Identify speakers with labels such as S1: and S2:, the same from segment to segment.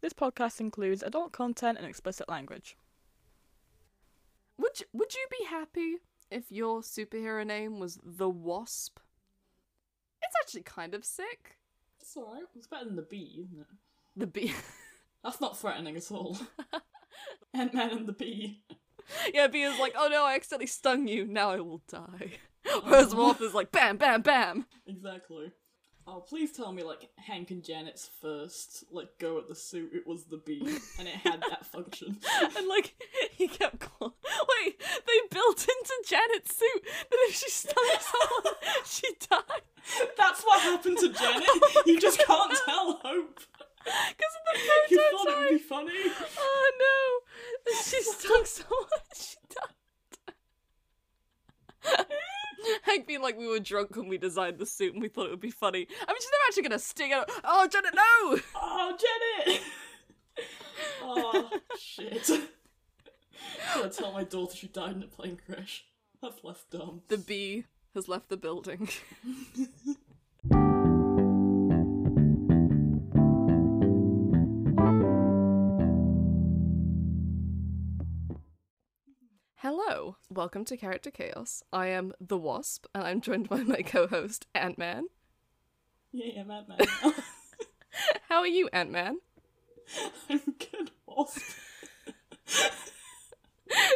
S1: This podcast includes adult content and explicit language.
S2: Would you, would you be happy if your superhero name was the Wasp? It's actually kind of sick.
S3: It's alright. It's better than the bee, isn't it?
S2: The bee,
S3: That's not threatening at all. Ant Man and the bee.
S2: yeah, bee is like, oh no, I accidentally stung you. Now I will die. Whereas Wasp is like, bam, bam, bam.
S3: Exactly. Oh, please tell me, like, Hank and Janet's first, like, go at the suit, it was the bee, and it had that function.
S2: And like he kept calling. Wait, they built into Janet's suit that if she stung someone, she died.
S3: That's what happened to Janet! You just can't tell Hope!
S2: Because of the
S3: You
S2: photo
S3: thought it would be funny!
S2: Oh no! She stung someone. She died. Hank being like, we were drunk when we designed the suit and we thought it would be funny. I mean, she's never actually gonna sting it. Oh, Janet, no!
S3: Oh, Janet! oh, shit. Gotta tell my daughter she died in a plane crash. That's less dumb.
S2: The bee has left the building. Hello, welcome to Character Chaos. I am the Wasp, and I'm joined by my co-host Ant Man.
S3: Yeah, yeah, madman.
S2: How are you, Ant Man?
S3: I'm good, wasp.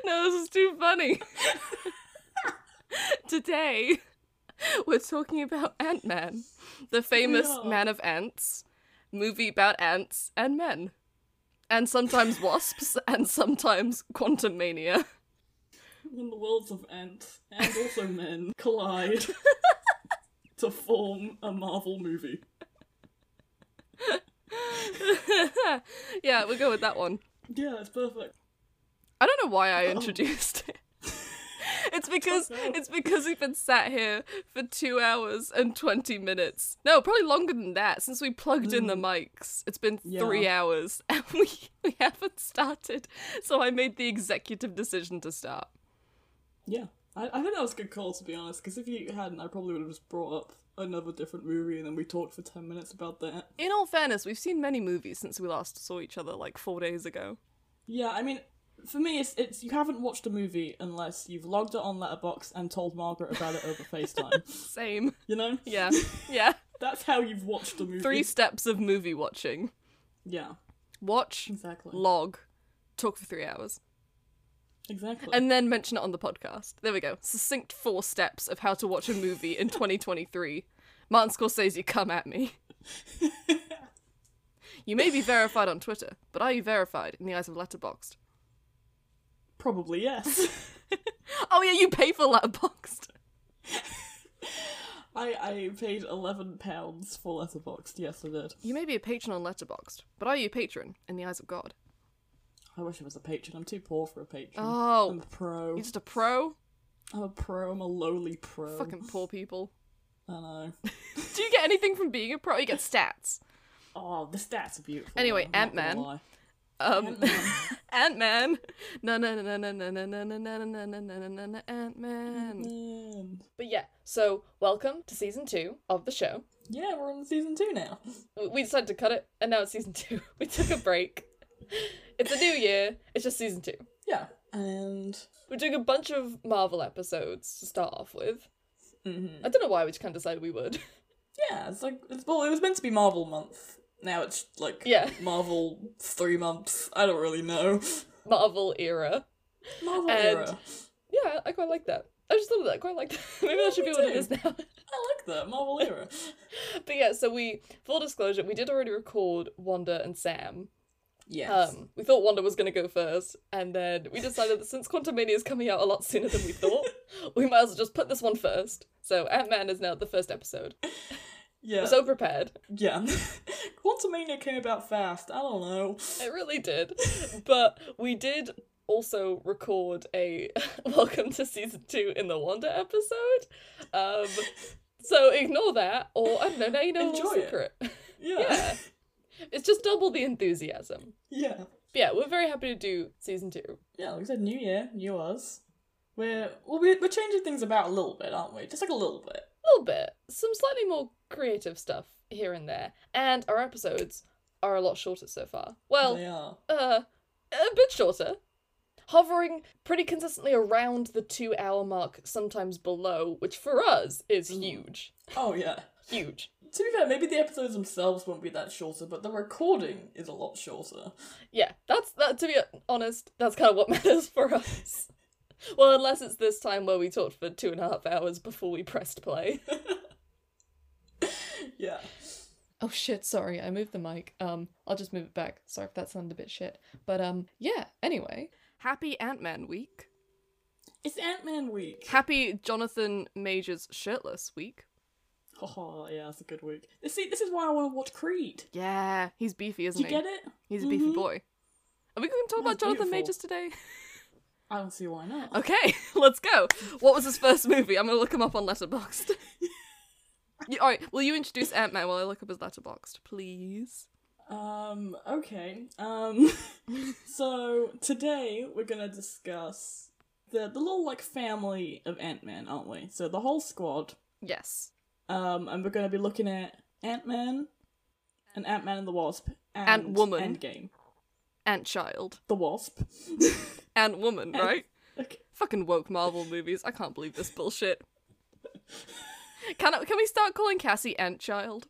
S2: no, this is too funny. Today, we're talking about Ant Man, the famous
S3: Yeah.
S2: Man of Ants, movie about ants and men. And sometimes wasps, and sometimes quantum mania.
S3: When the worlds of ants and also men collide to form a Marvel movie.
S2: yeah, we'll go with that one.
S3: Yeah, it's perfect.
S2: I don't know why I introduced it. It's because
S3: know.
S2: it's because we've been sat here for two hours and twenty minutes. No, probably longer than that since we plugged in the mics. It's been three hours and we we haven't started. So I made the executive decision to start.
S3: Yeah. I, I think that was a good call, to be honest, because if you hadn't, I probably would have just brought up another different movie and then we talked for 10 minutes about that.
S2: In all fairness, we've seen many movies since we last saw each other like four days ago.
S3: Yeah, I mean, for me, it's, it's you haven't watched a movie unless you've logged it on Letterbox and told Margaret about it over FaceTime.
S2: Same.
S3: You know?
S2: Yeah. Yeah.
S3: That's how you've watched a movie.
S2: Three steps of movie watching.
S3: Yeah,
S2: Watch,
S3: exactly.
S2: log, talk for three hours.
S3: exactly.
S2: and then mention it on the podcast. There we go. Succinct four steps of how to watch a movie in 2023. Martin Scorsese, come at me. you may be verified on Twitter, but are you verified in the eyes of Letterboxd?
S3: Probably, yes.
S2: Oh yeah, you pay for Letterboxd.
S3: I, I paid eleven pounds for Letterboxd. Yes, I did.
S2: You may be a patron on Letterboxd, but are you a patron in the eyes of God?
S3: I wish I was a patron. I'm too poor for a patron.
S2: Oh.
S3: I'm a pro.
S2: You're just a pro.
S3: I'm a pro. I'm a lowly pro.
S2: Fucking poor people.
S3: I know.
S2: Do you get anything from being a pro? You get stats.
S3: Oh, the stats are beautiful.
S2: Anyway,
S3: I'm not gonna
S2: Ant-Man.
S3: lie.
S2: Um,
S3: Ant-Man.
S2: Ant Man. Na na na na na na na na na na na na na na Ant Man.
S3: Man.
S2: But yeah, so welcome to season two of the show.
S3: Yeah, we're on season two now.
S2: We- We decided to cut it, and now it's season two. We took a break. it's a new year. It's just season two.
S3: Yeah, and
S2: We're doing a bunch of Marvel episodes to start off with.
S3: Mhm.
S2: I don't know why we just kind of decided we would.
S3: yeah, it's like it's well, it was meant to be Marvel month. Now it's like
S2: Yeah.
S3: Marvel three months. I don't really know.
S2: Marvel era.
S3: Marvel
S2: And-
S3: era.
S2: Yeah, I quite like that. I just thought of that. I quite like that. Maybe that should be
S3: me
S2: what it
S3: too.
S2: is now.
S3: I like that Marvel era.
S2: but yeah, so we, full disclosure, we did already record Wanda and Sam
S3: Yes.
S2: Um, we thought Wanda was going to go first, and then we decided that since Quantumania is coming out a lot sooner than we thought, we might as well just put this one first. So Ant Man is now the first episode.
S3: yeah.
S2: So prepared.
S3: Yeah. Quantumania came about fast. I don't know.
S2: It really did. But we did also record a Welcome to Season 2 in the Wanda episode. Um, so ignore that, or I don't know, now you know
S3: Enjoy
S2: the
S3: it.
S2: secret.
S3: Yeah.
S2: yeah. It's just double the enthusiasm.
S3: Yeah.
S2: But yeah, we're very happy to do Season 2.
S3: Yeah, like I said, new year, new us. We're well, we're, we're changing things about a little bit, aren't we? Just like a little bit.
S2: little bit, some slightly more creative stuff here and there, and our episodes are a lot shorter so far. Well,
S3: they are.
S2: uh, a bit shorter. Hovering pretty consistently around the two hour mark, sometimes below, which for us is huge.
S3: Oh yeah.
S2: Huge.
S3: To be fair, maybe the episodes themselves won't be that shorter, but the recording is a lot shorter.
S2: Yeah, that's that. To be honest, that's kind of what matters for us. well, unless it's this time where we talked for two and a half hours before we pressed play.
S3: Yeah.
S2: Oh shit, sorry, I moved the mic. Um, I'll just move it back. Sorry if that sounded a bit shit. But um, yeah, anyway. Happy Ant Man week.
S3: It's Ant Man week.
S2: Happy Jonathan Majors shirtless week.
S3: Oh yeah, that's a good week. You See, this is why I want to watch Creed.
S2: Yeah, he's beefy,
S3: Do
S2: isn't
S3: you
S2: he?
S3: get it?
S2: He's a beefy
S3: Mhm.
S2: boy. Are we going to talk about
S3: That's
S2: Jonathan
S3: beautiful.
S2: Majors today?
S3: I don't see why not.
S2: Okay, let's go. What was his first movie? I'm gonna look him up on Letterboxd. you, all right, will you introduce Ant Man while I look up his Letterboxd, please?
S3: Um. Okay. Um. so today we're gonna discuss the the little like family of Ant Man, aren't we? So the whole squad.
S2: Yes.
S3: Um. And we're gonna be looking at Ant Man, and Ant Man and the Wasp, and
S2: Ant-Woman.
S3: Endgame,
S2: Ant Child.
S3: the Wasp.
S2: Ant Woman, right?
S3: okay.
S2: Fucking woke Marvel movies. I can't believe this bullshit. Can I, can we start calling Cassie Ant Child?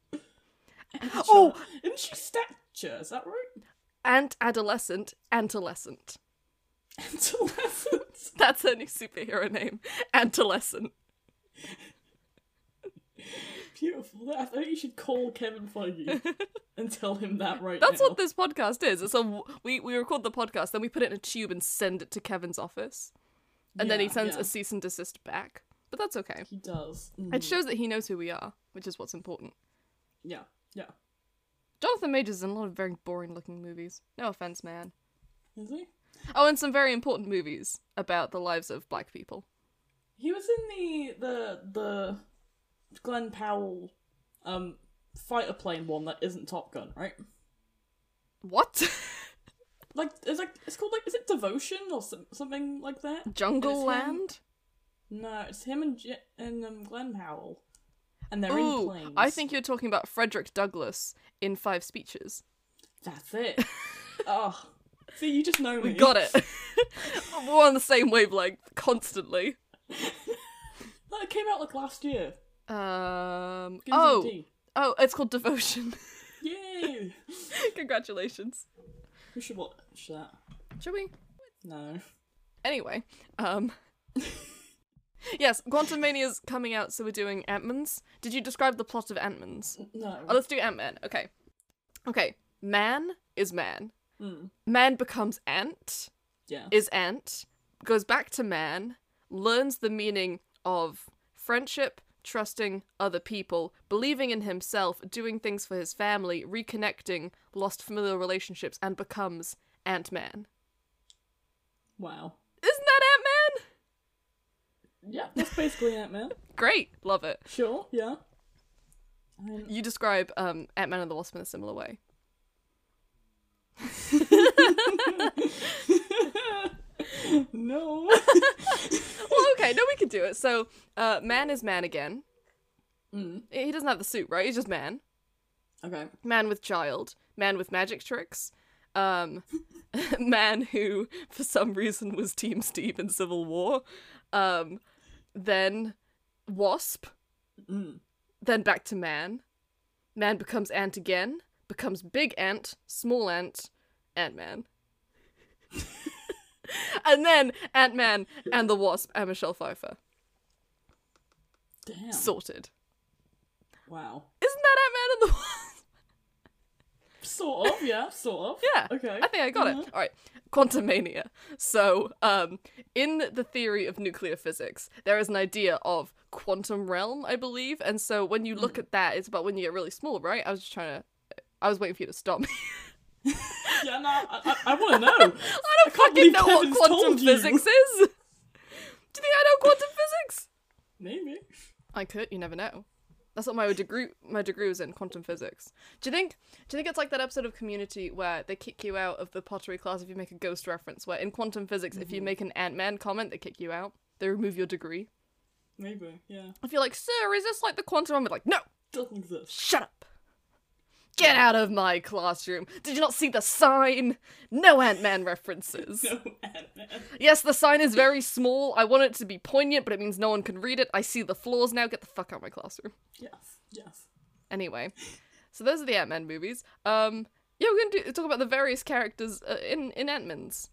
S2: Oh!
S3: Isn't she stature? Is that right?
S2: Ant Adolescent, Antolescent.
S3: Adolescence.
S2: That's her new superhero name. Antolescent.
S3: Beautiful. I think you should call Kevin Feige and tell him that right
S2: That's
S3: now.
S2: what this podcast is. It's a we we record the podcast, then we put it in a tube and send it to Kevin's office, and then he
S3: Yeah,
S2: sends
S3: yeah.
S2: a cease and desist back. But that's okay.
S3: he does. Mm,
S2: It shows that he knows who we are, which is what's important.
S3: yeah, yeah.
S2: Jonathan Majors is in a lot of very boring looking movies. No offense, man.
S3: Is he?
S2: Oh, and some very important movies about the lives of black people.
S3: He was in the the the Glenn Powell um fighter plane one that isn't Top Gun, right?
S2: What?
S3: Like it's like it's called like is it Devotion or some, something like that?
S2: Jungle
S3: him.
S2: Land?
S3: No, it's him and J- and um, Glenn Powell, and they're in
S2: Ooh,
S3: planes.
S2: I think you're talking about Frederick Douglass in Five Speeches.
S3: that's it. oh, see, you just know me.
S2: We got it. We're on the same wavelength constantly.
S3: That came out like last year.
S2: Um.
S3: Good as
S2: Oh.
S3: MD.
S2: Oh, it's called Devotion.
S3: Yay!
S2: Congratulations.
S3: we should watch that.
S2: Should we?
S3: No.
S2: Anyway, um. yes, Quantum Mania's coming out, so we're doing Ant-Man's. Did you describe the plot of Ant-Man's?
S3: No.
S2: Oh, let's do Ant-Man. Okay. Okay. Man is man.
S3: Mm.
S2: Man becomes ant,
S3: Yeah.
S2: is ant, goes back to man, learns the meaning of friendship, trusting other people, believing in himself, doing things for his family, reconnecting lost familial relationships, and becomes Ant-Man.
S3: Wow.
S2: Isn't that Ant Man?
S3: Yeah, that's basically Ant Man.
S2: Great, love it.
S3: Sure. Yeah. Um,
S2: You describe um, Ant Man and the Wasp in a similar way.
S3: no.
S2: well, okay, no, we can do it. So, uh, Man is Man again.
S3: Mm.
S2: He doesn't have the suit, right? He's just Man.
S3: Okay.
S2: Man with child. Man with magic tricks. Um, man who, for some reason, was Team Steve in Civil War. Um, then Wasp.
S3: Mm.
S2: Then back to Man. Man becomes Ant again. Becomes Big Ant, Small Ant, Ant Man. and then Ant Man and the Wasp and Michelle Pfeiffer.
S3: Damn.
S2: Sorted.
S3: wow.
S2: Isn't that Ant Man and the Wasp?
S3: Sort of. Yeah. Sort of.
S2: Yeah.
S3: Okay.
S2: I think I got it. All right. Quantum mania. So, um, in the theory of nuclear physics, there is an idea of quantum realm, I believe. And so when you look at that, it's about when you get really small, right? I was just trying to. I was waiting for you to stop me.
S3: Mm, Yeah. No. I, I, I want to know.
S2: I don't
S3: can't
S2: fucking
S3: believe
S2: know
S3: Kevin's
S2: what quantum
S3: told you.
S2: physics is. Do you think I know quantum physics?
S3: Maybe.
S2: I could. You never know. That's what my degree my degree was in quantum physics. Do you think? Do you think it's like that episode of Community where they kick you out of the pottery class if you make a ghost reference? Where in quantum physics, if you make an Ant Man comment, they kick you out. They remove your degree.
S3: Maybe. Yeah.
S2: If you're like, sir, is this like the quantum? I'm like, no,
S3: Doesn't exist.
S2: shut up. Get out of my classroom. Did you not see the sign? No Ant Man references.
S3: No Ant-Man.
S2: Yes, the sign is very small. I want it to be poignant, but it means no one can read it. I see the flaws now. Get the fuck out of my classroom.
S3: Yes, yes.
S2: Anyway, so those are the Ant Man movies. Um, yeah, we're gonna do, talk about the various characters uh, in in Ant Man's.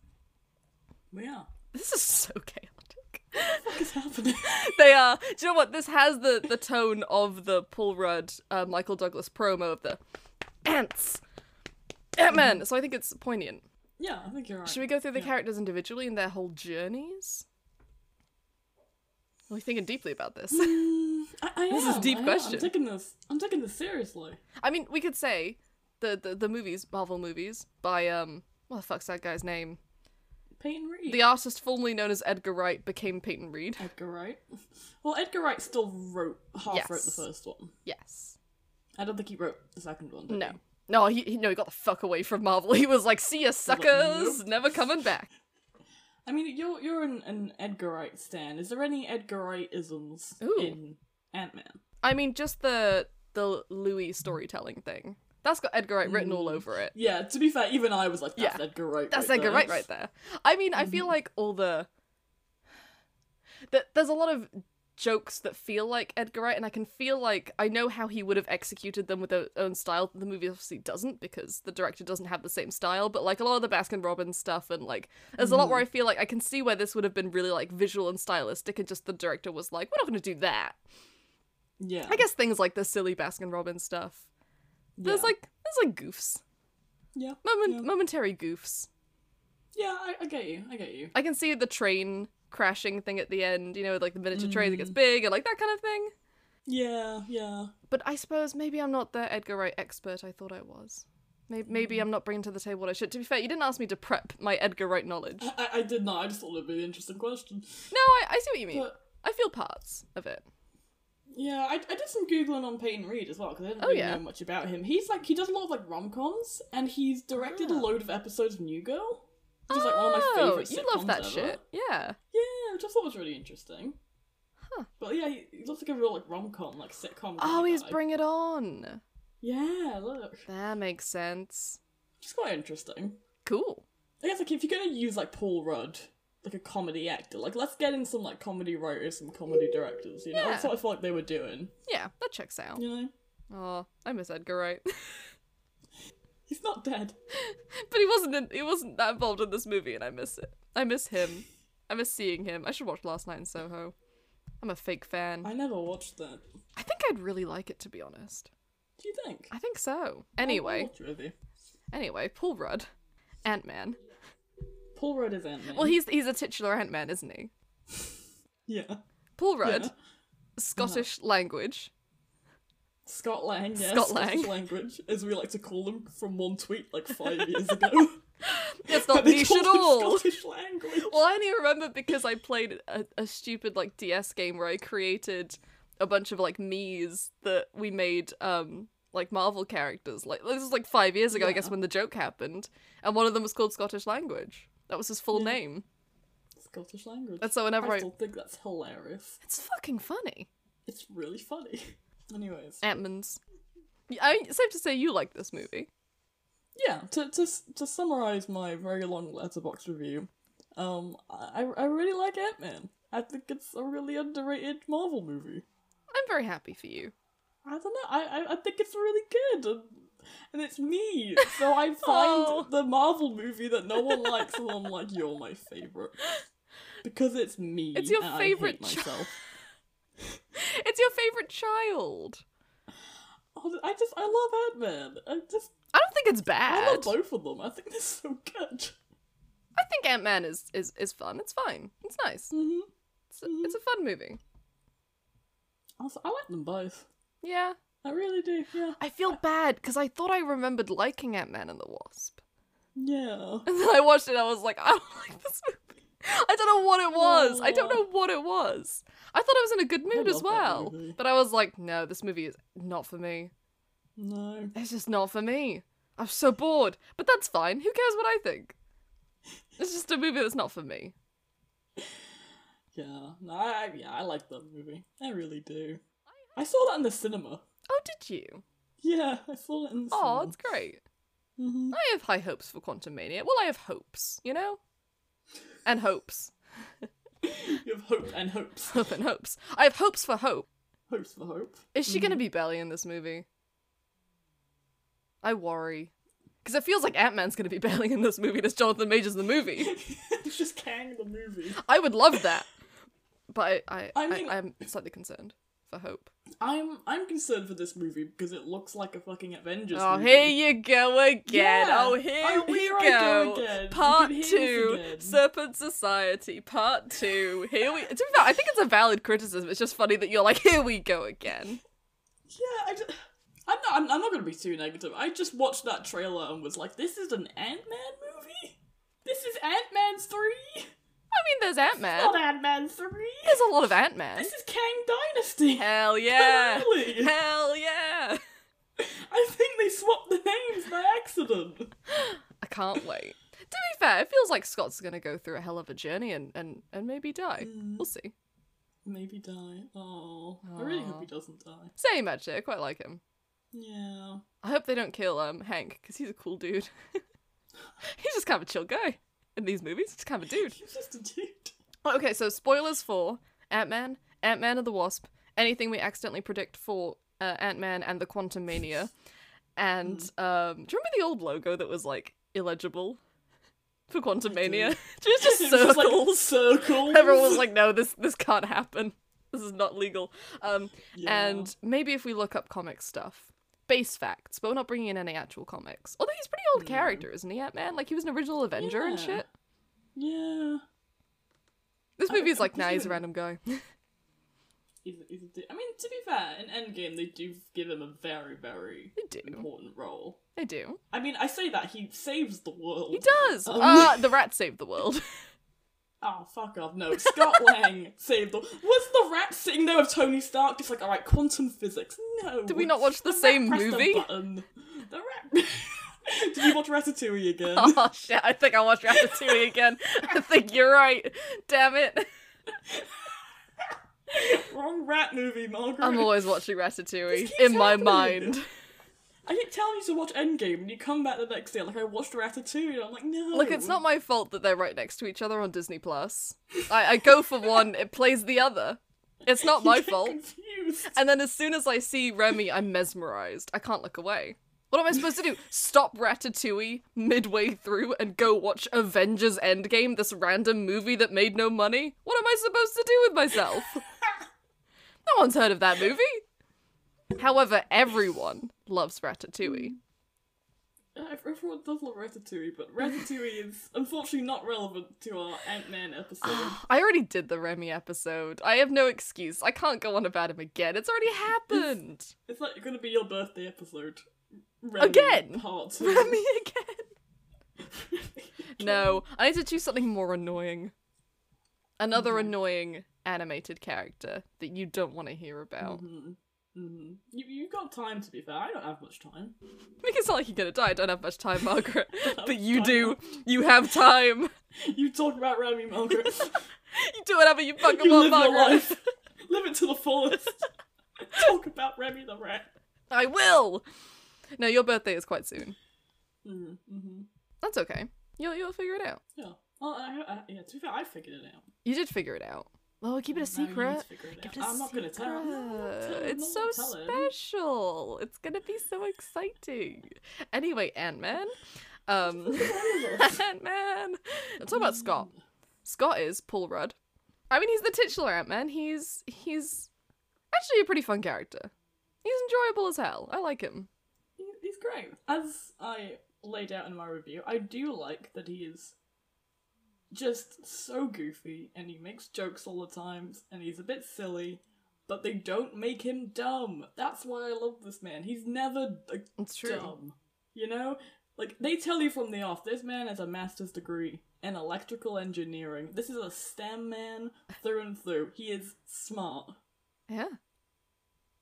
S3: We are.
S2: This is so chaotic.
S3: What is happening?
S2: they are. Do you know what? This has the the tone of the Paul Rudd, uh, Michael Douglas promo of the ants, Ant Man. So I think it's poignant.
S3: yeah, I think you're right.
S2: Should we go through the
S3: Yeah.
S2: characters individually and their whole journeys? We're thinking deeply about this.
S3: I, I
S2: This is
S3: am,
S2: deep
S3: I am.
S2: question.
S3: I'm taking this. I'm taking this seriously.
S2: I mean, we could say the, the the movies, Marvel movies, by um, what the fuck's that guy's name?
S3: Peyton Reed.
S2: The artist formerly known as Edgar Wright became Peyton Reed.
S3: Edgar Wright. Well, Edgar Wright still wrote half wrote the
S2: Yes.
S3: first one.
S2: Yes.
S3: I don't think he wrote the second one. Did
S2: No.
S3: he?
S2: No, he, he no, he got the fuck away from Marvel. He was like, "See ya,
S3: like,
S2: suckers, never coming back."
S3: I mean, you're you're an, an Edgar Wright stan. Is there any Edgar Wright isms
S2: Ooh.
S3: in Ant Man?
S2: I mean, just the the Louis storytelling thing. That's got Edgar Wright written all over it.
S3: Yeah. To be fair, even I was like, that's
S2: Yeah.
S3: Edgar Wright.
S2: That's
S3: right
S2: Edgar
S3: there.
S2: Wright right there. I mean, I
S3: Mm-hmm.
S2: feel like all the that there's a lot of jokes that feel like Edgar Wright, and I can feel like I know how he would have executed them with their own style. The movie obviously doesn't because the director doesn't have the same style, but like a lot of the Baskin Robbins stuff, and like there's a lot where
S3: Mm.
S2: I feel like I can see where this would have been really like visual and stylistic, and just the director was like, we're not going to do that.
S3: Yeah.
S2: I guess things like the silly Baskin Robbins stuff. There's
S3: yeah.
S2: like there's like goofs,
S3: yeah.
S2: moment
S3: Yeah.
S2: momentary goofs.
S3: Yeah. I, I get you. I get you.
S2: I can see the train crashing thing at the end, you know, with, like the miniature train that
S3: Mm.
S2: gets big and like that kind of thing.
S3: Yeah. Yeah.
S2: But I suppose maybe I'm not the Edgar Wright expert I thought I was. Maybe, maybe
S3: Mm.
S2: I'm not bringing to the table what I should. To be fair, you didn't ask me to prep my Edgar Wright knowledge. No,
S3: I, I did not. I just thought it'd be an interesting question.
S2: I, I see what you mean.
S3: But
S2: I feel parts of it.
S3: yeah, I, I did some googling on Peyton Reed as well because I didn't
S2: Oh,
S3: really
S2: yeah.
S3: know much about him. He's like he does a lot of like rom coms and he's directed a
S2: Ah.
S3: load of episodes of New Girl. Which is like one of my
S2: Oh,
S3: favorite.
S2: you love
S3: sitcoms
S2: that
S3: ever.
S2: shit. Yeah.
S3: Yeah, which I thought was really interesting.
S2: Huh.
S3: But yeah, he, he looks like a real like rom com like sitcom.
S2: Oh,
S3: kinda
S2: he's
S3: guy.
S2: Bring It On.
S3: Yeah, look,
S2: That makes sense.
S3: it's quite interesting.
S2: Cool.
S3: I guess like if you're gonna use like Paul Rudd, like a comedy actor, like let's get in some like comedy writers, some comedy directors. You know, that's
S2: Yeah.
S3: what I feel like they were doing.
S2: Yeah, that checks out.
S3: You know,
S2: Oh, I miss Edgar Wright.
S3: he's not dead.
S2: but he wasn't in, he wasn't that involved in this movie and i miss it i miss him i miss seeing him i should watch last night in soho i'm a fake fan
S3: I never watched that.
S2: i think i'd really like it to be honest Oh,
S3: Do you think?
S2: i think so
S3: I'll
S2: anyway
S3: watch it with you.
S2: anyway paul rudd ant-man
S3: Paul Rudd is Ant Man.
S2: well he's he's a titular ant-man isn't he
S3: yeah,
S2: paul rudd
S3: Yeah.
S2: scottish language
S3: Scott Lang. Yeah,
S2: Scott
S3: Scottish
S2: Lang.
S3: language, as we like to call him, from one tweet like five years ago.
S2: it's not
S3: They
S2: niche
S3: called
S2: at
S3: him
S2: all
S3: Scottish language.
S2: Well, I only remember because I played a, a stupid like DS game where I created a bunch of like me's that we made um like Marvel characters. Like this was like five years ago, I guess,
S3: Yeah.
S2: when the joke happened, and one of them was called Scottish language. That was his full
S3: Yeah.
S2: name.
S3: Scottish language.
S2: And so whenever
S3: I
S2: I,
S3: still think that's hilarious.
S2: it's fucking funny.
S3: It's really funny. Anyways,
S2: Antman's. I it's safe to say you like this movie.
S3: yeah. To to to summarize my very long letterbox review, um, I I really like Ant Man. I think it's a really underrated Marvel movie.
S2: I'm very happy for you.
S3: I don't know. I I, I think it's really good, and, and it's me. So I find
S2: Oh.
S3: the Marvel movie that no one likes, and I'm like, you're my favorite because it's me.
S2: It's your
S3: and I
S2: favorite
S3: hate myself.
S2: It's your favorite child.
S3: Oh, I just I love Ant Man. I just
S2: I don't think it's
S3: I
S2: bad.
S3: love both of them. I think they're so good.
S2: I think Ant Man is, is is fun. It's fine. It's nice.
S3: hmm
S2: It's a, it's a fun movie.
S3: Also, I like them both.
S2: Yeah.
S3: I really do. Yeah.
S2: I feel bad because I thought I remembered liking Ant Man and the Wasp.
S3: Yeah.
S2: And then I watched it and I was like, I don't like this movie. I don't know what it was. I don't
S3: Aw.
S2: know what it was. I thought I was in a good mood as
S3: love that
S2: well.
S3: movie.
S2: But I was like, no, this movie is not for me.
S3: No.
S2: It's just not for me. I'm so bored. But that's fine. Who cares what I think? It's just a movie that's not for me.
S3: Yeah. No. I, I- yeah. I like that movie. I really do. I saw that in the cinema.
S2: Oh, did you?
S3: Yeah, I saw it in the
S2: Oh, it's great.
S3: hmm
S2: I have high hopes for Quantum Mania. Well, I have hopes, you know? And hopes.
S3: You have hope and hopes.
S2: Hope and hopes. I have hopes for hope.
S3: Hopes for hope.
S2: Is she
S3: Mm.
S2: going to be Belly in this movie? I worry. Because it feels like Ant Man's going to be Belly in this movie as Jonathan Majors in the movie.
S3: it's just Kang the movie.
S2: I would love that. But I, I,
S3: I
S2: I,
S3: mean-
S2: I, am slightly concerned for hope.
S3: I'm I'm concerned for this movie because it looks like a fucking Avengers
S2: Oh,
S3: movie.
S2: here you go again.
S3: Yeah.
S2: Oh, here
S3: Oh,
S2: we
S3: here
S2: go.
S3: I go again. You
S2: Part
S3: can hear this
S2: two,
S3: again.
S2: Serpent Society. Part two. Here we. To be fair, I think it's a valid criticism. It's just funny that you're like, here we go again.
S3: Yeah, I just, I'm not I'm, I'm not gonna be too negative. I just watched that trailer and was like, this is an Ant Man movie. This is Ant Man's three.
S2: I mean, there's Ant Man.
S3: Not Ant Man three.
S2: There's a lot of Ant Man.
S3: This is Kang Dynasty.
S2: Hell yeah.
S3: Really?
S2: Hell yeah.
S3: I think they swapped the names by accident.
S2: I can't wait. To be fair, it feels like Scott's gonna go through a hell of a journey and and and maybe die.
S3: Mm.
S2: We'll see.
S3: Maybe die. Oh, I really hope he doesn't die.
S2: Same actually. I quite like him.
S3: Yeah.
S2: I hope they don't kill um Hank because he's a cool dude. he's just kind of a chill guy in these movies. He's just kind of a dude. Oh,
S3: He's just a dude.
S2: Okay, so spoilers for Ant Man, Ant Man and the Wasp, anything we accidentally predict for uh, Ant Man and the Quantum Mania, and
S3: Mm.
S2: um, do you remember the old logo that was like illegible for Quantum Mania? Just just
S3: It was just, like,
S2: circles.
S3: circles.
S2: Everyone was like, "No, this this can't happen. This is not legal." Um,
S3: Yeah.
S2: and maybe if we look up comic stuff, base facts, but we're not bringing in any actual comics. Although he's a pretty old character, isn't he, Ant Man? Like he was an original Avenger and
S3: Yeah.
S2: shit.
S3: yeah.
S2: This
S3: I-
S2: movie's
S3: I
S2: like, nah, he's a
S3: presume-
S2: random guy.
S3: He's, he's a dude. I mean, to be fair, in Endgame they do give him a very, very
S2: They do.
S3: important role.
S2: They do.
S3: I mean, I say that he saves the world.
S2: He does.
S3: Um.
S2: Uh, the rat saved the world.
S3: Oh fuck off! No, Scott Lang saved the. Was the rat sitting there with Tony Stark? Just like, all right, quantum physics. No.
S2: Did we not watch the
S3: rat
S2: same
S3: pressed a
S2: movie?
S3: button. The rat. Did you watch Ratatouille again?
S2: oh shit! I think I watched Ratatouille again. I think you're right. Damn it!
S3: Wrong rat movie, Margaret.
S2: I'm always watching Ratatouille
S3: This keeps
S2: in my
S3: happening.
S2: mind.
S3: I keep telling you to watch Endgame, and you come back the next day like I watched Ratatouille. And I'm like, no.
S2: Look, it's not my fault that they're right next to each other on Disney Plus. I, I go for one, it plays the other. It's not
S3: You
S2: my
S3: get
S2: fault.
S3: Confused.
S2: And then as soon as I see Remy, I'm mesmerized. I can't look away. What am I supposed to do? Stop Ratatouille midway through and go watch Avengers Endgame, this random movie that made no money? What am I supposed to do with myself? no one's heard of that movie. However, everyone loves Ratatouille.
S3: Uh, Everyone does love Ratatouille, but Ratatouille is unfortunately not relevant to our Ant Man episode.
S2: I already did the Remy episode. I have no excuse. I can't go on about him again. It's already happened.
S3: it's like going to be your birthday episode. Remy
S2: Again?
S3: Part two.
S2: Remy again. No, I need to choose something more annoying. Another annoying animated character that you don't want to hear about.
S3: Mhm. You you got time to be fair. I don't have much time.
S2: Make it sound like you're gonna die. I don't have much time, Margaret. but
S3: much
S2: you
S3: time
S2: do. You have time.
S3: You talk about Remy Margaret.
S2: You do whatever you fucking
S3: you
S2: want,
S3: live your
S2: Margaret.
S3: life. Live it to the fullest. talk about Remy the rat.
S2: I will. No, your birthday is quite soon.
S3: Mm-hmm.
S2: That's okay. You'll you'll figure it out.
S3: Yeah. Well, I, I, yeah. To be fair, I figured it out.
S2: You did figure it out. Oh, keep it a
S3: Now you need to
S2: secret.
S3: figure it
S2: Give
S3: out.
S2: it a
S3: I'm not going to tell. No, I'm not
S2: secret.
S3: telling-
S2: It's
S3: no,
S2: so
S3: I'm telling.
S2: special. It's gonna be so exciting. Anyway, Ant Man. Um, Ant Man. Let's talk about Scott.
S3: Mm.
S2: Scott is Paul Rudd. I mean, he's the titular Ant Man. He's he's actually a pretty fun character. He's enjoyable as hell. I like him.
S3: He- He's great. As I laid out in my review, I do like that he is just so goofy and he makes jokes all the time and he's a bit silly, but they don't make him dumb. That's why I love this man. He's never like,
S2: It's true.
S3: dumb. You know? Like, they tell you from the off this man has a master's degree in electrical engineering. This is a STEM man through and through. He is smart.
S2: Yeah.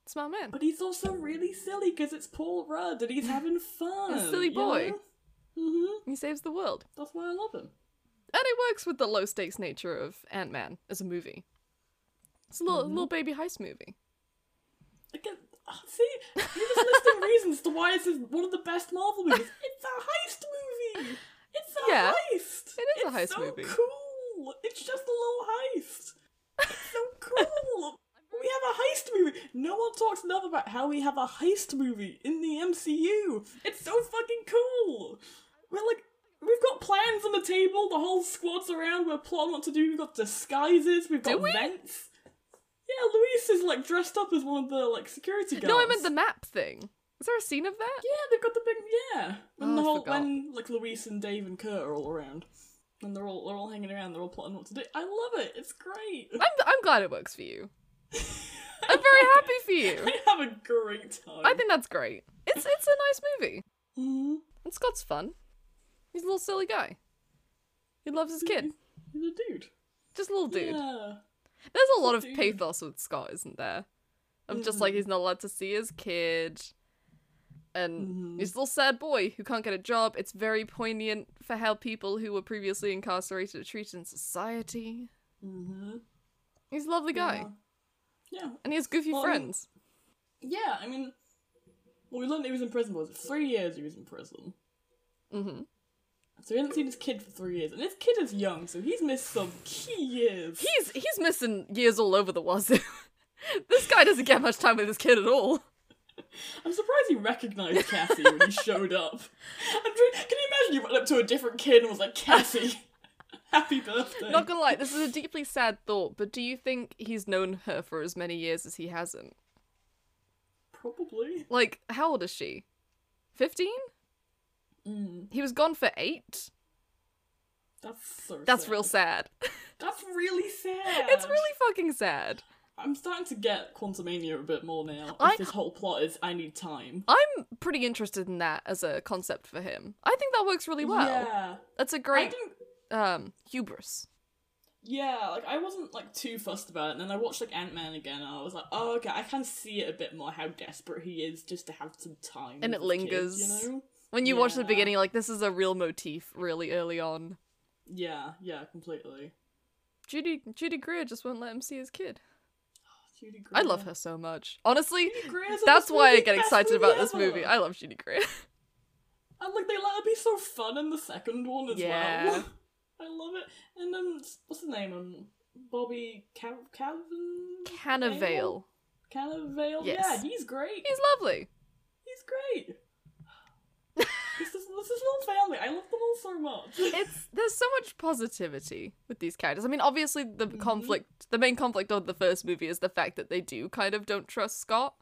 S2: Smart man.
S3: But he's also really silly because it's Paul Rudd and he's having fun.
S2: A silly
S3: you
S2: boy.
S3: know? Mhm.
S2: He saves the world.
S3: That's why I love him.
S2: and it works with the low stakes nature of Ant
S3: Mm-hmm.
S2: Man as a movie. It's a little, little baby heist movie.
S3: Again, uh, See, you're just listing reasons to why this is one of the best Marvel movies. It's a heist movie. It's a
S2: Yeah,
S3: heist.
S2: it is a
S3: it's
S2: heist
S3: so
S2: movie.
S3: Cool. It's just a little heist. It's so cool. we have a heist movie. No one talks enough about how we have a heist movie in the MCU. It's so fucking cool. We're like. We've got plans on the table, the whole squad's around, we're plotting what to do, we've got disguises, we've got
S2: we?
S3: vents. Yeah, Luis is like dressed up as one of the like security guards.
S2: No, I meant the map thing. Is there a scene of that?
S3: Yeah, they've got the big yeah. When
S2: Oh,
S3: the
S2: I
S3: whole
S2: forgot.
S3: when like Luis and Dave and Kurt are all around, and they're all they're all hanging around, they're all plotting what to do. I love it. It's great.
S2: I'm I'm glad it works for you. I'm very happy for you.
S3: I have a great time.
S2: I think that's great. It's it's a nice movie.
S3: Mhm.
S2: And Scott's fun. He's a little silly guy. He loves his kid.
S3: he's a dude.
S2: Just a little dude.
S3: Yeah.
S2: There's a lot of
S3: dude. Mm.
S2: pathos with Scott, isn't there? Of just like he's not allowed to see his kid. And
S3: Mm-hmm.
S2: he's a little sad boy who can't get a job. It's very poignant for how people who were previously incarcerated are treated in society.
S3: Mm-hmm.
S2: He's a lovely guy.
S3: Yeah.
S2: And he has goofy
S3: Well, I mean-
S2: friends.
S3: Yeah. I mean, well, we learned he was in prison. Was it three years he was in prison?
S2: Mm-hmm.
S3: So he hasn't seen his kid for three years, and his kid is young, so he's missed some key years.
S2: He's he's missing years all over the wazoo. this guy doesn't get much time with his kid at all.
S3: I'm surprised he recognised Cassie when he showed up. I'm trying, can you imagine you went up to a different kid and was like, Cassie, happy birthday?
S2: Not gonna lie, this is a deeply sad thought, but do you think he's known her for as many years as he hasn't?
S3: Probably.
S2: Like, how old is she? 15?
S3: Mm,
S2: He was gone for eight?
S3: that's so
S2: That's
S3: sad.
S2: real sad.
S3: That's really sad.
S2: it's really fucking sad.
S3: I'm starting to get Quantumania a bit more now.
S2: I-
S3: If this whole plot is I need time.
S2: I'm pretty interested in that as a concept for him. I think that works really well.
S3: Yeah.
S2: That's a
S3: I
S2: great
S3: didn't.
S2: um hubris.
S3: Yeah, like I wasn't like too fussed about it, and then I watched like Ant Man again, and I was like, oh okay, I can see it a bit more how desperate he is just to have some time.
S2: And
S3: with
S2: it
S3: his kid,
S2: lingers.
S3: you know?
S2: When you watch the
S3: Yeah.
S2: beginning, like this is a real motif really early on.
S3: Yeah, yeah, completely.
S2: Judy Judy Greer just won't let him see his kid.
S3: Judy
S2: I love
S3: Greer.
S2: her so much. Honestly,
S3: Greer's in
S2: that's
S3: this
S2: why I
S3: movie,
S2: get
S3: best
S2: excited about this
S3: ever.
S2: movie. I love Judy Greer.
S3: and like they let her be so fun in the second one as
S2: Yeah.
S3: well. I love it. And um, what's his name? Um, Bobby Cav Cavan
S2: Canavale.
S3: Cannavale.
S2: Yes.
S3: Yeah, he's great.
S2: He's lovely.
S3: He's great. this is this is little family. I love them all so much.
S2: It's there's so much positivity with these characters. I mean, obviously the
S3: Mm-hmm.
S2: conflict, the main conflict of the first movie is the fact that they do kind of don't trust Scott.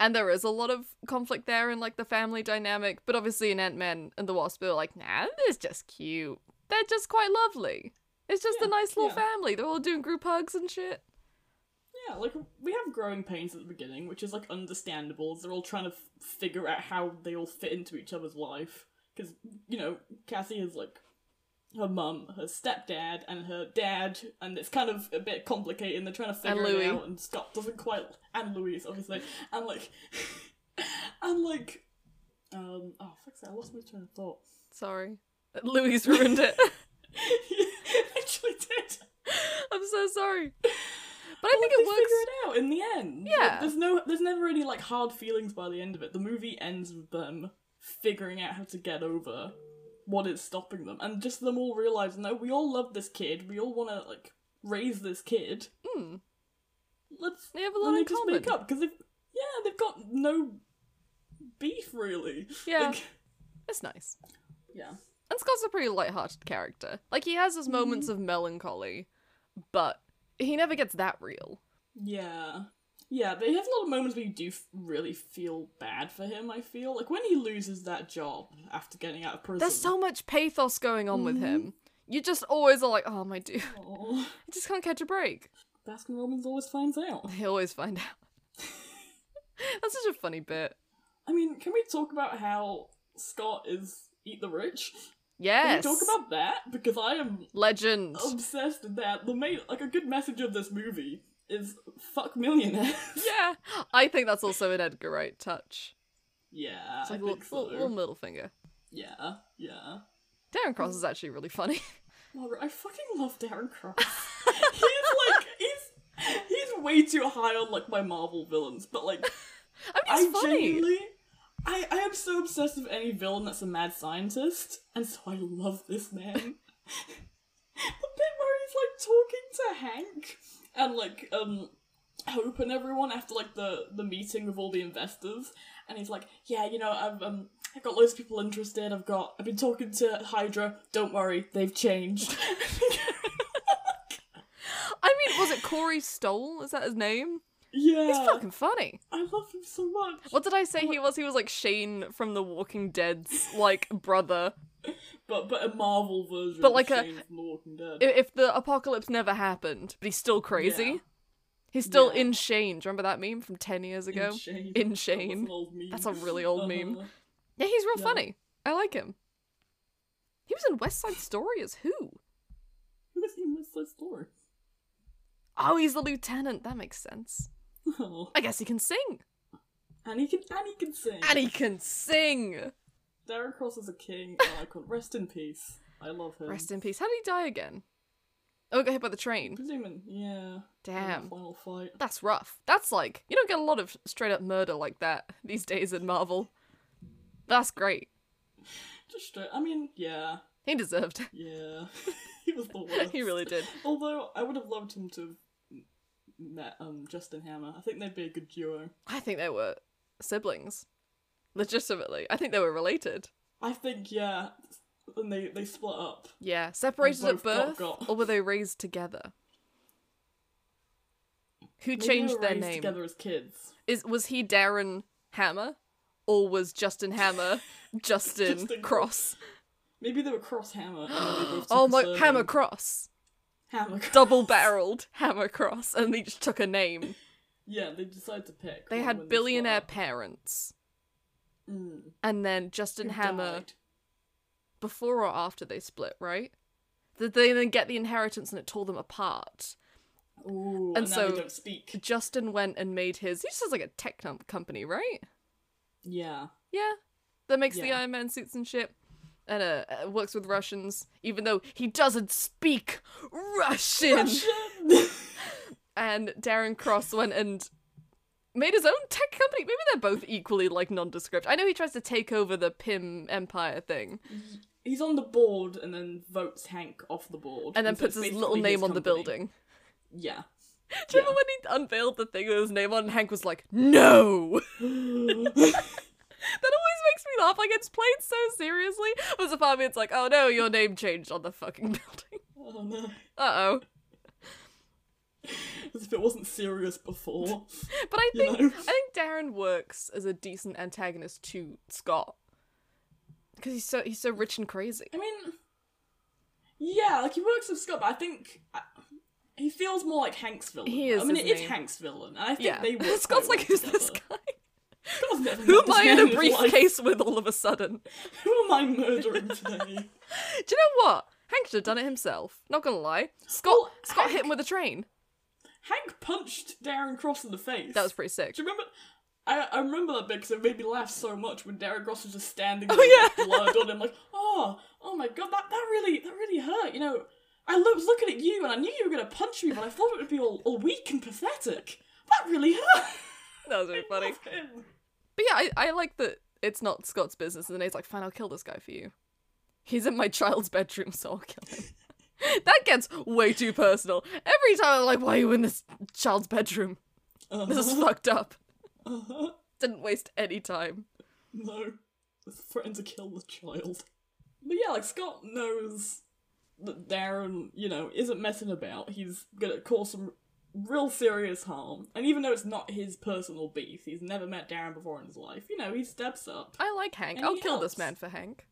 S2: And there is a lot of conflict there in like the family dynamic, but obviously in Ant Man and the Wasp, they're like, nah, it's just cute. They're just quite lovely. It's just a
S3: Yeah,
S2: nice little
S3: yeah.
S2: family. They're all doing group hugs and shit.
S3: Yeah, like we have growing pains at the beginning, which is like understandable. as They're all trying to f- figure out how they all fit into each other's life. Because you know, Cassie is like her mum, her stepdad, and her dad, and it's kind of a bit complicated. And they're trying to
S2: And
S3: figure
S2: Louis.
S3: it out, and Scott doesn't quite, and Louise obviously, and like, and like, um, oh fuck's sake, I lost my train of thought.
S2: Sorry. Louis ruined it.
S3: actually did.
S2: I'm so sorry. But I think
S3: they
S2: it works.
S3: figure it out in the end. Like,
S2: Yeah.
S3: there's no, there's never any like hard feelings by the end of it. The movie ends with them figuring out how to get over what is stopping them, and just them all realizing that we all love this kid, we all want to like raise this kid.
S2: Mm,
S3: Let's
S2: they have a
S3: and
S2: lot
S3: they
S2: in
S3: just
S2: common.
S3: make up because yeah, they've got no beef really.
S2: Yeah.
S3: Like,
S2: It's nice.
S3: yeah.
S2: And Scott's a pretty light-hearted character. Like he has his moments
S3: Mm-hmm.
S2: of melancholy, but he never gets that real.
S3: Yeah. Yeah, but he has a lot of moments where you do f- really feel bad for him, I feel. Like when he loses that job after getting out of prison.
S2: There's so much pathos going on with
S3: Mm-hmm.
S2: him. You just always are like, oh my dude,
S3: Aw.
S2: I just can't catch a break.
S3: Baskin Robbins always finds out.
S2: He always find out. That's such a funny bit.
S3: I mean, can we talk about how Scott is Eat the Rich?
S2: Yes.
S3: Can we talk about Oh, that? Because I am
S2: legend.
S3: obsessed with that. The main, like, a good message of this movie is fuck millionaires.
S2: Yeah, I think that's also an Edgar Wright touch.
S3: yeah,
S2: It's
S3: I
S2: like a
S3: think
S2: little,
S3: so.
S2: little- little middle finger.
S3: Yeah, yeah.
S2: Darren Cross is actually really funny.
S3: Robert, I fucking love Darren Cross. he's like, he's, he's way too high on, like, my Marvel villains, but, like,
S2: I mean, it's
S3: I
S2: funny.
S3: genuinely, I, I am so obsessed with any villain that's a mad scientist, and so I love this man. the bit where he's like talking to Hank and like um Hope and everyone after like the the meeting with all the investors, and he's like, yeah, you know, I've um. I've got loads of people interested. I've got. I've been talking to Hydra. Don't worry, they've changed.
S2: I mean, was it Corey Stoll? Is that his name?
S3: yeah,
S2: He's fucking funny.
S3: I love him so much.
S2: What did I say he was? He was like Shane from The Walking Dead's like brother.
S3: But but a Marvel version.
S2: But
S3: of
S2: like a-
S3: Shane from The Walking Dead.
S2: I- If the apocalypse never happened, but he's still crazy.
S3: Yeah.
S2: He's still
S3: Yeah.
S2: in Shane. Do you remember that meme from ten years ago?
S3: Shane.
S2: In
S3: That was an
S2: Shane.
S3: old meme.
S2: That's a really old meme.
S3: Uh-huh.
S2: Yeah, he's real
S3: Yeah.
S2: funny. I like him. He was in West Side Story as who?
S3: Who was he in West Side Story?
S2: Oh, he's the lieutenant. That makes sense.
S3: Oh.
S2: I guess he can sing.
S3: And he can and he can sing.
S2: And he can sing.
S3: Darren Cross is a king and icon. Rest in peace. I love him.
S2: Rest in peace. How did he die again? Oh, he got hit by the train.
S3: Presuming, yeah. in the
S2: Damn.
S3: Final fight.
S2: That's rough. That's like you don't get a lot of straight up murder like that these days in Marvel. That's great.
S3: Just straight. I mean, yeah,
S2: He deserved it.
S3: yeah. he was the worst.
S2: he really did.
S3: Although I would have loved him to have m- met um Justin Hammer. I think they'd be a good duo.
S2: I think they were siblings. Legitimately. I think they were related.
S3: I think yeah. And they they split up.
S2: Yeah. Separated at
S3: both got
S2: birth
S3: got.
S2: or were they raised together? Who
S3: Maybe they
S2: changed
S3: were
S2: their
S3: raised
S2: name?
S3: together as kids.
S2: Is was he Darren Hammer? Or was Justin Hammer Justin,
S3: Justin
S2: Cross?
S3: Maybe they were cross hammer. and then they both took
S2: Oh
S3: a
S2: my
S3: surname.
S2: Hammer Cross.
S3: Hammer. Cross.
S2: double barreled hammer cross and they just took a name.
S3: Yeah, they decided to pick.
S2: They
S3: one
S2: had
S3: when
S2: billionaire
S3: split
S2: parents.
S3: up. Mm,
S2: And then Justin
S3: who
S2: Hammer
S3: died.
S2: before or after they split, right? Did they then get the inheritance and it tore them apart?
S3: Ooh,
S2: and
S3: and, now
S2: so-
S3: they don't speak.
S2: Justin went and made his. He just has like a tech com- company, right?
S3: Yeah.
S2: Yeah, that makes the
S3: Yeah.
S2: Iron Man suits and shit, and uh, uh, works with Russians, even though he doesn't speak Russian. and Darren Cross went and made his own tech company. Maybe they're both equally like nondescript. I know he tries to take over the Pym Empire thing
S3: He's on the board and then votes Hank off the board.
S2: and then
S3: so
S2: puts
S3: it's
S2: his little
S3: basically
S2: name
S3: his
S2: on the
S3: company.
S2: building.
S3: Yeah.
S2: Do you remember when he unveiled the thing with his name on and Hank was like, No! That always makes me laugh. Like it's played so seriously. But the part of me, it's like, oh no, your name changed on the fucking building.
S3: oh no.
S2: Uh oh.
S3: As if it wasn't serious before.
S2: But I
S3: You
S2: think
S3: know?
S2: I think Darren works as a decent antagonist to Scott because he's so he's so rich and crazy.
S3: I mean, yeah, like he works with Scott, but I think I, he feels more like Hank's villain.
S2: He is,
S3: I mean, it
S2: isn't
S3: is
S2: he?
S3: Hank's villain, and I think
S2: Yeah,
S3: they work.
S2: Scott's
S3: quite
S2: like,
S3: well
S2: who's this
S3: together.
S2: guy?
S3: Scott's never
S2: Who
S3: met
S2: am
S3: this
S2: I in
S3: man
S2: a
S3: his life.
S2: briefcase with all of a sudden?
S3: Who am I murdering today?
S2: Do you know what? Hank should have done it himself. Not gonna lie, Scott
S3: Well,
S2: Scott hit
S3: Oh, Hank-
S2: him with a train.
S3: Hank punched Darren Cross in the face.
S2: That was pretty sick.
S3: Do you remember? I, I remember that bit because it made me laugh so much when Darren Cross was just standing there
S2: Oh,
S3: with blood on him, like, oh, oh my god, that, that really, that really hurt. You know, I lo- was looking at you and I knew you were going to punch me, but I thought it would be all, all weak and pathetic. That really hurt.
S2: That was really funny.
S3: Love him.
S2: But yeah, I, I like that it's not Scott's business, and then he's like, fine, I'll kill this guy for you. He's in my child's bedroom, so I'll kill him. that gets way too personal. Every time I'm like, why are you in this child's bedroom? This is
S3: Uh-huh,
S2: fucked up.
S3: uh-huh.
S2: Didn't waste any time.
S3: No, it's threatened to kill the child. But yeah, like Scott knows that Darren, you know, isn't messing about. He's gonna cause some real serious harm, and even though it's not his personal beef, he's never met Darren before in his life. You know, he steps up.
S2: I like Hank.
S3: And
S2: I'll
S3: he
S2: kill this
S3: helps.
S2: man for Hank.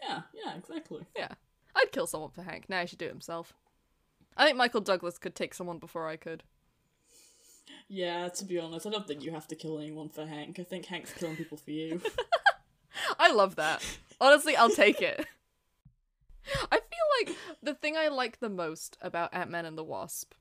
S3: Yeah, yeah, exactly.
S2: Yeah. I'd kill someone for Hank. Now he should do it himself. I think Michael Douglas could take someone before I could.
S3: Yeah, to be honest, I don't think you have to kill anyone for Hank. I think Hank's killing people for you.
S2: I love that. Honestly, I'll take it. I feel like the thing I like the most about Ant Man and the Wasp,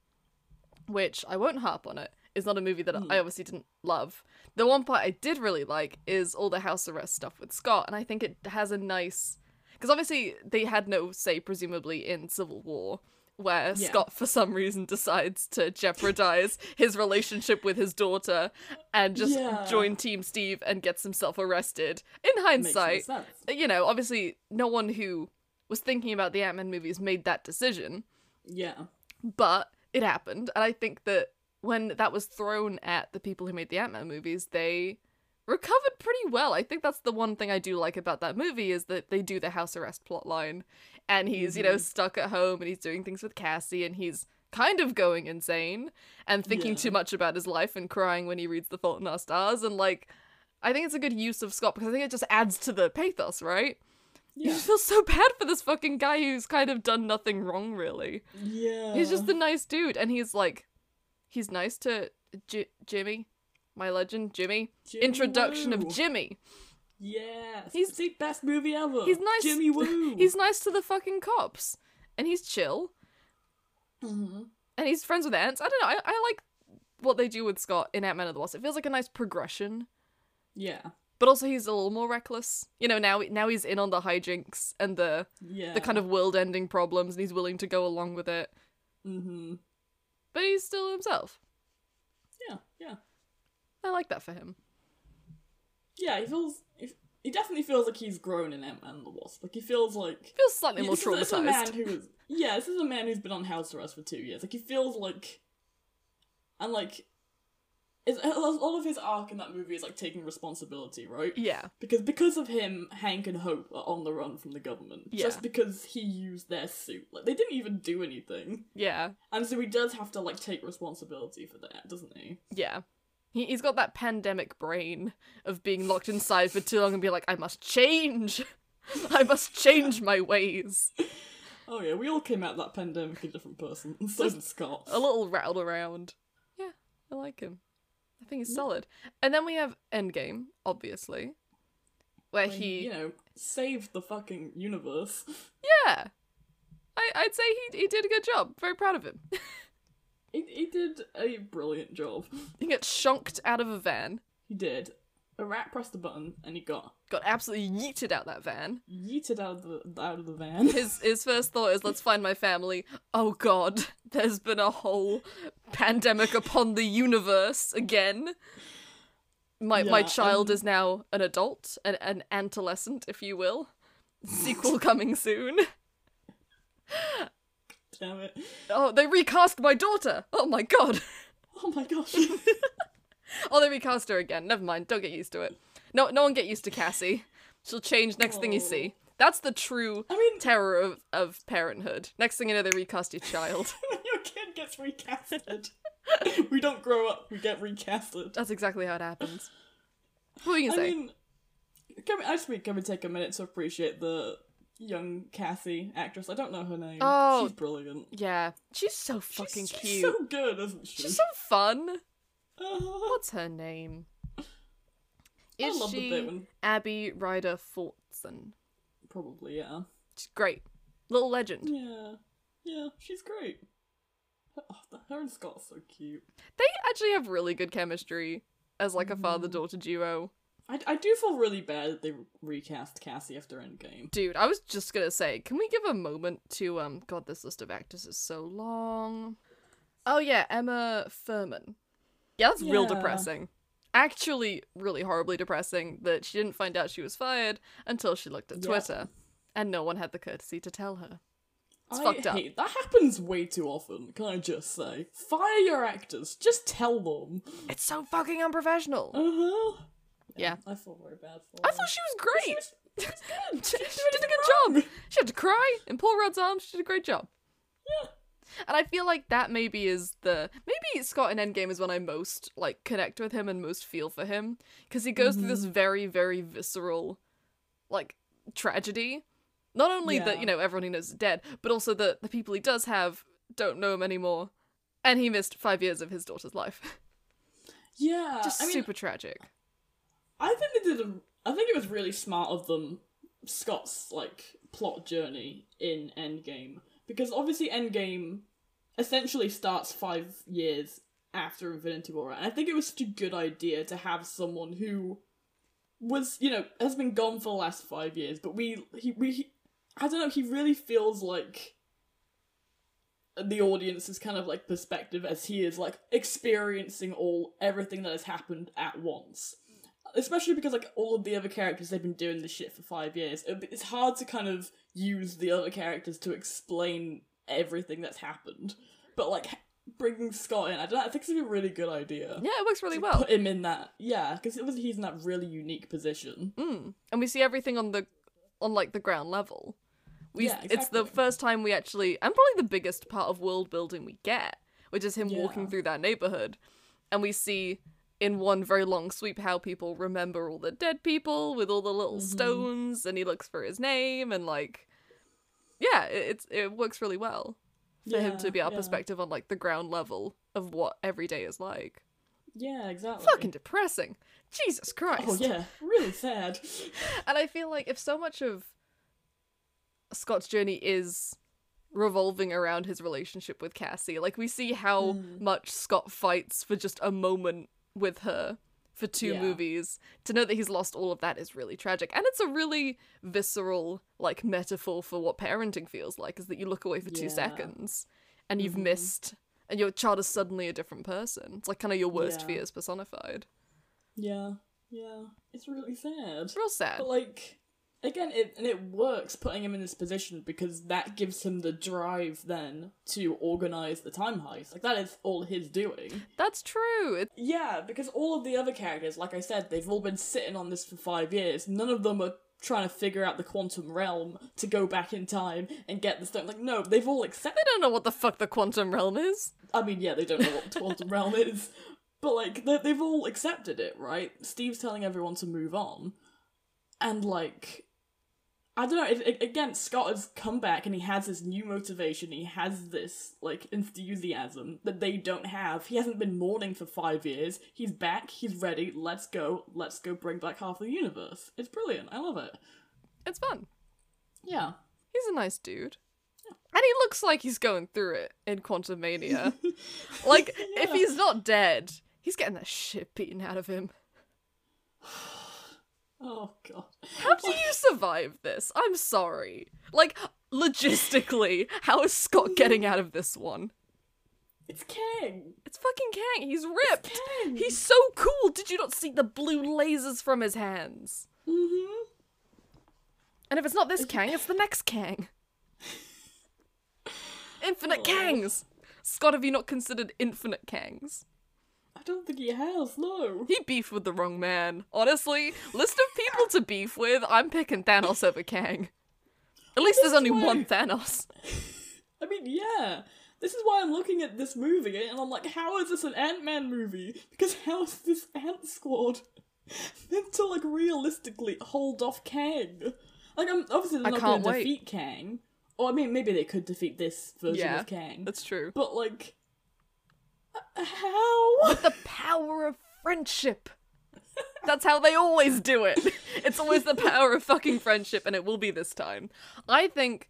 S2: which I won't harp on it, is not a movie that
S3: Mm.
S2: I obviously didn't love. The one part I did really like is all the house arrest stuff with Scott, and I think it has a nice. Because obviously they had no say, presumably, in Civil War, where
S3: Yeah.
S2: Scott, for some reason, decides to jeopardize his relationship with his daughter and just
S3: Yeah.
S2: join Team Steve and gets himself arrested. In
S3: Makes no
S2: hindsight,
S3: sense.
S2: you know, obviously, no one who was thinking about the Ant Man movies made that decision,
S3: Yeah.
S2: but it happened. And I think that when that was thrown at the people who made the Ant Man movies, they recovered pretty well. I think that's the one thing I do like about that movie is that they do the house arrest plot line and he's, you know,
S3: Mhm.
S2: stuck at home and he's doing things with Cassie and he's kind of going insane and thinking
S3: Yeah.
S2: too much about his life and crying when he reads The Fault in Our Stars and like I think it's a good use of Scott because I think it just adds to the pathos, right? You
S3: Yeah.
S2: just feel so bad for this fucking guy who's kind of done nothing wrong really.
S3: Yeah.
S2: He's just a nice dude, and he's like, he's nice to J- Jimmy, my legend, Jimmy.
S3: Jimmy
S2: Introduction
S3: Woo.
S2: of Jimmy.
S3: Yes.
S2: He's-
S3: He's the best movie ever.
S2: He's nice.
S3: Jimmy Woo.
S2: He's nice to the fucking cops, and he's chill,
S3: Mhm.
S2: and he's friends with ants. I don't know. I, I like what they do with Scott in Ant Man and the Wasp. It feels like a nice progression,
S3: Yeah.
S2: but also he's a little more reckless. You know, now now he's in on the hijinks and the
S3: Yeah.
S2: the kind of world-ending problems, and he's willing to go along with it.
S3: Mm-hmm.
S2: But he's still himself.
S3: Yeah. Yeah.
S2: I like that for him.
S3: Yeah. He feels. He, he definitely feels like he's grown in Ant Man and the Wasp. Like he feels like.
S2: Feels slightly more
S3: this is-
S2: traumatized.
S3: this is a man who is. Yeah. This is a man who's been on house arrest for two years. Like he feels like. And like. Is, all of his arc in that movie is like taking responsibility, right?
S2: yeah.
S3: Because because of him, Hank and Hope are on the run from the government.
S2: Yeah.
S3: Just because he used their suit. Like they didn't even do anything.
S2: Yeah.
S3: And so he does have to like take responsibility for that, doesn't he?
S2: Yeah. He, he's got that pandemic brain of being locked inside for too long and be like, I must change. I must change my ways.
S3: Oh yeah, we all came out of that pandemic a different person. And so did Scott.
S2: A little rattled around. Yeah, I like him. I think he's solid. And then we have Endgame, obviously, where
S3: When,
S2: he.
S3: you know, saved the fucking universe.
S2: Yeah! I, I'd say he, he did a good job. Very proud of him.
S3: He, he did a brilliant job.
S2: he gets shunked out of a van,
S3: He did. A rat pressed a button and he got
S2: got absolutely yeeted out that van.
S3: yeeted out of the out of the van.
S2: His his first thought is, "Let's find my family." Oh God, there's been a whole pandemic upon the universe again. My my
S3: Yeah, um,
S2: child is now an adult, an an adolescent, if you will. Sequel coming soon.
S3: Damn it.
S2: Oh, they recast my daughter. Oh my God.
S3: Oh my gosh.
S2: Oh, they recast her again. Never mind. Don't get used to it. No, no one get used to Cassie. She'll change next thing you
S3: Oh.
S2: see. That's the true
S3: I mean
S2: terror of, of parenthood. Next thing you know, they recast your child.
S3: when your kid gets recasted. we don't grow up, we get recasted.
S2: That's exactly how it happens. What were you
S3: I
S2: gonna say?
S3: mean, can we, I just think can we take a minute to appreciate the young Cassie actress? I don't know her name.
S2: Oh.
S3: she's brilliant.
S2: yeah, she's so fucking
S3: she's,
S2: cute.
S3: She's so good, isn't she?
S2: She's so fun.
S3: Uh,
S2: What's her name?
S3: I
S2: Is
S3: love the bit
S2: she
S3: when
S2: Abby Ryder Fortson?
S3: probably yeah,
S2: She's great. Little legend.
S3: yeah, yeah. She's great. Her- Oh, her and Scott are so cute.
S2: They actually have really good chemistry as like a father daughter duo.
S3: I, I do feel really bad that they recast Cassie after Endgame.
S2: Dude, I was just gonna say, can we give a moment to um God this list of actors is so long. Oh yeah, Emma Furman. Yeah, that's real
S3: Yeah.
S2: depressing. Actually really horribly depressing that she didn't find out she was fired until she looked at
S3: Yeah.
S2: Twitter and no one had the courtesy to tell her. It's
S3: I
S2: fucked up.
S3: hate that happens way too often. Can I just say, fire your actors. Just tell them.
S2: It's so fucking unprofessional.
S3: Uh huh.
S2: Yeah.
S3: I feel very bad for.
S2: I
S3: her.
S2: thought she was great.
S3: She was-
S2: she,
S3: good.
S2: she
S3: She didn't do
S2: did a good
S3: anything
S2: job. She had to cry in Paul Rudd's arms. She did a great job.
S3: Yeah.
S2: And I feel like that maybe is the maybe Scott in Endgame is when I most like connect with him and most feel for him because he goes through
S3: Mm-hmm.
S2: this very very visceral like tragedy. Not only that
S3: Yeah.
S2: you know everyone he knows is dead, but also that the people he does have don't know him anymore, and he missed five years of his daughter's life.
S3: Yeah,
S2: Just
S3: Uh, I mean,
S2: super tragic.
S3: I think they did. A, I think it was really smart of them, Scott's like plot journey in Endgame, because obviously Endgame essentially starts five years after Infinity War, and I think it was such a good idea to have someone who was, you know, has been gone for the last five years, but we, he, we, he, I don't know, he really feels like the audience's kind of like perspective as he is like experiencing all everything that has happened at once. Especially because like all of the other characters they've been doing this shit for five years. It'd be- It's hard to kind of use the other characters to explain everything that's happened. But like h- bringing Scott in, I don't. know, I think it's a really good idea.
S2: Yeah, it works really
S3: uh, To
S2: well.
S3: Put him in that, yeah, because obviously he's in that really unique position.
S2: Mm. And we see everything on the on like the ground level. We
S3: Yeah,
S2: it's the
S3: exactly.
S2: first time we actually and probably the biggest part of world building we get, which is him walking
S3: Yeah.
S2: through that neighborhood and we see in one very long sweep how people remember all the dead people with all the little
S3: Mhm.
S2: stones and he looks for his name and like yeah, it, it's it works really well for him to be our
S3: yeah.
S2: perspective on like the ground level of what every day is like.
S3: Yeah, exactly.
S2: Fucking depressing. Jesus Christ.
S3: Oh yeah, really sad.
S2: And I feel like if so much of Scott's journey is revolving around his relationship with Cassie, like we see how
S3: Mm.
S2: much Scott fights for just a moment with her for two
S3: Yeah.
S2: movies, to know that he's lost all of that is really tragic. And it's a really visceral, like, metaphor for what parenting feels like is that you look away for two
S3: Yeah.
S2: seconds and you've
S3: Mhm.
S2: missed. And your child is suddenly a different person. It's like kind of your worst
S3: Yeah.
S2: fears personified.
S3: Yeah, yeah, it's really sad.
S2: It's real sad.
S3: But like, again, it and it works putting him in this position because that gives him the drive then to organize the time heist. Like that is all his doing.
S2: That's true. It-
S3: Yeah, because all of the other characters, like I said, they've all been sitting on this for five years. None of them are trying to figure out the quantum realm to go back in time and get the stone. Like, no, they've all accepted.
S2: I don't know what the fuck the quantum realm is.
S3: I mean, yeah, they don't know what the quantum realm is, but like they- they've all accepted it, right? Steve's telling everyone to move on, and like I don't know. It, it- again, Scott has come back and he has this new motivation. He has this like enthusiasm that they don't have. He hasn't been mourning for five years. He's back. He's ready. Let's go. Let's go. Bring back half the universe. It's brilliant. I love it.
S2: It's fun.
S3: Yeah.
S2: He's a nice dude. And he looks like he's going through it in Quantum Mania. like, if
S3: Yeah.
S2: he's not dead, he's getting the shit beaten out of him.
S3: Oh god.
S2: How do you survive this? I'm sorry. Like, logistically, how is Scott getting out of this one?
S3: It's Kang.
S2: It's fucking Kang. He's ripped.
S3: Kang.
S2: He's so cool. Did you not see the blue lasers from his hands?
S3: hmm
S2: And if it's not this Kang, it's the next Kang. Infinite
S3: Oh.
S2: Kangs! Scott, have you not considered infinite Kangs?
S3: I don't think he has. No.
S2: He beefed with the wrong man. Honestly, list of people to beef with, I'm picking Thanos over Kang. At least there's
S3: This
S2: only
S3: way.
S2: one Thanos.
S3: I mean, yeah. This is why I'm looking at this movie and I'm like, how is this an Ant Man movie? Because how is this Ant Squad meant to like realistically hold off Kang? Like, I'm obviously they're
S2: I
S3: not
S2: can't
S3: going to
S2: wait.
S3: defeat Kang. Or I mean, maybe they could defeat this version
S2: Yeah,
S3: of Kang.
S2: That's true.
S3: But like, uh, how?
S2: The power of friendship. That's how they always do it. It's always the power of fucking friendship, and it will be this time. I think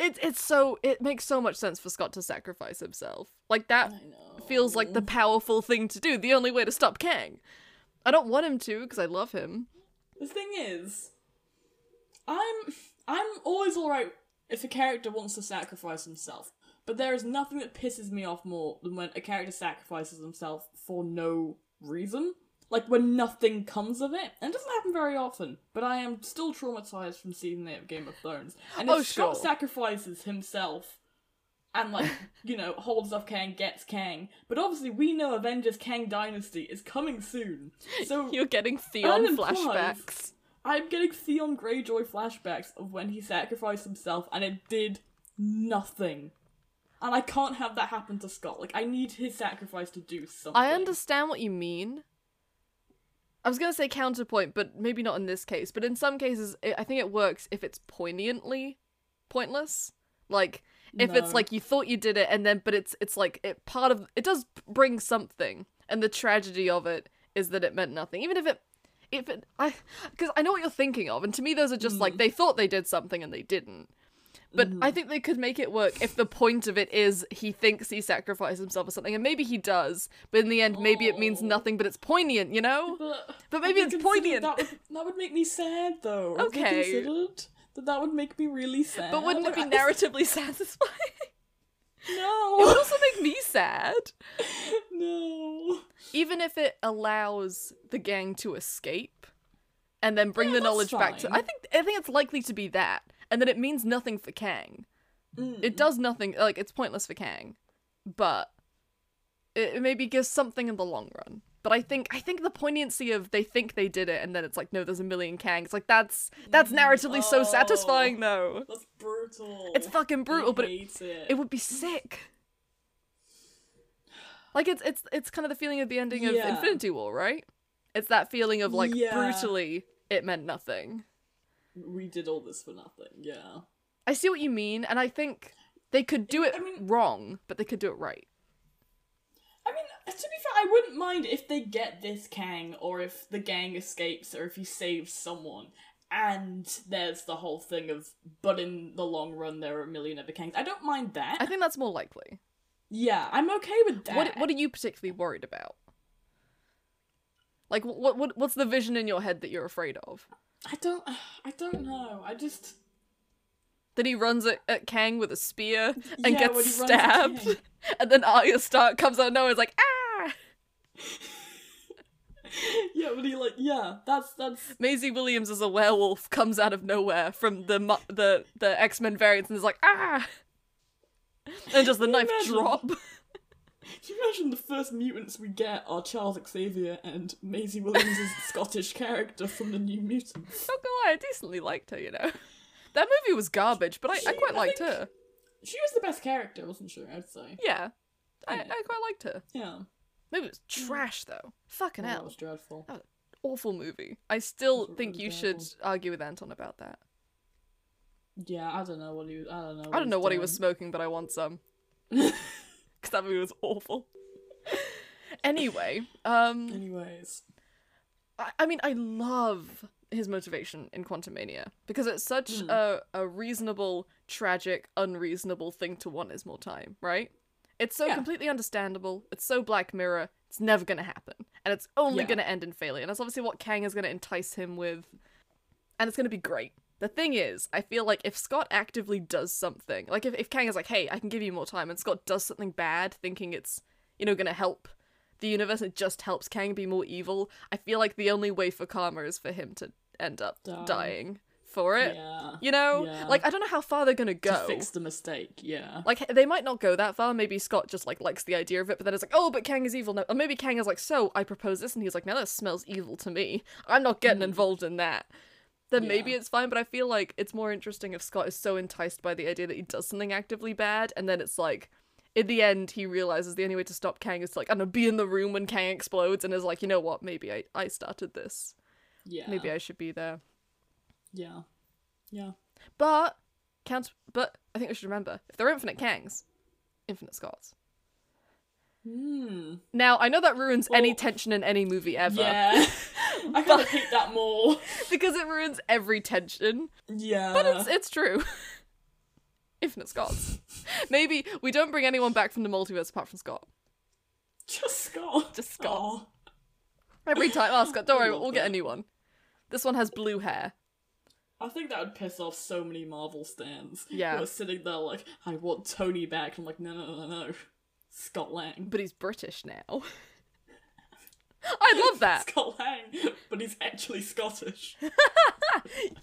S2: it, it's so it makes so much sense for Scott to sacrifice himself. Like that
S3: I know.
S2: feels like the powerful thing to do, the only way to stop Kang. I don't want him to because I love him.
S3: The thing is, I'm I'm always alright if a character wants to sacrifice himself, but there is nothing that pisses me off more than when a character sacrifices himself for no reason. Like when nothing comes of it, and it doesn't happen very often. But I am still traumatized from season eight of Game of Thrones. And if
S2: Oh,
S3: Scott
S2: sure.
S3: sacrifices himself and like you know holds off Kang, gets Kang, but obviously we know Avengers Kang Dynasty is coming soon. So
S2: You're getting Theon
S3: implies-
S2: flashbacks.
S3: I'm getting Theon Greyjoy flashbacks of when he sacrificed himself and it did nothing. And I can't have that happen to Scott. Like, I need his sacrifice to do something.
S2: I understand what you mean. I was gonna say counterpoint, but maybe not in this case. But in some cases, i I think it works if it's poignantly pointless. Like if it's
S3: No.
S2: like you thought you did it, and then but it's it's like it part of it does bring something, and the tragedy of it is that it meant nothing. Even if it if it I because I know what you're thinking of, and to me those are just
S3: Mm.
S2: like they thought they did something and they didn't. But I think they could make it work if the point of it is he thinks he sacrificed himself or something, and maybe he does. But in the end, maybe it means
S3: Oh.
S2: nothing, but it's poignant, you know?
S3: But,
S2: But maybe
S3: I
S2: it's
S3: considered
S2: poignant.
S3: That would, that would make me sad, though. Have you
S2: Okay.
S3: Considered? that that would make me really sad.
S2: But wouldn't it be
S3: I-
S2: narratively satisfying? It would
S3: No,
S2: also make me sad.
S3: no.
S2: Even if it allows the gang to escape and then bring
S3: Yeah,
S2: the
S3: that's
S2: knowledge back to I
S3: fine.
S2: think I think it's likely to be that. And then it means nothing for Kang.
S3: Mm.
S2: It does nothing like it's pointless for Kang. But it it maybe gives something in the long run. But I think I think the poignancy of they think they did it and then it's like, no, there's a million Kangs. Like that's that's
S3: Mm,
S2: narratively so
S3: oh.
S2: satisfying though.
S3: That's brutal.
S2: It's fucking brutal, but it,
S3: hates it.
S2: it would be sick. Like it's it's it's kind of the feeling of the ending of
S3: Yeah.
S2: Infinity War, right? It's that feeling of like
S3: Yeah.
S2: brutally it meant nothing.
S3: we did all this for nothing. Yeah.
S2: I see what you mean, and I think they could do it
S3: I mean-
S2: wrong, but they could do it right.
S3: I mean, to be fair, I wouldn't mind if they get this Kang, or if the gang escapes, or if he saves someone. And there's the whole thing of, but in the long run, there are a million other Kangs. I don't mind that.
S2: I think that's more likely.
S3: yeah, I'm okay with that.
S2: What what are you particularly worried about? Like what what what's the vision in your head that you're afraid of?
S3: I don't. I don't know. I just.
S2: That he runs at, at Kang with a spear and
S3: yeah, when
S2: gets
S3: he runs at
S2: stabbed,
S3: Kang.
S2: and then Arya Stark comes out of nowhere and is like, ah!
S3: yeah, when he like yeah, that's that's
S2: Maisie Williams as a werewolf comes out of nowhere from the mu- the the X Men variants and is like ah, and just the knife
S3: Imagine.
S2: drop.
S3: Can you imagine the first mutants we get are Charles Xavier and Maisie Williams' Scottish character from the New Mutants?
S2: Not gonna lie, I decently liked her. You know, that movie was garbage, but I, I
S3: She-
S2: quite
S3: I
S2: liked
S3: think-
S2: her.
S3: She was the best character, wasn't she? I'd say.
S2: Yeah, I,
S3: Yeah.
S2: I quite liked her.
S3: Yeah.
S2: Movie was
S3: Hmm.
S2: trash though. Fucking
S3: Oh, that
S2: hell,
S3: was dreadful.
S2: awful movie. I still
S3: was
S2: think
S3: really
S2: you should
S3: terrible.
S2: argue with Anton about that.
S3: Yeah, I don't know what he was. I don't know. What
S2: I don't know what he
S3: doing.
S2: was smoking, but I want some. Because that movie was awful. anyway, um.
S3: Anyways,
S2: I, I mean, I love his motivation in Quantum Mania because it's such
S3: Hmm.
S2: a, a reasonable, tragic, unreasonable thing to want is more time, right? It's so
S3: Yeah.
S2: completely understandable. It's so Black Mirror. It's never going to happen. And it's only
S3: Yeah.
S2: going to end in failure. And that's obviously what Kang is going to entice him with. And it's going to be great. The thing is, I feel like if Scott actively does something, like if, if Kang is like, hey, I can give you more time, and Scott does something bad, thinking it's, you know, going to help the universe and just helps Kang be more evil, I feel like the only way for karma is for him to end up
S3: Die.
S2: dying for it.
S3: yeah.
S2: You know?
S3: Yeah.
S2: Like I don't know how far they're gonna
S3: To
S2: go.
S3: fix the mistake. Yeah.
S2: Like they might not go that far. Maybe Scott just like likes the idea of it, but then it's like, oh, but Kang is evil now. Or maybe Kang is like, so I propose this, and he's like, now that smells evil to me. I'm not getting involved in that. Then maybe
S3: Hmm. Yeah.
S2: it's fine, but I feel like it's more interesting if Scott is so enticed by the idea that he does something actively bad, and then it's like, in the end, he realizes the only way to stop Kang is to like, I don't know, be in the room when Kang explodes, and is like, you know what? Maybe I I started this.
S3: yeah.
S2: Maybe I should be there.
S3: Yeah. Yeah.
S2: But count. But I think we should remember if there are infinite Kangs, infinite Scotts.
S3: Hmm.
S2: Now, I know that ruins any
S3: Well-
S2: tension in any movie ever
S3: Yeah. I kind of hate that more.
S2: because it ruins every tension,
S3: Yeah.
S2: but it's it's true. Infinite Scots. Maybe we don't bring anyone back from the multiverse apart from Scott.
S3: just Scott.
S2: Just Scott.
S3: Aw.
S2: Every time, oh Scott, don't worry, we'll
S3: love
S2: get a
S3: that.
S2: new one. This one has blue hair.
S3: I think that would piss off so many Marvel stands.
S2: Yeah.
S3: Who are sitting there like, I want Tony back. I'm like, no, no, no, no, no. Scott Lang.
S2: but he's British now. I love that.
S3: Scott Lang. But he's actually Scottish.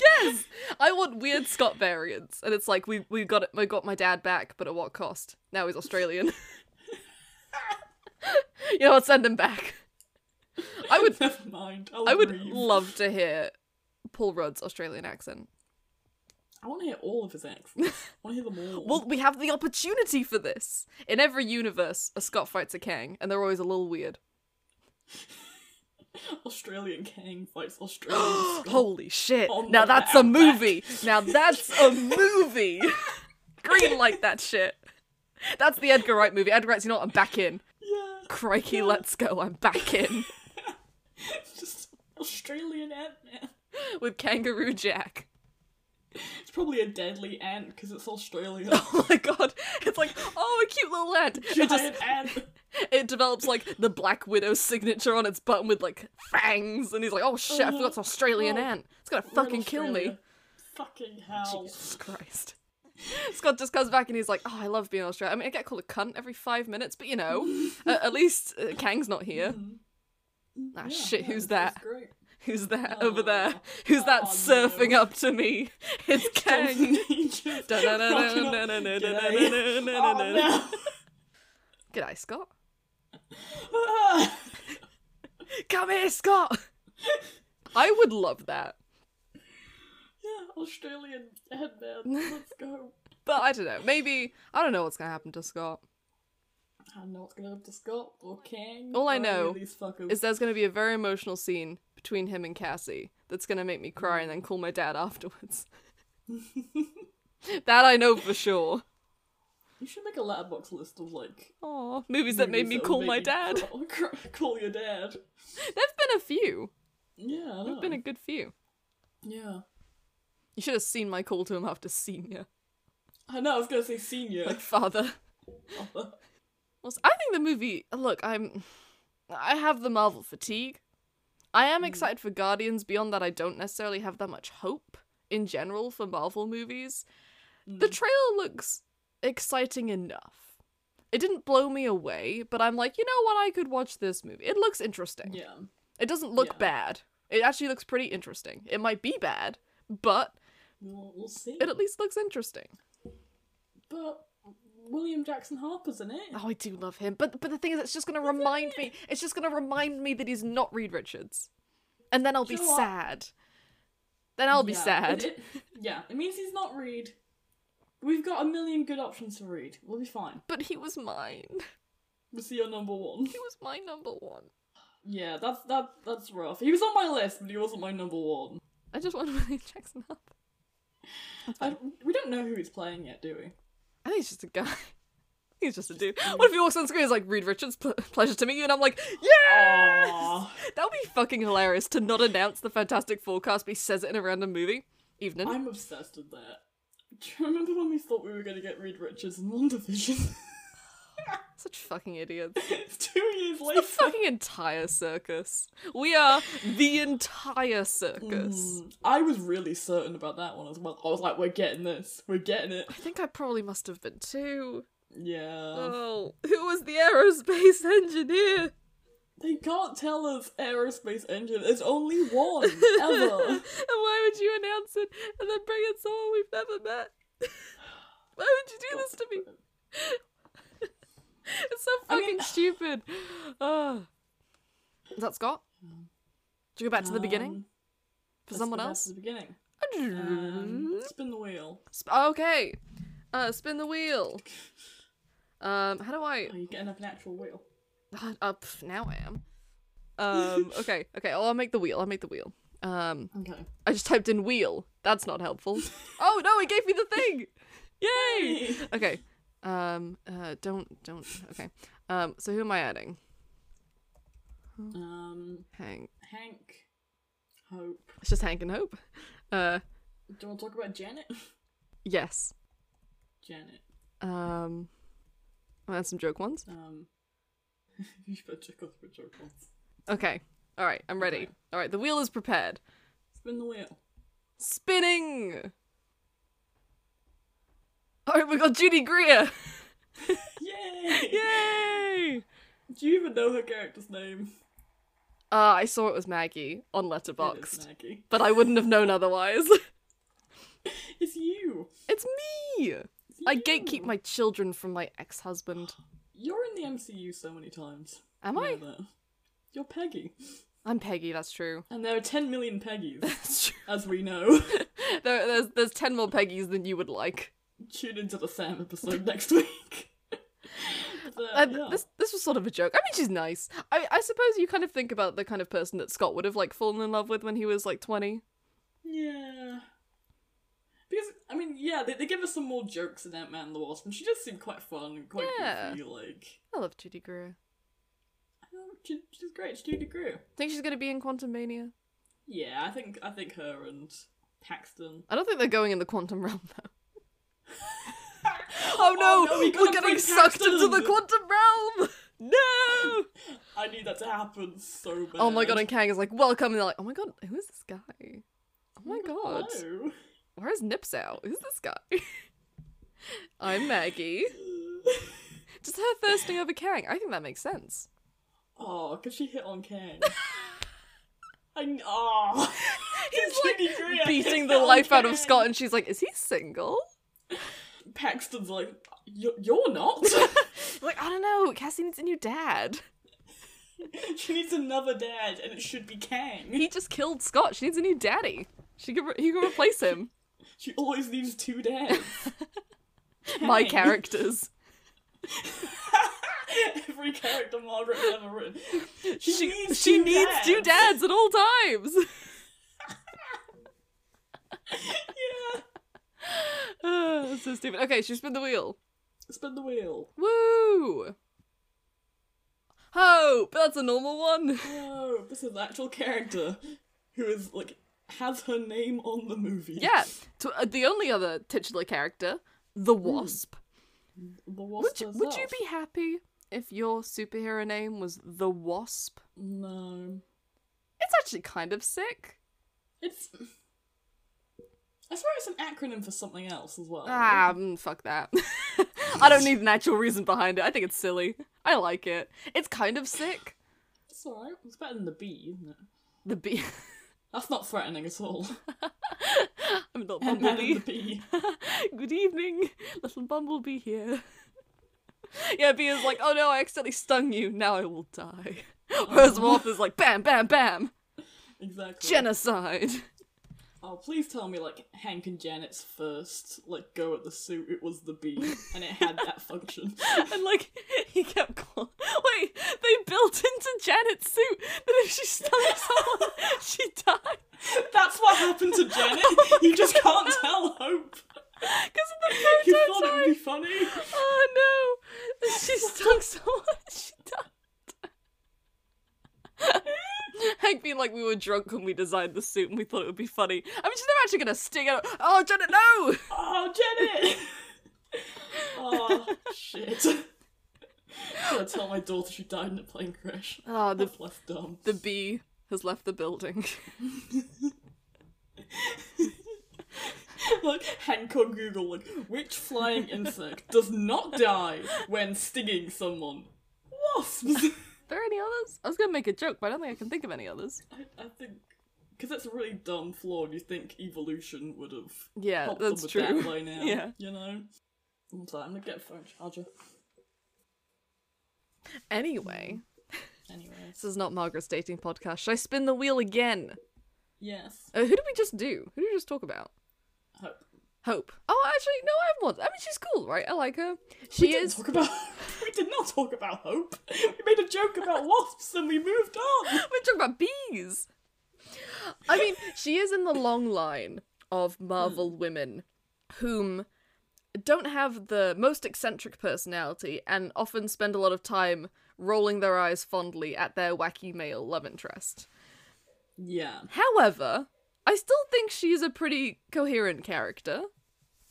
S2: Yes, I want weird Scott variants, and it's like we we got it. We got my dad back, but at what cost? Now he's Australian. you know what? Send him back. I would
S3: Never mind. I'll
S2: I would
S3: breathe.
S2: love to hear Paul Rudd's Australian accent.
S3: I want to hear all of his accents. I want to hear them all.
S2: Well, we have the opportunity for this. In every universe, a Scot fights a Kang, and they're always a little weird.
S3: Australian Kang fights Australian Scott.
S2: Holy shit!
S3: Oh
S2: now
S3: my
S2: that's a
S3: God.
S2: movie. Now that's a movie. Green light that shit. That's the Edgar Wright movie. Edgar Wright's, you know what? I'm back in.
S3: Yeah.
S2: Crikey, let's go. I'm back in
S3: Just Australian Ant-Man.
S2: with Kangaroo Jack.
S3: It's probably a deadly ant because it's Australia.
S2: Oh my god! It's like, oh, a cute little ant. It just
S3: Giant ant.
S2: it develops like the Black Widow's signature on its button with like fangs, and he's like, oh shit, I forgot it's an Australian
S3: Oh.
S2: ant. It's gonna
S3: We're in
S2: fucking kill me.
S3: Australia. Fucking hell.
S1: Jesus Christ.
S2: Scott just comes back and he's like, "Oh, I love being in Australia. I mean, I get called a cunt every five minutes, but you know, uh, at least uh, Kang's not here.
S3: Mm-hmm.
S2: Ah, shit, who's that?
S3: That's great.
S2: Who's that over there?
S3: Oh.
S2: Who's that
S3: Oh,
S2: surfing
S3: no.
S2: up to me? It's Kang."
S3: Just rocking up.
S2: G'day,
S3: Oh,
S2: Scott.
S3: no.
S2: Come here, Scott. I would love that,
S3: yeah, Australian headband. Let's go.
S2: but I don't know. Maybe I don't know what's gonna happen to Scott.
S3: I don't know what's gonna happen to Scott or Kang.
S2: All I
S3: or any of
S2: know
S3: these fuckers.
S2: Is there's gonna be a very emotional scene between him and Cassie that's gonna make me cry and then call my dad afterwards. that I know for sure.
S3: You should make a letterbox list of like
S2: Oh, movies that made
S3: movies
S2: me
S3: that'll
S2: call
S3: make
S2: my
S3: you
S2: dad.
S3: cra- cra- call your dad.
S2: There've been a few.
S3: Yeah, I
S2: There've
S3: know.
S2: been a good few.
S3: yeah.
S2: You should have seen my call to him after senior,
S3: I know. I was gonna say senior.
S2: like father. Well, I think the movie. Look, I'm. I have the Marvel fatigue. I
S3: Mm.
S2: am excited for Guardians. Beyond that, I don't necessarily have that much hope in general for Marvel movies. The
S3: Mm.
S2: trailer looks exciting enough. It didn't blow me away, but I'm like, you know what? I could watch this movie. It looks interesting.
S3: yeah.
S2: It doesn't look
S3: Yeah.
S2: bad. It actually looks pretty interesting. It might be bad, but
S3: We'll, we'll see.
S2: it at least looks interesting.
S3: But William Jackson Harper's in it.
S2: Oh, I do love him. But but the thing is, it's just gonna remind me. It's just gonna remind me that he's not Reed Richards, and then I'll be
S3: You know what?
S2: sad. Then I'll be
S3: Yeah,
S2: sad.
S3: It, it- yeah, it means he's not Reed. We've got a million good options to read. We'll be fine.
S2: But he was mine.
S3: We'll see your number one.
S2: He was my number one.
S3: Yeah, that's that that's rough. He was on my list, but he wasn't my number one.
S2: I just want William Jackson up.
S3: I, we don't know who he's playing yet, do we?
S2: I think he's just a guy. He's just a dude. What if he walks on screen? He's like Reed Richards. Pl- pleasure to meet you, and I'm like, yeah.
S3: Ah,
S2: That would be fucking hilarious to not announce the Fantastic Forecast, but he says it in a random movie. Evening.
S3: I'm obsessed with that. Do you remember when we thought we were going to get Reed Richards in One Division?
S2: Such fucking idiots.
S3: it's two years
S2: the
S3: later.
S2: fucking entire circus. We are the entire circus.
S3: Mm, I was really certain about that one as well. I was like, we're getting this. We're getting it.
S2: I think I probably must have been too.
S3: Yeah.
S2: Oh, who was the aerospace engineer?
S3: They can't tell us aerospace engine. There's only one ever.
S2: and why would you announce it and then bring in someone we've never met? why would you do this to me? it's so
S3: I
S2: fucking
S3: mean-
S2: stupid. Oh. Is that Scott? Do you go back to the beginning
S3: Um,
S2: for
S3: let's
S2: someone
S3: go back
S2: else? Uh.
S3: To the beginning. Um, spin the wheel.
S2: Sp- okay. Uh, spin the wheel. Um, how do I?
S3: Are you getting up an actual wheel?
S2: Up now I am. Um, okay, okay. Oh, I'll make the wheel. I'll make the wheel. Um,
S3: Okay.
S2: I just typed in wheel. That's not helpful. oh no, it gave me the thing. Yay! Okay. Um, uh, don't, don't. Okay. Um, so who am I adding?
S3: Um,
S2: Hank.
S3: Hank, Hope.
S2: It's just Hank and Hope. Uh,
S3: Do you want to talk about Janet?
S2: yes.
S3: Janet.
S2: Um, I had some joke ones.
S3: Um, you better check us for joke ones.
S2: Okay. All right. I'm ready.
S3: Okay.
S2: All right. The wheel is prepared.
S3: Spin the wheel.
S2: Spinning! Oh my god, Judy Greer!
S3: Yay!
S2: Yay!
S3: Do you even know her character's name?
S2: Uh, I saw it was Maggie on
S3: It is
S2: Letterboxd,
S3: Maggie.
S2: but I wouldn't have known otherwise.
S3: It's you.
S2: it's me!
S3: It's
S2: I
S3: you.
S2: gatekeep my children from my ex husband.
S3: You're in the MCU so many times.
S2: Am
S3: You
S2: I?
S3: know that. You're Peggy,
S2: I'm Peggy, that's true.
S3: and there are ten million Peggies,
S2: That's true.
S3: as we know.
S2: There, there's, there's 10 more Peggies than you would like.
S3: Tune into the Sam episode next week. But,
S2: Uh,
S3: yeah.
S2: This this was sort of a joke. I mean, she's nice. I, I suppose you kind of think about the kind of person that Scott would have like fallen in love with when he was like 20.
S3: Yeah. Because I mean, yeah, they, they give us some more jokes in Ant Man and the Wasp, and she does seem quite fun and quite
S2: Yeah.
S3: goofy. Like,
S2: I love Judy Greer.
S3: I don't know, she, she's great. She did agree.
S2: Think she's gonna be in Quantum Mania?
S3: Yeah, I think I think her and Paxton.
S2: I don't think they're going in the quantum realm though. oh no,
S3: no, we
S2: we
S3: gotta
S2: are getting
S3: bring
S2: sucked
S3: Paxton
S2: into
S3: in.
S2: the quantum realm. No!
S3: I need that to happen so bad.
S2: Oh my god, and Kang is like, welcome, and they're like, oh my god, who is this guy? Oh my god.
S3: Hello.
S2: Where's Nips out? Who's this guy? I'm Maggie. Just her thirsting over caring. I think that makes sense.
S3: Oh, because she hit on Kang. I oh,
S2: He's
S3: Judy Greer
S2: Beating
S3: hit
S2: the
S3: on
S2: life out of
S3: Kang.
S2: Scott, and she's like, Is he single?
S3: Paxton's like, "You- you're not.
S2: Like, I don't know. Cassie needs a new dad.
S3: she needs another dad, and it should be Kang.
S2: He just killed Scott. She needs a new daddy. She can re- he can replace him.
S3: She always leaves two dads.
S2: My
S3: Kang.
S2: characters.
S3: Every character Margaret's ever written. She,
S2: She
S3: needs
S2: she
S3: two
S2: needs
S3: dads.
S2: two dads at all times.
S3: Yeah.
S2: Ah, that's so stupid. Okay, she spin the wheel.
S3: Spin the wheel.
S2: Woo! Hope! That's a normal one.
S3: No, this is an actual character who is like has her name on the movie.
S2: Yeah. To, uh, the only other titular character, the Wasp.
S3: Hmm. The
S2: Would
S3: wasp
S2: you, would you
S3: herself.
S2: be happy if your superhero name was the Wasp?
S3: No.
S2: It's actually kind of sick.
S3: It's. I swear it's an acronym for something else as well.
S2: Ah, mm, fuck that. I don't need an actual reason behind it. I think it's silly. I like it. It's kind of sick.
S3: It's alright. It's better than the bee, isn't it?
S2: The bee.
S3: That's not threatening at all.
S2: I'm not
S3: And Madam
S2: Bumblebee.
S3: the bee.
S2: Good evening, little Bumblebee here. yeah, Bee is like, oh no, I accidentally stung you. Now I will die. Whereas Wasp is like, bam, bam, bam,
S3: Exactly.
S2: genocide.
S3: Oh, please tell me, like, Hank and Janet's first, like, go at the suit, it was the bee, and it had that function.
S2: And like, he kept calling. Wait, they built into Janet's suit that if she stung someone, she died.
S3: That's what happened to Janet. you just can't tell Hope.
S2: Because of the
S3: You
S2: photo
S3: thought it would be funny.
S2: Oh no! She stung someone and she died. Hank being like, we were drunk when we designed the suit and we thought it would be funny. I mean, she's never actually gonna sting out. Oh, Janet, no!
S3: Oh, Janet! oh, shit. Gotta tell my daughter she died in a plane crash.
S2: Oh, the,
S3: That's less dumb.
S2: the bee has left the building.
S3: like, Hank on Google, like, which flying insect does not die when stinging someone? Wasps!
S2: Are there any others? I was gonna make a joke, but I don't think I can think of any others.
S3: I, I think. Because it's a really dumb flaw, and you think evolution would have
S2: Yeah,
S3: helped
S2: that's
S3: them with
S2: true.
S3: that by now.
S2: Yeah.
S3: You know? I'm sorry, I'm gonna get a phone charger.
S2: Anyway,
S3: Anyways.
S2: this is not Margaret's dating podcast. Should I spin the wheel again?
S3: Yes.
S2: Uh, who did we just do? Who did we just talk about?
S3: Hope.
S2: Hope. Oh, actually, no, I have one. I mean, she's cool, right? I like her.
S3: We
S2: She
S3: didn't
S2: is.
S3: talk about. we did not talk about hope. We made a joke about wasps and we moved on.
S2: We're talking about bees. I mean, she is in the long line of Marvel women whom don't have the most eccentric personality and often spend a lot of time rolling their eyes fondly at their wacky male love interest.
S3: Yeah.
S2: However, I still think she is a pretty coherent character.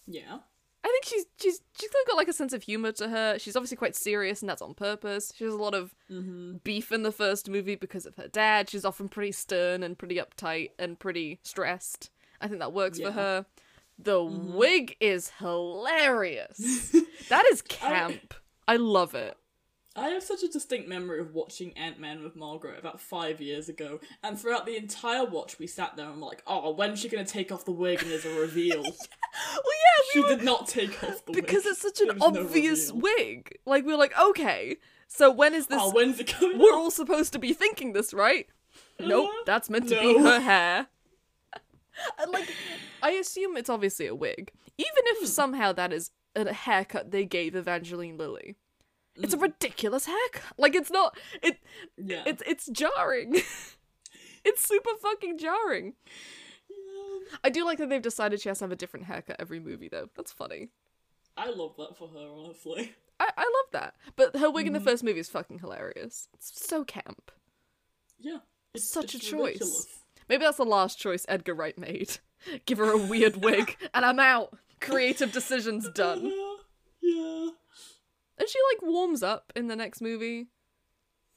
S3: Yeah.
S2: I think she's she's she's kind of got like a sense of humor to her. She's obviously quite serious, and that's on purpose. She has a lot of
S3: Mm-hmm.
S2: beef in the first movie because of her dad. She's often pretty stern and pretty uptight and pretty stressed. I think that works
S3: Yeah. Mm-hmm.
S2: for her. The wig is hilarious. that is camp. I love it.
S3: I have such a distinct memory of watching Ant Man with Margaret about five years ago, and throughout the entire watch, we sat there and were like, "Oh, when's she gonna take off the wig?" And there's a reveal.
S2: Well, yeah,
S3: she did not take off the wig
S2: because it's such an
S3: There was no
S2: obvious
S3: reveal.
S2: wig. Like we we're like, okay, so when is this?
S3: Oh, when's it coming?
S2: we're
S3: off?
S2: all supposed to be thinking this, right? Nope,
S3: Uh,
S2: that's meant to be
S3: no.
S2: her hair. Uh-huh. And, like, Hmm. I assume it's obviously a wig. Even if somehow that is a haircut they gave Evangeline Lilly. It's a ridiculous haircut. Like it's not it
S3: yeah.
S2: it's it's jarring. it's super fucking jarring. I do like that they've decided she has to have a different haircut every movie though. That's funny.
S3: I love that for her, honestly.
S2: I, I love that. But her wig in the first movie is fucking hilarious. It's so camp.
S3: Yeah. It's
S2: Such
S3: it's
S2: a choice.
S3: ridiculous.
S2: Maybe that's the last choice Edgar Wright made. Give her a weird wig, and I'm out. Creative decisions done.
S3: Yeah. Yeah.
S2: And she like warms up in the next movie.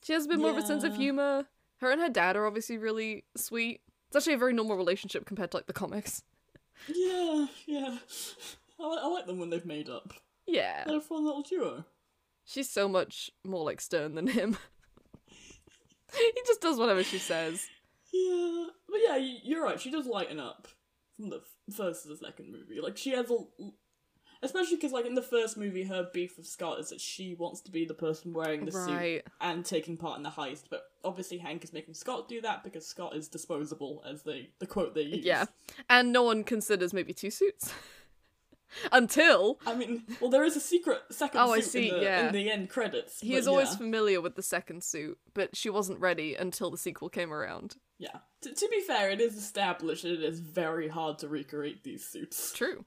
S2: She has a bit more of a sense of
S3: Yeah.
S2: humor. Her and her dad are obviously really sweet. It's actually a very normal relationship compared to like the comics.
S3: Yeah, yeah. I, li- I like them when they've made up.
S2: Yeah.
S3: They're a fun little duo.
S2: She's so much more like Stern than him. he just does whatever she says.
S3: Yeah, but yeah, y- you're right. She does lighten up from the f- first to the second movie. Like she has a, l- especially because like in the first movie, her beef with Scott is that she wants to be the person wearing the suit
S2: Right.
S3: and taking part in the heist. But obviously, Hank is making Scott do that because Scott is disposable, as they the quote they use.
S2: Yeah. And no one considers maybe two suits. Until
S3: I mean, well, there is a secret second
S2: Oh, I
S3: suit
S2: see,
S3: in, the,
S2: yeah.
S3: in the end credits.
S2: he
S3: but
S2: is always
S3: yeah.
S2: familiar with the second suit, but she wasn't ready until the sequel came around.
S3: Yeah. T- to be fair, it is established that it is very hard to recreate these suits.
S2: True.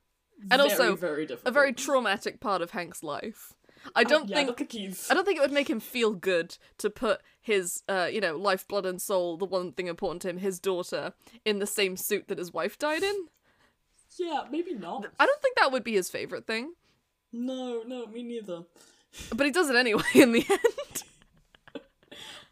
S2: And
S3: very,
S2: also,
S3: very
S2: A
S3: difficult.
S2: very traumatic part of Hank's life. I
S3: Uh,
S2: don't
S3: yeah,
S2: think
S3: look at Keys.
S2: I don't think it would make him feel good to put his, uh, you know, life, blood, and soul, the one thing important to him, his daughter, in the same suit that his wife died in.
S3: Yeah, maybe not.
S2: I don't think that would be his favorite thing,
S3: No, no, me neither.
S2: but he does it anyway in the end.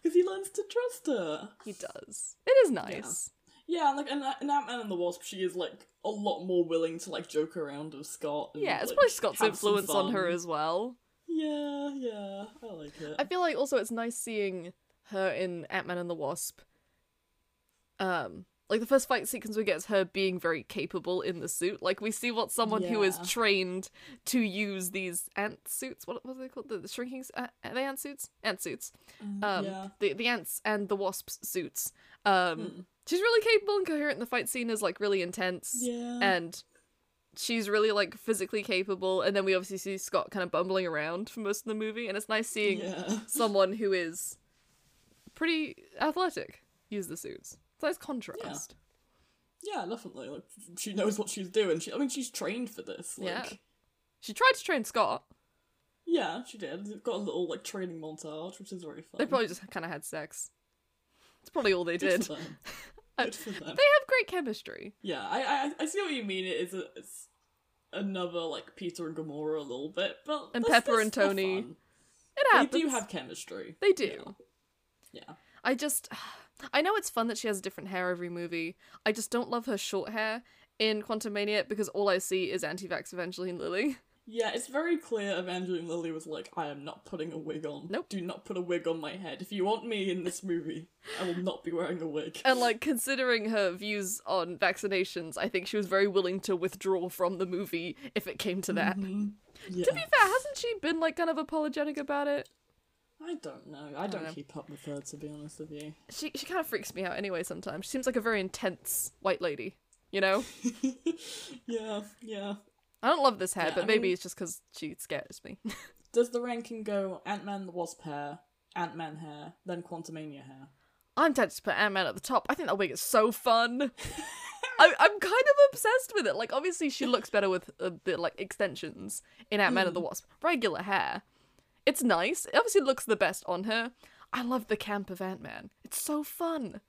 S3: Because he learns to trust her.
S2: He does. It is nice.
S3: Yeah, and like in, in Ant Man and the Wasp, she is like a lot more willing to like joke around with Scott. And,
S2: Yeah, it's
S3: like,
S2: probably Scott's
S3: have some
S2: influence on
S3: fun.
S2: her as well.
S3: Yeah, yeah, I like it.
S2: I feel like also it's nice seeing her in Ant Man and the Wasp. Um, like the first fight sequence we get is her being very capable in the suit. Like we see what someone who is
S3: Yeah.
S2: trained to use these ant suits. What what are they called? The, the shrinking s- uh, are they ant suits? Ant suits. Um,
S3: Mm, yeah. Hmm.
S2: the the ants and the wasps suits. Um, she's really capable and coherent. The fight scene is like really intense
S3: Yeah.
S2: and she's really like physically capable and then we obviously see scott kind of bumbling around for most of the movie and it's nice seeing
S3: yeah.
S2: someone who is pretty athletic use the suits it's nice contrast
S3: Yeah, definitely. Like she knows what she's doing. She, I mean, she's trained for this. Like,
S2: Yeah. she tried to train scott
S3: yeah, she did. They've got a little like training montage, which is very fun.
S2: they probably just kind of had sex it's probably all they
S3: good
S2: did
S3: For them.
S2: Uh,
S3: Good for them.
S2: they have great chemistry
S3: Yeah, I, I I see what you mean. It is a, it's another like Peter and Gamora a little bit, but
S2: And
S3: that's-
S2: Pepper and
S3: that's- they're
S2: Tony.
S3: fun.
S2: it
S3: They
S2: happens
S3: do have chemistry.
S2: They do.
S3: Yeah.
S2: I just I know it's fun that she has different hair every movie. I just don't love her short hair in Quantum Mania because all I see is anti-vax Evangeline Lilly.
S3: Yeah, it's very clear Evangeline Lilly was like, I am not putting a wig on.
S2: Nope.
S3: Do not put a wig on my head. If you want me in this movie, I will not be wearing a wig.
S2: And like considering her views on vaccinations, I think she was very willing to withdraw from the movie if it came to that.
S3: Mm-hmm. yeah.
S2: To be fair, hasn't she been like kind of apologetic about it?
S3: I don't know. I don't
S2: know.
S3: keep up with her, to be honest with you.
S2: She she kind of freaks me out anyway sometimes. She seems like a very intense white lady, you know?
S3: yeah, yeah.
S2: I don't love this hair,
S3: Yeah,
S2: but
S3: I
S2: maybe
S3: mean-
S2: it's just cuz she scares me.
S3: Does the ranking go Ant Man the Wasp hair, Ant Man hair, then Quantumania hair?
S2: I'm tempted to put Ant Man at the top. I think that wig is so fun. I, I'm kind of obsessed with it. Like, obviously, she looks better with uh, the like extensions in Ant Man and the Wasp. Regular hair, it's nice. It obviously looks the best on her. I love the camp of Ant Man. It's so fun.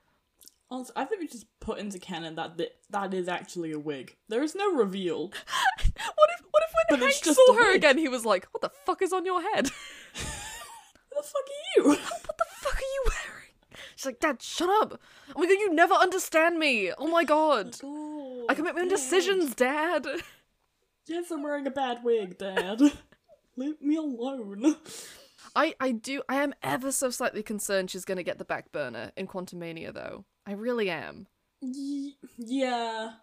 S3: Honestly, I think we just put into canon that th- that is actually a wig. There is no reveal.
S2: What if what if when
S3: But it's
S2: Hank
S3: just
S2: saw
S3: a
S2: her
S3: wig.
S2: again, he was like, "What the fuck is on your head?
S3: Who the fuck are you?
S2: what the fuck are you wearing?" She's like, "Dad, shut up! Oh my god, you never understand me. Oh my god, I can make my own decisions, Dad."
S3: Yes, I'm wearing a bad wig, Dad. Leave me alone.
S2: I, I do I am ever so slightly concerned she's gonna get the back burner in Quantumania though. I really am.
S3: Ye- yeah.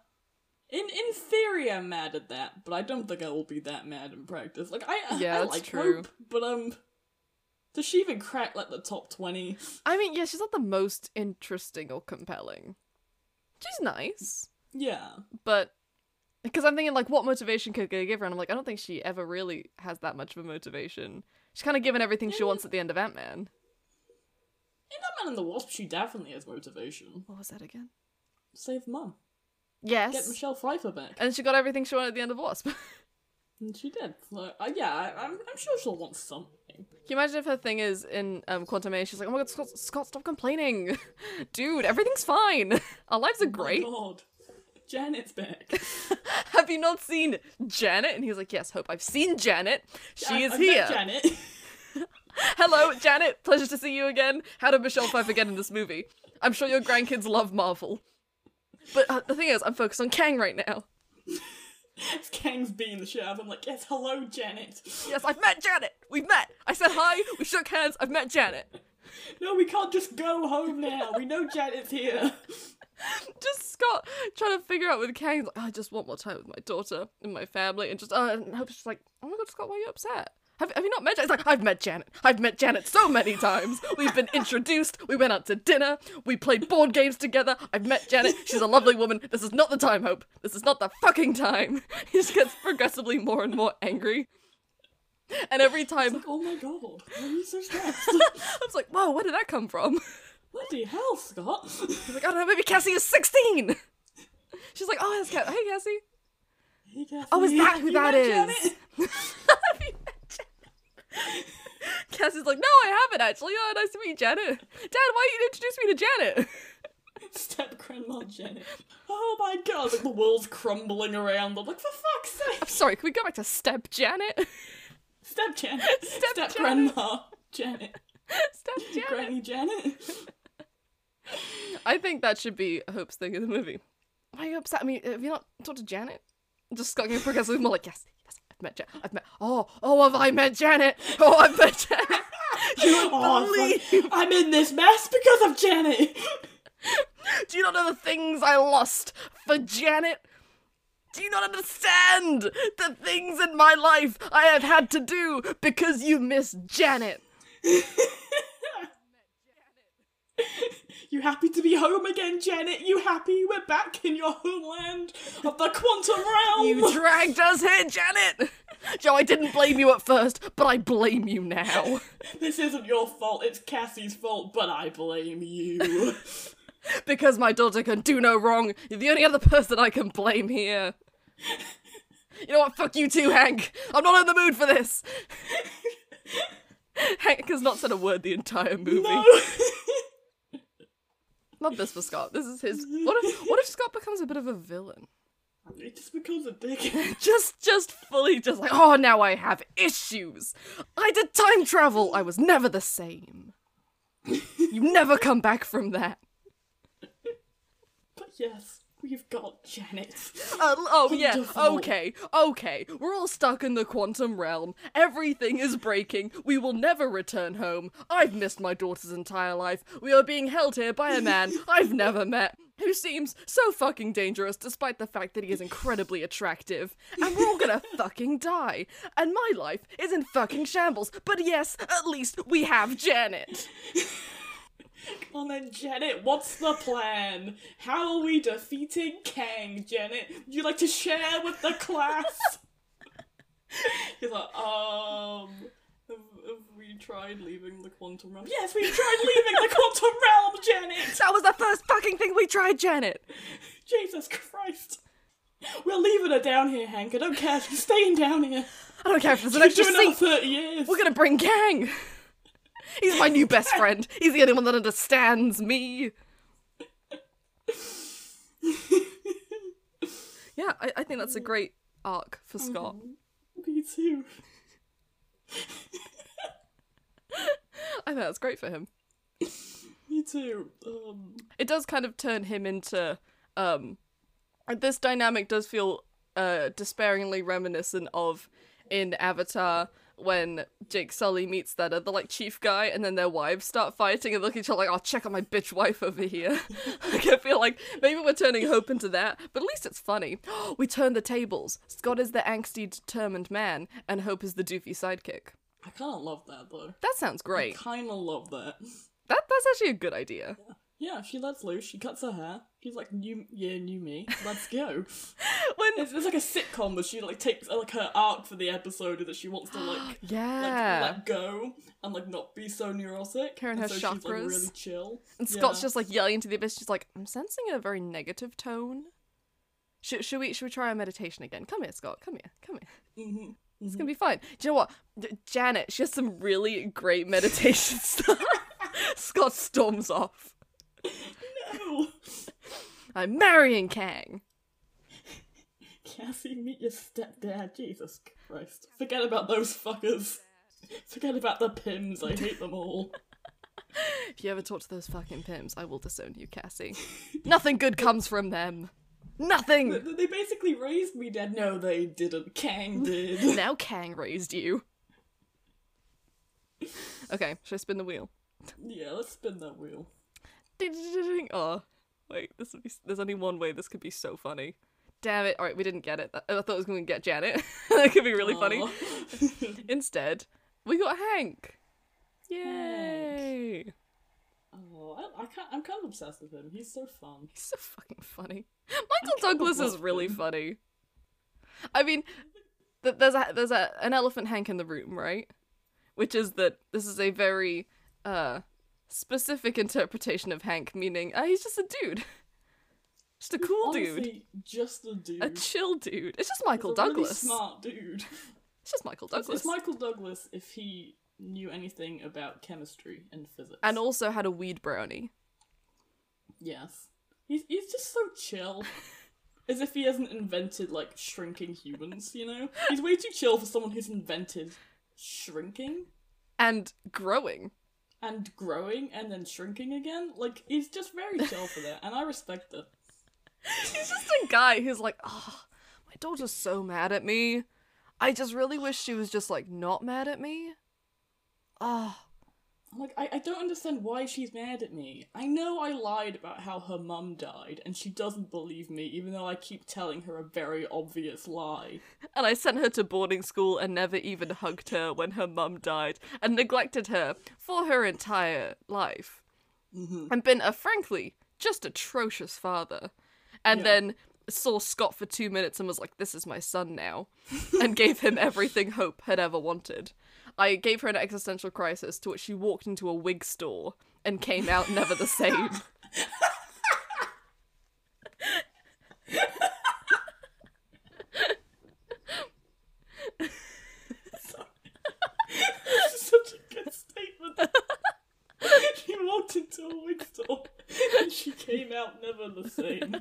S3: In in theory, I'm mad at that, but I don't think I will be that mad in practice. Like I,
S2: Yeah,
S3: I
S2: that's
S3: like
S2: true.
S3: Hope, but um, does she even crack like the top twenty?
S2: I mean, yeah, she's not the most interesting or compelling. She's nice,
S3: Yeah,
S2: but because I'm thinking like what motivation could they give her, and I'm like, I don't think she ever really has that much of a motivation. She's kinda given everything she wants at the end of Ant Man.
S3: in that Man and the Wasp, she definitely has motivation.
S2: What was that again?
S3: Save Mum, get
S2: Yes.
S3: Michelle Pfeiffer back,
S2: And she got everything she wanted at the end of Wasp. Can
S3: and she did. So uh, yeah, I, I'm I'm sure she'll want something.
S2: you imagine if her thing is in um, Quantumania, she's like, oh my god, Scott, Scott stop complaining. Dude, everything's fine. Our lives are
S3: Oh My
S2: great.
S3: God, Janet's back.
S2: have you not seen Janet? And he's like, yes, Hope, I've seen Janet. She
S3: I-
S2: is
S3: I met
S2: here.
S3: Janet.
S2: Hello, Janet. Pleasure to see you again. How did Michelle Pfeiffer get in this movie? I'm sure your grandkids love Marvel. But uh, the thing is, I'm focused on Kang right now.
S3: it's Kang's beating the shit out of him, like, yes, hello, Janet.
S2: Yes, I've met Janet. We've met. I said hi. We shook hands. I've met Janet.
S3: No, we can't just go home now. We know Janet's here.
S2: Just Scott trying to figure out with Kang. Like, "Oh, I just want more time with my daughter and my family, and just uh, and hope she's like, oh my god, Scott, why are you upset? Have, have you not met Janet? It's like I've met Janet. I've met Janet so many times. We've been introduced. We went out to dinner. We played board games together. I've met Janet. She's a lovely woman. This is not the time, Hope. This is not the fucking time. He just gets progressively more and more angry. And every time
S3: Like, oh my god, why are you so stressed?
S2: I was like, whoa, where did that come from?
S3: Bloody hell, Scott.
S2: He's like, I don't know, maybe Cassie is 16! She's like, oh, that's Cassie. Hey, Cassie.
S3: Hey, Cassie.
S2: Oh, is that
S3: You
S2: who that
S3: met
S2: is?
S3: Janet?
S2: Cassie's like, no, I haven't actually. Oh, nice to meet Janet. Dad, why you didn't introduce me to Janet?
S3: Step grandma Janet. Oh my god, like the world's crumbling around them. Like, for fuck's sake.
S2: I'm sorry, can we go back to step Janet?
S3: Step Janet.
S2: Step
S3: Step
S2: Janet.
S3: grandma Janet.
S2: step Janet.
S3: Granny Janet.
S2: I think that should be Hope's thing in the movie. Why are you upset? I mean, have you not talked to Janet? Just Scott getting progressively more like, yes, yes, I've met Janet. I've met, oh, oh, have I met Janet? Oh, I've met Janet.
S3: You
S2: Oh, believe-
S3: I'm in this mess because of Janet.
S2: Do you not know the things I lost for Janet? Do you not understand the things in my life I have had to do because you miss Janet?
S3: You happy to be home again, Janet? You happy we're back in your homeland of the quantum realm?
S2: You dragged us here, Janet! Joe, I didn't blame you at first, but I blame you now.
S3: this isn't your fault, it's Cassie's fault, but I blame you.
S2: Because my daughter can do no wrong, you're the only other person I can blame here. You know what? Fuck you too, Hank! I'm not in the mood for this! Hank has not said a word the entire movie.
S3: no.
S2: Love this for Scott. This is his. What if what if Scott becomes a bit of a villain?
S3: it just becomes a dickhead.
S2: Just just fully just like oh now I have issues. I did time travel. I was never the same. You never come back from that.
S3: But yes, we've got Janet.
S2: Uh, oh yeah.
S3: Wonderful.
S2: Okay. Okay. We're all stuck in the quantum realm. Everything is breaking. We will never return home. I've missed my daughter's entire life. We are being held here by a man I've never met. Who seems so fucking dangerous despite the fact that he is incredibly attractive. And we're all gonna fucking die. And my life is in fucking shambles. But yes, at least we have Janet.
S3: And then Janet, what's the plan? How are we defeating Kang, Janet? Would you like to share with the class? He's like, um, have, have we tried leaving the quantum realm? Yes, we've tried leaving the quantum realm, Janet.
S2: That was the first fucking thing we tried, Janet.
S3: Jesus Christ. We're leaving her down here, Hank. I don't care. She's staying down here.
S2: I don't care if there's an
S3: She's
S2: extra
S3: doing another
S2: seat.
S3: thirty years.
S2: We're gonna bring Kang. He's my new best friend. He's the only one that understands me. yeah, I, I think that's a great arc for Scott.
S3: Me too.
S2: I think that's great for him.
S3: Me too. Um,
S2: It does kind of turn him into um this dynamic does feel uh despairingly reminiscent of in Avatar when Jake Sully meets that other like chief guy and then their wives start fighting and look at each other like, I'll check on my bitch wife over here. like I feel like maybe we're turning hope into that, but at least it's funny. we turn the tables. Scott is the angsty determined man and Hope is the doofy sidekick.
S3: I kind of love that though.
S2: That sounds great.
S3: Kind of love that.
S2: That that's actually a good idea.
S3: Yeah, she lets loose. She cuts her hair. She's like, "New, yeah, new me. Let's go."
S2: When
S3: it's, it's like a sitcom where she like takes uh, like her arc for the episode that she wants to like
S2: Yeah.
S3: like let go and like not be so neurotic.
S2: Her and her
S3: And so She's, like,
S2: chakras.
S3: really chill.
S2: And Scott's just like yelling into the abyss. She's like, "I'm sensing a very negative tone. Should, should we should we try our meditation again? Come here, Scott. Come here. Come here. It's gonna be fine. Do you know what? D- Janet, she has some really great meditation stuff. Scott storms off.
S3: no.
S2: I'm marrying Kang.
S3: Cassie, meet your stepdad. Jesus Christ. Forget about those fuckers. Forget about the pims. I hate them all.
S2: If you ever talk to those fucking pimps, I will disown you, Cassie. Nothing good comes from them. Nothing.
S3: Th- They basically raised me dead. No, they didn't. Kang did.
S2: now Kang raised you. Okay, should I spin the wheel?
S3: yeah, let's spin that wheel.
S2: Oh, wait, this would be, there's only one way this could be so funny. Damn it. All right, we didn't get it. I I thought I was going to get Janet. that could be really funny.
S3: Aw.
S2: Instead, we got Hank. Yay.
S3: oh, I, I can't, I'm kind of obsessed with him. He's so fun.
S2: He's so fucking funny. Michael Douglas is
S3: love
S2: really funny. I mean, th- there's a there's a an elephant Hank in the room, right? Which is that this is a very uh specific interpretation of Hank, meaning uh, he's just a dude, just a cool dude,
S3: Honestly, just a dude.
S2: a chill dude. It's just Michael
S3: He's a really
S2: Douglas.
S3: smart dude.
S2: It's just Michael
S3: It's,
S2: Douglas,
S3: it's Michael Douglas if he knew anything about chemistry and physics.
S2: and also had a weed brownie.
S3: yes, he's he's just so chill. As if he hasn't invented like shrinking humans, you know? He's way too chill for someone who's invented shrinking
S2: And growing.
S3: and growing and then shrinking again. Like he's just very chill for that, and I respect it.
S2: He's just a guy who's like, oh, my daughter's so mad at me. I just really wish she was just like not mad at me. Oh,
S3: I'm like, I, I don't understand why she's mad at me. I know I lied about how her mum died, and she doesn't believe me, even though I keep telling her a very obvious lie.
S2: and I sent her to boarding school and never even hugged her when her mum died and neglected her for her entire life. And been a frankly just atrocious father. And
S3: Yeah.
S2: then saw Scott for two minutes and was like, This is my son now. and gave him everything Hope had ever wanted. I gave her an existential crisis to which she walked into a wig store and came out never the same.
S3: This is such a good statement. she walked into a wig store and she came out never the same.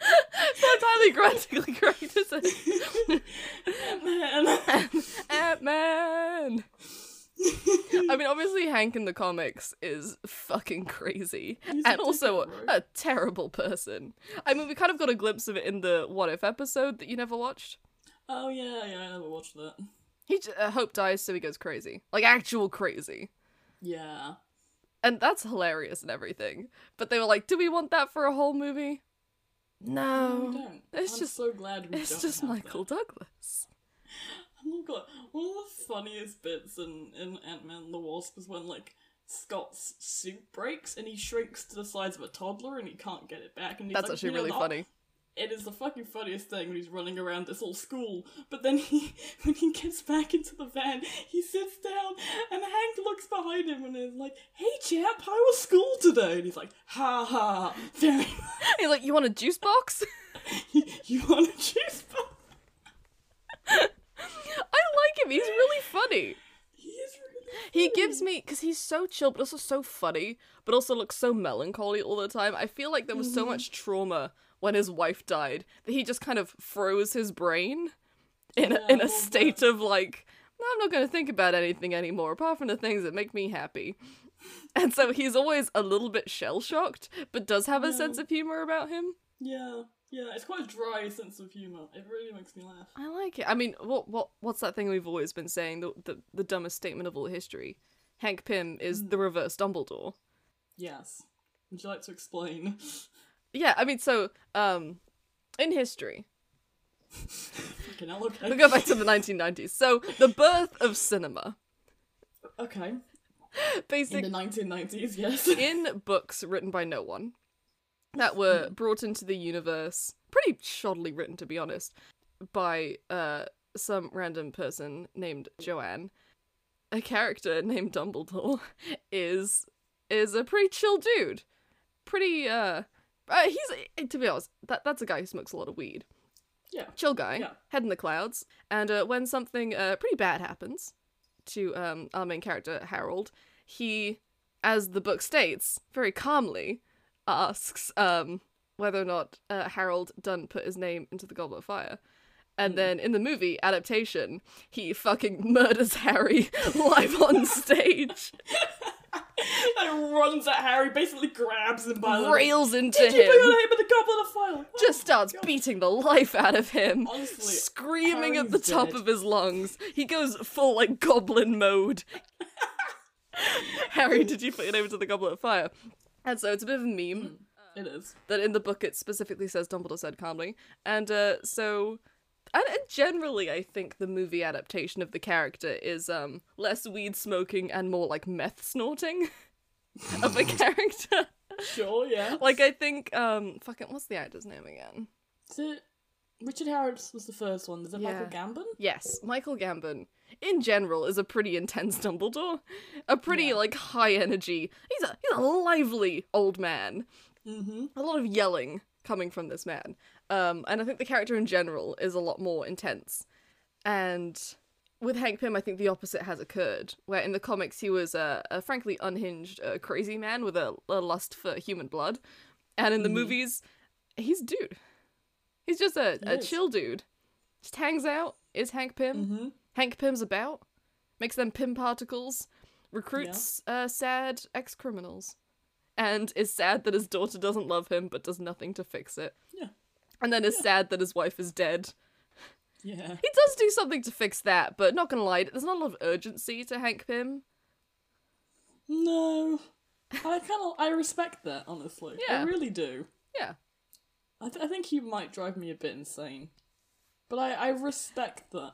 S2: That's highly grammatically correct, isn't it?
S3: Man.
S2: Ant Man. I mean, obviously, Hank in the comics is fucking crazy
S3: He's
S2: and
S3: a
S2: also
S3: dickhead, right?
S2: a terrible person. I mean, we kind of got a glimpse of it in the What If episode that you never watched.
S3: oh yeah, yeah, I never watched that.
S2: He j- uh, Hope dies, so he goes crazy, like actual crazy,
S3: Yeah.
S2: and that's hilarious and everything. But they were like, "Do we want that for a whole movie?"
S3: No, we
S2: No,
S3: don't.
S2: Oh, it's
S3: I'm
S2: just-
S3: so glad we
S2: it's
S3: don't
S2: just
S3: have
S2: Michael
S3: That.
S2: Douglas.
S3: Oh my god, one of the funniest bits in, in Ant Man and the Wasp is when like Scott's suit breaks and he shrinks to the size of a toddler and he can't get it back. And he's
S2: That's
S3: like,
S2: actually
S3: "You know,
S2: really
S3: the-
S2: funny.
S3: It is the fucking funniest thing when he's running around this whole school. But then he, when he gets back into the van, he sits down and Hank looks behind him and is like, "Hey champ, how was school today?" And he's like, "Ha ha, very.
S2: He's like, "You want a juice box?"
S3: you want a juice box?"
S2: I like him. He's really funny.
S3: He is really.
S2: He gives me because he's so chill, but also so funny, but also looks so melancholy all the time. I feel like there was so much trauma when his wife died that he just kind of froze his brain in
S3: Yeah,
S2: a, in
S3: well,
S2: a state of like, "No, I'm not going to think about anything anymore apart from the things that make me happy. And so he's always a little bit shell shocked, but does have a
S3: Yeah.
S2: sense of humor about him.
S3: Yeah, yeah. It's quite a dry sense of humor. It really makes me laugh.
S2: I like it. I mean, what what what's that thing we've always been saying? The the, the dumbest statement of all history. Hank Pym is the reverse Dumbledore.
S3: Yes. Would you like to explain?
S2: Yeah, I mean, so um, in history,
S3: Fucking hell, okay.
S2: we go back to the 1990s. So the birth of cinema,
S3: Okay. In
S2: basically
S3: the 1990s, yes.
S2: in books written by no one that were brought into the universe, pretty shoddily written to be honest, by uh some random person named Joanne. A character named Dumbledore is is a pretty chill dude. Pretty uh, uh he's to be honest, that that's a guy who smokes a lot of weed.
S3: Yeah.
S2: chill guy,
S3: Yeah.
S2: head in the clouds, and uh, when something uh, pretty bad happens to um, our main character Harold, he, as the book states, very calmly asks um, whether or not uh, Harold Dunn put his name into the Goblet of Fire.
S3: Hmm.
S2: And then in the movie adaptation, he fucking murders Harry live on stage.
S3: and runs at Harry, basically grabs him by the
S2: rails into
S3: Did you put
S2: him,
S3: your name in the goblet of fire? Oh,
S2: just starts beating the life out of him,
S3: Honestly,
S2: screaming at the
S3: Harry's
S2: top
S3: dead.
S2: of his lungs. He goes full like goblin mode. Harry, did you put your name into the goblet of fire? And so it's a bit of a meme.
S3: Hmm. it is.
S2: that in the book it specifically says Dumbledore said calmly. And uh, so, and, and generally, I think the movie adaptation of the character is um less weed smoking and more like meth snorting of a character.
S3: Sure, yeah.
S2: like I think um fucking what's the actor's name again?
S3: So, Richard Harris was the first one. Is it Michael
S2: Yeah.
S3: Gambon?
S2: Yes, Michael Gambon. In general, is a pretty intense Dumbledore, a pretty like high energy. He's a he's a lively old man.
S3: Mm-hmm.
S2: a lot of yelling coming from this man. Um, and I think the character in general is a lot more intense. And with Hank Pym, I think the opposite has occurred, where in the comics he was a, a frankly unhinged, uh, crazy man with a, a lust for human blood. And
S3: Mm-hmm.
S2: in the movies, he's a dude. He's just a,
S3: He
S2: a
S3: is.
S2: chill dude. Just hangs out, is Hank Pym.
S3: Mm-hmm.
S2: Hank Pym's about, makes them Pym particles, recruits uh, sad ex criminals, and is sad that his daughter doesn't love him but does nothing to fix it.
S3: Yeah.
S2: And then is sad that his wife is dead.
S3: Yeah.
S2: He does do something to fix that, but not gonna lie, there's not a lot of urgency to Hank Pym.
S3: No. I kind of I respect that honestly.
S2: Yeah.
S3: I really do.
S2: Yeah.
S3: I, th- I think he might drive me a bit insane, but I I respect that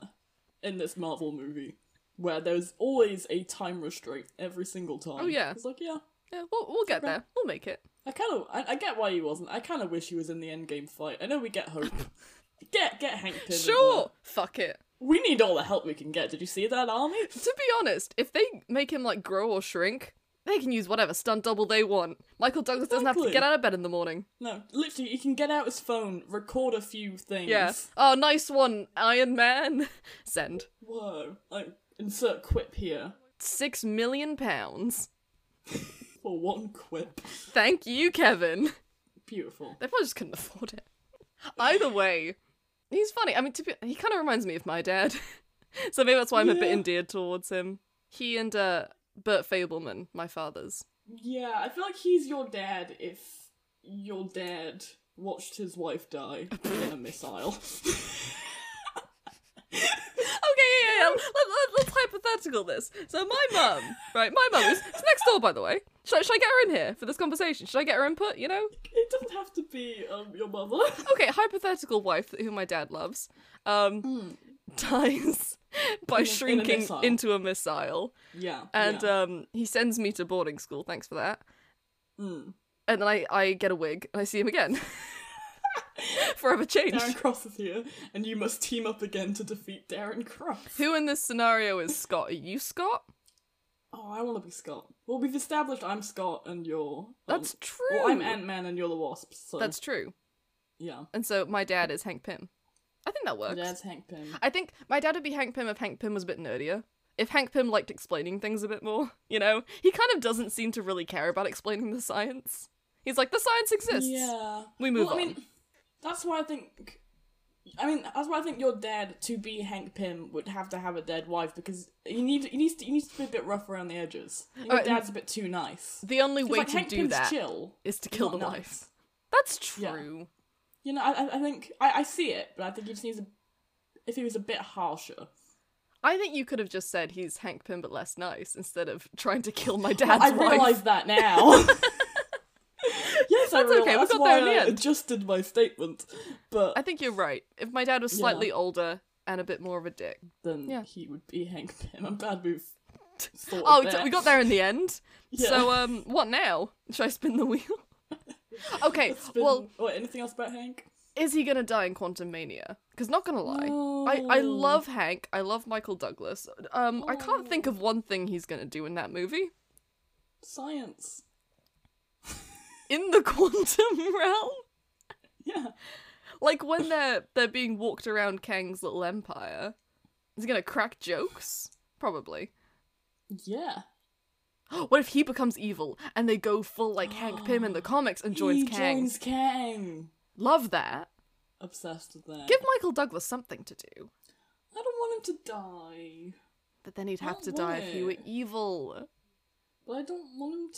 S3: in this Marvel movie where there's always a time restraint every single time.
S2: Oh, yeah.
S3: It's like yeah.
S2: Yeah, we'll, we'll get
S3: Okay.
S2: there. We'll make it.
S3: I kind of I, I get why he wasn't. I kind of wish he was in the Endgame fight. I know we get hope. get get Hank Pym. in
S2: Sure!
S3: there.
S2: Fuck it.
S3: We need all the help we can get. Did you see that army?
S2: To be honest, if they make him like grow or shrink, they can use whatever stunt double they want. Michael Douglas doesn't have to
S3: Exactly.
S2: get out of bed in the morning.
S3: No, literally, he can get out his phone, record a few things.
S2: Yeah. Oh, nice one, Iron Man. Send.
S3: Whoa. Like insert quip here.
S2: Six million pounds.
S3: For one quip.
S2: Thank you, Kevin.
S3: Beautiful.
S2: They probably just couldn't afford it. Either way, he's funny. I mean, to be, he kind of reminds me of my dad. so maybe that's why I'm a bit
S3: Yeah.
S2: endeared towards him. He and uh, Bert Fableman, my father's.
S3: Yeah, I feel like he's your dad if your dad watched his wife die in a missile.
S2: Okay, yeah, yeah, yeah. Let, let, let's hypothetical this. So my mum, right, my mum is it's next door, by the way. Should, I- should I get her in here for this conversation? Should I get her input, you know?
S3: It doesn't have to be um, your mother.
S2: okay, hypothetical wife who my dad loves, um, dies by
S3: Hmm. In a- in a
S2: shrinking
S3: missile.
S2: into a missile,
S3: Yeah.
S2: and
S3: yeah.
S2: um, he sends me to boarding school. Thanks for that.
S3: Mm.
S2: And then I, I get a wig and I see him again. Forever changed.
S3: Darren Cross is here, and you must team up again to defeat Darren Cross.
S2: Who in this scenario is Scott? Are you Scott?
S3: Oh, I want to be Scott. Well, we've established I'm Scott and you're. um,
S2: That's true.
S3: Well, I'm Ant Man and you're the Wasp, so.
S2: That's true.
S3: Yeah.
S2: And so my dad is Hank Pym. I think that works.
S3: Dad's Hank Pym.
S2: I think my dad would be Hank Pym if Hank Pym was a bit nerdier. If Hank Pym liked explaining things a bit more, you know, he kind of doesn't seem to really care about explaining the science. He's like, the science exists.
S3: Yeah.
S2: We move
S3: well, I
S2: on.
S3: mean, that's why I think. I mean, that's why I think your dad, to be Hank Pym, would have to have a dead wife because he needs he needs to he needs to be a bit rough around the edges. Your
S2: Alright,
S3: dad's a bit too nice.
S2: the only
S3: It's
S2: way
S3: like
S2: to
S3: Hank
S2: do
S3: Pym's
S2: that is
S3: chill.
S2: to kill the
S3: not
S2: wife.
S3: nice.
S2: That's
S3: Yeah.
S2: true.
S3: You know, I I- I think I, I see it, but I think he just needs a if he was a bit harsher.
S2: I think you could have just said he's Hank Pym but less nice instead of trying to kill my dad's
S3: I
S2: wife.
S3: realise that now. yes, I
S2: That's okay,
S3: realize.
S2: we
S3: That's
S2: got there
S3: why
S2: in the
S3: I
S2: end.
S3: adjusted my statement, but
S2: I think you're right. If my dad was slightly older and a bit more of a dick.
S3: then
S2: Yeah.
S3: he would be Hank Pym. I'm glad we've. sorted
S2: Oh,
S3: that.
S2: so we got there in the end.
S3: Yeah.
S2: So um what now? Should I spin the wheel? okay,
S3: It's been-
S2: well,
S3: wait, anything else about Hank?
S2: is he gonna die in Quantum Mania? Because not gonna lie, I, I
S3: No. Oh.
S2: love Hank. I love Michael Douglas. Um, I can't think of one thing he's gonna do in that movie.
S3: Science.
S2: In the quantum realm,
S3: Yeah.
S2: like when they're they're being walked around Kang's little empire, is he gonna crack jokes? Probably.
S3: Yeah.
S2: What if he becomes evil and they go full like Hank Pym in the comics and joins
S3: he
S2: Kang?
S3: joins Kang.
S2: Love that.
S3: Obsessed with that.
S2: Give Michael Douglas something to do.
S3: I don't want him to die.
S2: But then he'd have
S3: Not
S2: to die if he were
S3: really.
S2: evil.
S3: But I don't want him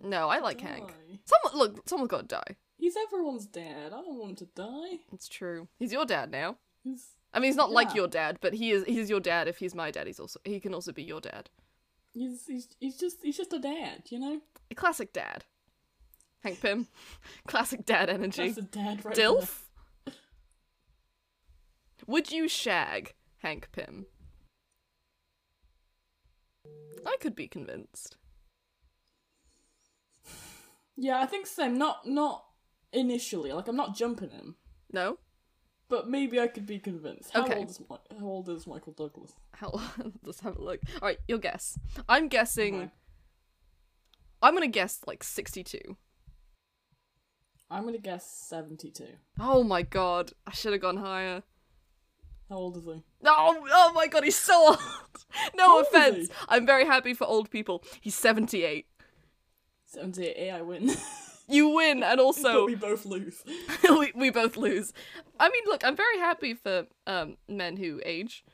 S3: to.
S2: No, I like Hank.
S3: die.
S2: Someone look, someone's got to die.
S3: He's everyone's dad. I don't want him to die.
S2: It's true. He's your dad now.
S3: He's
S2: I mean, he's not like
S3: Yeah.
S2: your dad, but he is. He's your dad. If he's my dad, he's also he can also be your dad.
S3: he's he's, he's just he's just a dad, you know.
S2: A classic dad. Hank Pym. classic dad energy.
S3: That's a dad right there.
S2: Dilf. Would you shag Hank Pym? I could be convinced.
S3: Yeah, I think Sam. Not not initially. Like I'm not jumping him,
S2: No.
S3: but maybe I could be convinced. How
S2: Okay.
S3: old is Mi- how old is Michael Douglas?
S2: How? Let's have a look. All right, your guess. I'm guessing.
S3: Okay.
S2: I'm gonna guess like 62.
S3: I'm gonna guess seventy-two.
S2: Oh my god! I should have gone higher.
S3: How old is he?
S2: No, oh my god, he's so old. No
S3: How old is
S2: offense.
S3: he?
S2: I'm very happy for old people. He's 78.
S3: Seventy-eight. eh, I win.
S2: You win, and
S3: but
S2: also
S3: we both lose.
S2: we, we both lose. I mean, look, I'm very happy for um, men who age.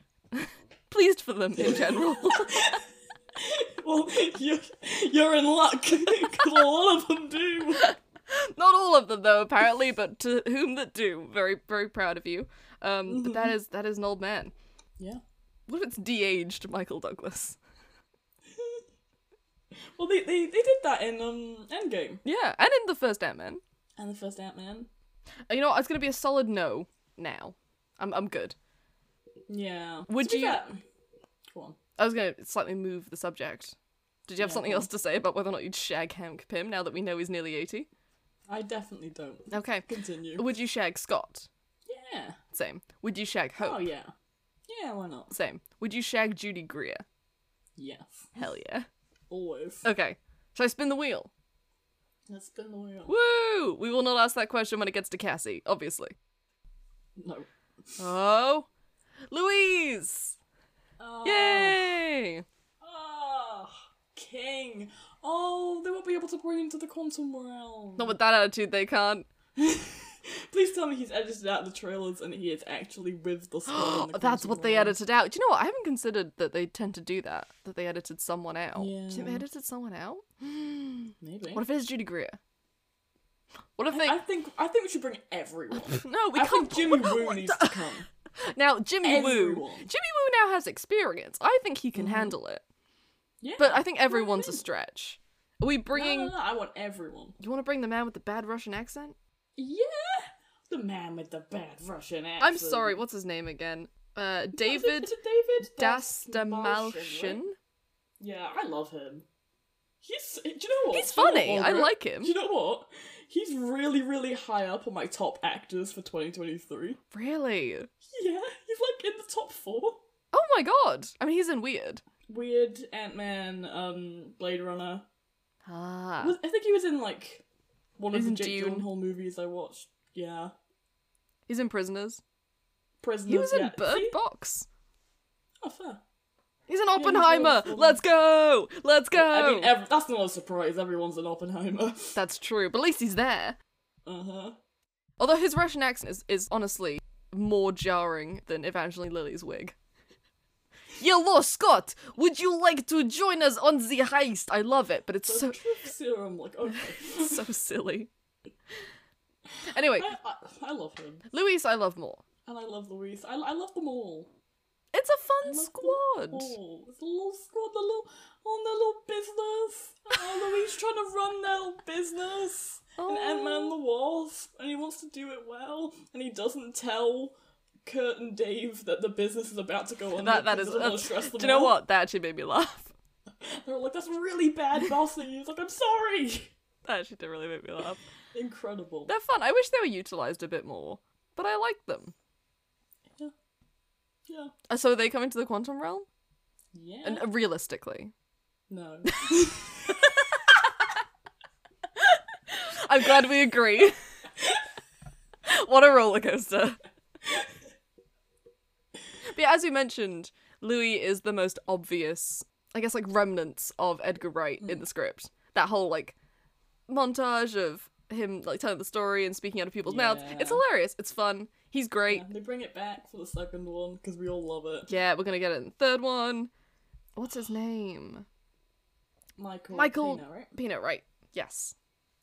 S2: Pleased for them in general.
S3: well, you're you're in luck because a lot of them do.
S2: Not all of them though, apparently, but to whom that do, very very proud of you. Um, but that is that is an old man.
S3: Yeah.
S2: What if it's de-aged Michael Douglas?
S3: Well, they, they, they did that in um Endgame
S2: Yeah, and in the first Ant-Man.
S3: and the first Ant Man.
S2: You know, what, it's gonna be a solid no now. I'm I'm good.
S3: Yeah.
S2: Would
S3: To be
S2: you-
S3: fair- Go on.
S2: I was going to slightly move the subject. Did you have
S3: Yeah,
S2: something
S3: go on.
S2: else to say about whether or not you'd shag Hank Pym now that we know he's nearly 80?
S3: I definitely don't.
S2: Okay.
S3: Continue.
S2: Would you shag Scott?
S3: Yeah.
S2: Same. Would you shag Hope?
S3: Oh yeah. Yeah. Why not?
S2: Same. Would you shag Judy Greer?
S3: Yes.
S2: Hell yeah.
S3: Always.
S2: Okay. Should I spin the wheel?
S3: Let's spin the wheel.
S2: Woo! We will not ask that question when it gets to Cassie, obviously.
S3: No.
S2: Oh. Louise!
S3: Oh,
S2: Yay!
S3: Oh, king. Oh, they won't be able to bring him to the quantum realm.
S2: Not with that attitude, they can't.
S3: Please tell me he's edited out the trailers and he is actually with the squad. in the
S2: Oh, That's
S3: quantum
S2: what they
S3: realm.
S2: edited out. Do you know what? I haven't considered that they tend to do that, that they edited someone out. Do you think they
S3: Yeah.
S2: edited someone out?
S3: Maybe.
S2: What if it is Judy Greer? What if they?
S3: I think I think we should bring everyone.
S2: no, we
S3: I
S2: can't.
S3: think Jimmy
S2: we-
S3: Woo
S2: we-
S3: needs to come.
S2: now Jimmy Woo. Jimmy
S3: Everyone.
S2: Woo now has experience. I think he can handle it,
S3: Yeah.
S2: but I think everyone's a stretch. Are we
S3: No, Mm-hmm. no,
S2: bringing?
S3: no, I want everyone.
S2: You want to bring the man with the bad Russian accent?
S3: Yeah. The man with the bad Russian accent.
S2: I'm sorry. What's his name again? Uh,
S3: Is it-
S2: David
S3: is it David
S2: Dastamalshin.
S3: right? Yeah, I love him. He's. Do you know what?
S2: He's
S3: Do you know
S2: funny.
S3: what,
S2: I
S3: Margaret?
S2: like him.
S3: Do you know what? He's really, really high up on my top actors for 2023.
S2: Really?
S3: Yeah, he's like in the top four.
S2: Oh my god! I mean, he's in Weird.
S3: Weird Ant Man, um, Blade Runner.
S2: Ah,
S3: Was- I think he was in like one
S2: He's
S3: of the
S2: in
S3: Jake
S2: Dune.
S3: Gyllenhaal movies I watched. Yeah,
S2: he's in Prisoners.
S3: Prisoners.
S2: He was in
S3: yeah.
S2: Bird
S3: See?
S2: Box.
S3: Oh, fair.
S2: He's in
S3: he's in
S2: Oppenheimer.
S3: Oppenheimer.
S2: Let's go! Let's go!
S3: I mean, ev- that's not a surprise. Everyone's in Oppenheimer.
S2: That's true, but at least he's there.
S3: Uh huh.
S2: Although his Russian accent is, is honestly more jarring than Evangeline Lilly's wig. Hello, Scott! Would you like to join us on the heist? I love it, but it's so,
S3: So truth serum, like okay.
S2: so silly. Anyway,
S3: I, I, I love him,
S2: Luis, I love more.
S3: and I love Luis. I, I love them all.
S2: It's a fun
S3: Love them
S2: squad.
S3: all. It's a Oh, little squad, the little on their little business. Oh, Luis trying to run their little business. And
S2: Oh.
S3: Ant Man and the Wasp, and he wants to do it well, and he doesn't tell Kurt and Dave that the business is about to go under.
S2: That that
S3: because
S2: is.
S3: he doesn't wanna
S2: that's-
S3: stress them
S2: do you know
S3: out.
S2: what? That actually made me laugh.
S3: They're like, that's really bad bossing. He's like, I'm sorry.
S2: That actually did really make me laugh.
S3: Incredible.
S2: They're fun. I wish they were utilized a bit more, but I like them.
S3: Yeah.
S2: Uh, So they come into the quantum realm,
S3: Yeah.
S2: and uh, realistically,
S3: no.
S2: I'm glad we agree. what a roller coaster. but yeah, as you mentioned, Louis is the most obvious, I guess, like remnants of Edgar Wright in the script. That whole like montage of him like telling the story and speaking out of people's mouths. It's
S3: Yeah.
S2: hilarious. It's fun. He's great.
S3: Yeah, they bring it back for the second one because we all love it.
S2: Yeah, we're gonna get it in the third one. What's his name?
S3: Michael.
S2: Michael-
S3: Pena, right?
S2: Peanut, right? Yes.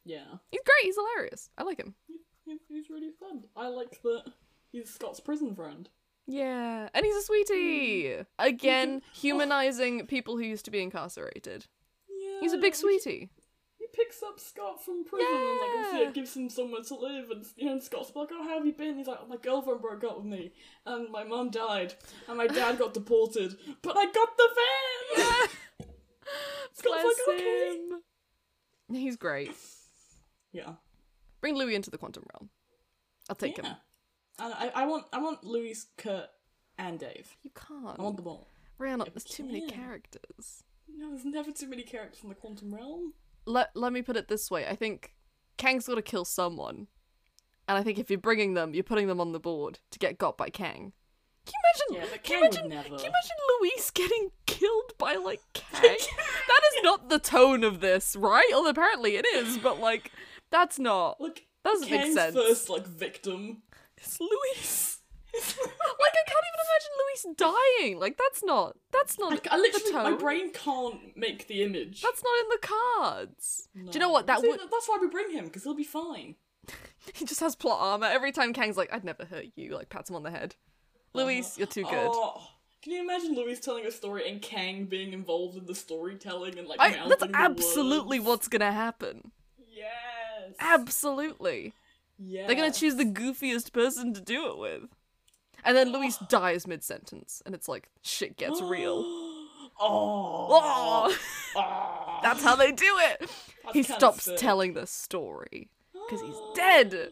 S3: Yeah.
S2: He's great. He's hilarious. I like him.
S3: He- He's, he's really fun. I like that he's Scott's prison friend.
S2: Yeah, and he's a sweetie. Again, humanizing people who used to be incarcerated.
S3: Yeah.
S2: He's a big
S3: which-
S2: sweetie.
S3: He picks up Scott from prison and like obviously
S2: Yeah.
S3: it gives him somewhere to live and you know and Scott's like, Oh how have you been? He's like, Oh my girlfriend broke up with me and my mum died and my dad got deported but I got the van Scott's
S2: Bless
S3: like okay
S2: him. He's great.
S3: Yeah.
S2: Bring Louis into the quantum realm. I'll take
S3: yeah.
S2: him.
S3: And I, I want I want Louis, Kurt and Dave.
S2: You can't.
S3: I want them all.
S2: Rihanna, there's too many
S3: can.
S2: characters.
S3: No, there's never too many characters in the quantum realm.
S2: Let let me put it this way. I think Kang's gotta kill someone. And I think if you're bringing them, you're putting them on the board to get got by Kang. Can you
S3: Yeah,
S2: imagine? can,
S3: but Kang
S2: you
S3: would
S2: imagine
S3: never.
S2: can you imagine Luis getting killed by like Kang? that is not the tone of this, right? Although apparently it is, but like that's not.
S3: Like
S2: Doesn't make
S3: Kang's
S2: sense.
S3: first like victim.
S2: It's Luis. Like I can't even imagine Luis dying. Like that's not. That's not.
S3: I, I literally,
S2: the tone.
S3: my brain can't make the image.
S2: That's not in the cards. Do you know
S3: No.
S2: what? That
S3: See,
S2: would.
S3: That's why we bring him because he'll be fine.
S2: He just has plot armor. Every time Kang's like, "I'd never hurt you," like pats him on the head. Luis, you're too good.
S3: Oh, can you imagine Louis telling a story and Kang being involved in the storytelling and like
S2: I,
S3: mouthing
S2: that's
S3: the
S2: absolutely
S3: words?
S2: what's gonna happen.
S3: Yes.
S2: Absolutely,
S3: yes.
S2: they're gonna choose the goofiest person to do it with, and then Luis dies mid sentence, and it's like shit gets real.
S3: Oh.
S2: Oh, that's how they do it. he
S3: kinda
S2: stops
S3: sick.
S2: telling the story because he's dead.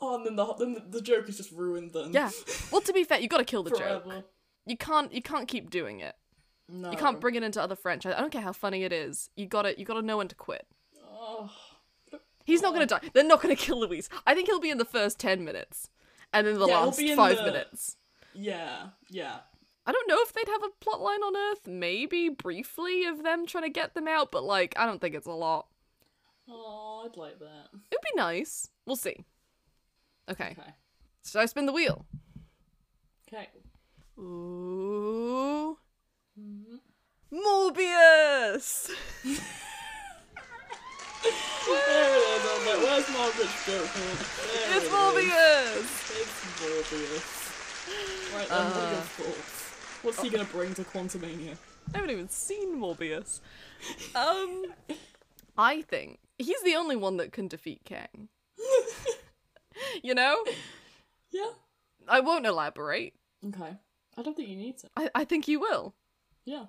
S3: Oh, and then the then the, the joke is just ruined. Then
S2: Yeah. Well, to be fair, you gotta kill the joke.
S3: forever.
S2: You can't. You can't keep doing it.
S3: No.
S2: You can't bring it into other franchise. I don't care how funny it is. You gotta you gotta know when to quit.
S3: Oh.
S2: He's not gonna die. They're not gonna kill Luis. I think he'll be in the first ten minutes, and then the
S3: Yeah, he'll
S2: last
S3: be in
S2: five
S3: the-
S2: minutes.
S3: Yeah. Yeah.
S2: I don't know if they'd have a plot line on Earth, maybe briefly of them trying to get them out, but like I don't think it's a lot.
S3: Oh, I'd like that.
S2: It'd be nice. We'll see. Okay.
S3: Okay.
S2: So I spin the wheel.
S3: Okay.
S2: Ooh. Morbius.
S3: There it is. I'm like, where's Margaret's joke? There
S2: It's
S3: it is.
S2: Morbius.
S3: It's Morbius. Right then, what are your thoughts? What's he gonna bring to Quantumania?
S2: I haven't even seen Morbius. Um, I think he's the only one that can defeat Kang. you know,
S3: Yeah.
S2: I won't elaborate.
S3: Okay. I don't think you need to.
S2: I, I think he will.
S3: Yeah.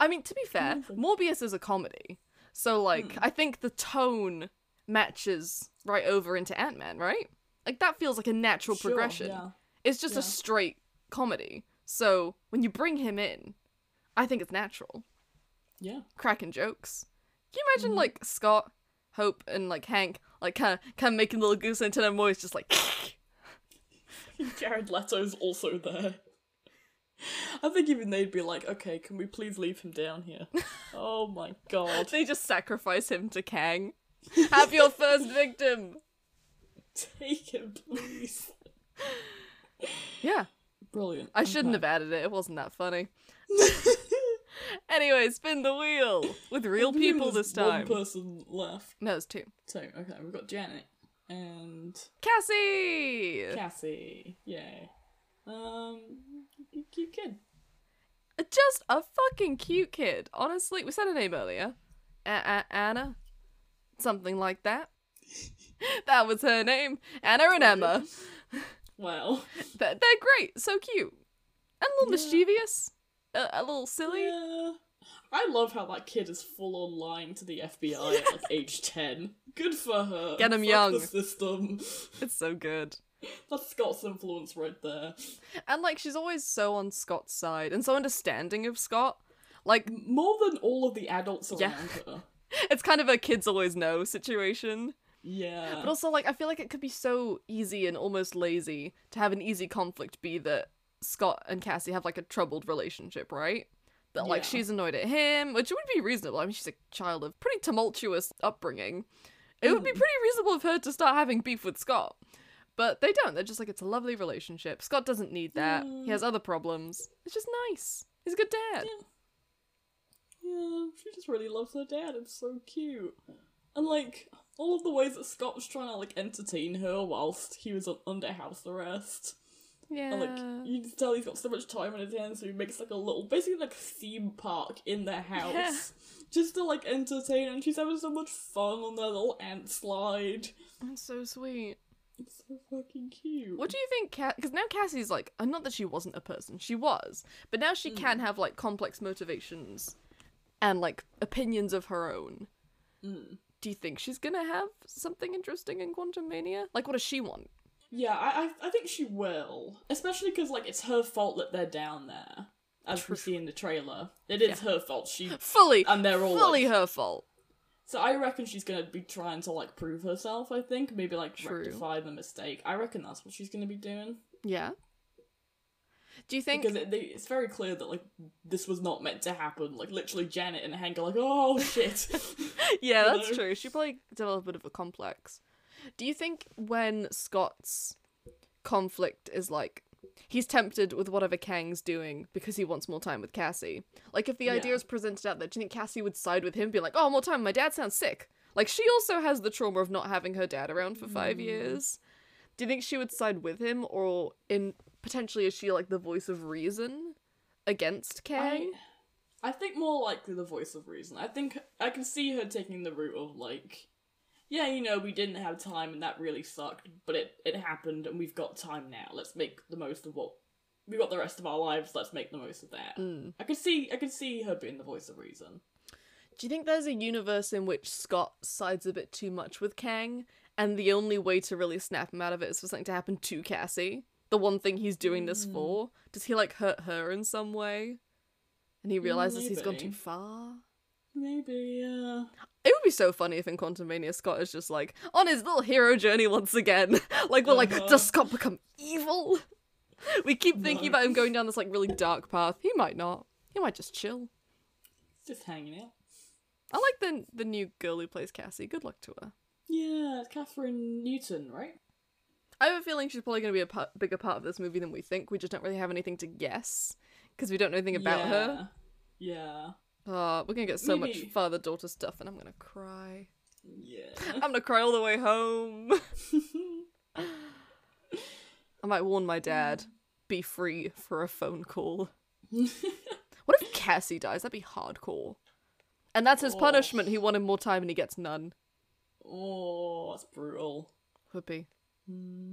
S2: I mean, to be fair, Morbius is a comedy, so like
S3: Hmm.
S2: I think the tone matches right over into Ant Man, right? Like that feels like a natural
S3: Sure,
S2: progression.
S3: yeah.
S2: It's just
S3: Yeah.
S2: a straight comedy. So when you bring him in, I think it's natural.
S3: Yeah.
S2: cracking jokes. Can you imagine like Scott, Hope, and like Hank like kind of kind of making little goose antenna noise, just like
S3: Jared Leto's also there. I think even they'd be like, okay, can we please leave him down here? oh my god.
S2: they just sacrifice him to Kang. Have your first victim.
S3: Take him, please.
S2: Yeah,
S3: Brilliant.
S2: I shouldn't have added it. It wasn't that funny. anyway, spin the wheel with real people this time.
S3: One person left.
S2: No, it's two.
S3: So, okay, we've got Janet and
S2: Cassie.
S3: Cassie. Yay. Um, you kid.
S2: just a fucking cute kid. Honestly, we said her name earlier. A- A- Anna, something like that. that was her name. Anna and Emma.
S3: Wow.
S2: They're, they're great. So cute. And a little mischievous. A, a little silly.
S3: Yeah. uh, I love how that kid is full on lying to the FBI at like age 10. Good for her.
S2: Get 'em
S3: Fuck
S2: young.
S3: The system.
S2: It's so good.
S3: That's Scott's influence right there.
S2: And like she's always so on Scott's side and so understanding of Scott. Like
S3: More than all of the adults around
S2: Yeah.
S3: her.
S2: it's kind of a kids always know situation.
S3: Yeah.
S2: But also, like, I feel like it could be so easy and almost lazy to have an easy conflict be that Scott and Cassie have like a troubled relationship, right? That like
S3: Yeah.
S2: she's annoyed at him, which would be reasonable. I mean, she's a child of pretty tumultuous upbringing. It would be pretty reasonable of her to start having beef with Scott. But they don't. They're just like, it's a lovely relationship. Scott doesn't need that. He has other problems. It's just nice. He's a good dad.
S3: yeah, she just really loves her dad. It's so cute. And like all of the ways that Scott was trying to like entertain her whilst he was un- under house arrest.
S2: Yeah.
S3: And like you can tell he's got so much time on his hands, so he makes like a little basically like a theme park in their house.
S2: Yeah.
S3: Just to like entertain and she's having so much fun on their little ant slide.
S2: That's so sweet.
S3: It's so fucking cute.
S2: What do you think, Cat? Because now Cassie's like, uh, not that she wasn't a person, she was, but now she
S3: Hmm.
S2: can have like complex motivations and like opinions of her own.
S3: Hmm.
S2: Do you think she's gonna have something interesting in Quantum Mania? Like, what does she want?
S3: Yeah, I I, I think she will, especially because like it's her fault that they're down there, as we see in the trailer. It is her fault. She
S2: Fully,
S3: And they're all,
S2: fully
S3: like-
S2: her fault.
S3: so I reckon she's gonna be trying to like prove herself. I think maybe like
S2: True.
S3: rectify the mistake. I reckon that's what she's gonna be doing
S2: Yeah. Do you think?
S3: because it, they, it's very clear that like this was not meant to happen. Like literally, Janet and Hank are like, oh shit.
S2: yeah,
S3: you
S2: that's
S3: know?
S2: true. She probably developed a bit of a complex. Do you think when Scott's conflict is like he's tempted with whatever Kang's doing because he wants more time with Cassie? Like if the idea
S3: Yeah.
S2: is presented out there, do you think Cassie would side with him, being like, "Oh, more time. My dad sounds sick." Like she also has the trauma of not having her dad around for five
S3: Mm.
S2: years. Do you think she would side with him, or in potentially is she like the voice of reason against Kang?
S3: I, I think more likely the voice of reason. I think I can see her taking the route of like, yeah, you know, we didn't have time and that really sucked, but it it happened and we've got time now. Let's make the most of what we got the rest of our lives. Let's make the most of that.
S2: Mm.
S3: I could see I could see her being the voice of reason.
S2: Do you think there's a universe in which Scott sides a bit too much with Kang, and the only way to really snap him out of it is for something to happen to Cassie? The one thing he's doing this
S3: Hmm.
S2: for? Does he like hurt her in some way? And he realizes he's gone too
S3: maybe.
S2: far?
S3: Maybe, uh, yeah.
S2: It would be so funny if in Quantum Mania Scott is just like on his little hero journey once again. like we're like,
S3: Uh-huh.
S2: does Scott become evil? we keep thinking
S3: No.
S2: about him going down this like really dark path. He might not. He might just chill.
S3: It's just hanging out.
S2: I like the the new girl who plays Cassie. Good luck to her.
S3: Yeah, Catherine Newton, right?
S2: I have a feeling she's probably going to be a pa- bigger part of this movie than we think. We just don't really have anything to guess because we don't know anything about her.
S3: Yeah.
S2: Uh, we're going to get so much
S3: Maybe.
S2: father daughter stuff, and I'm going to cry.
S3: Yeah.
S2: I'm going to cry all the way home. I might warn my dad be free for a phone call. What if Cassie dies? That'd be hardcore. And that's his
S3: Oh.
S2: punishment. He wanted more time and he gets none.
S3: oh, that's brutal.
S2: Would be.
S3: Hmm.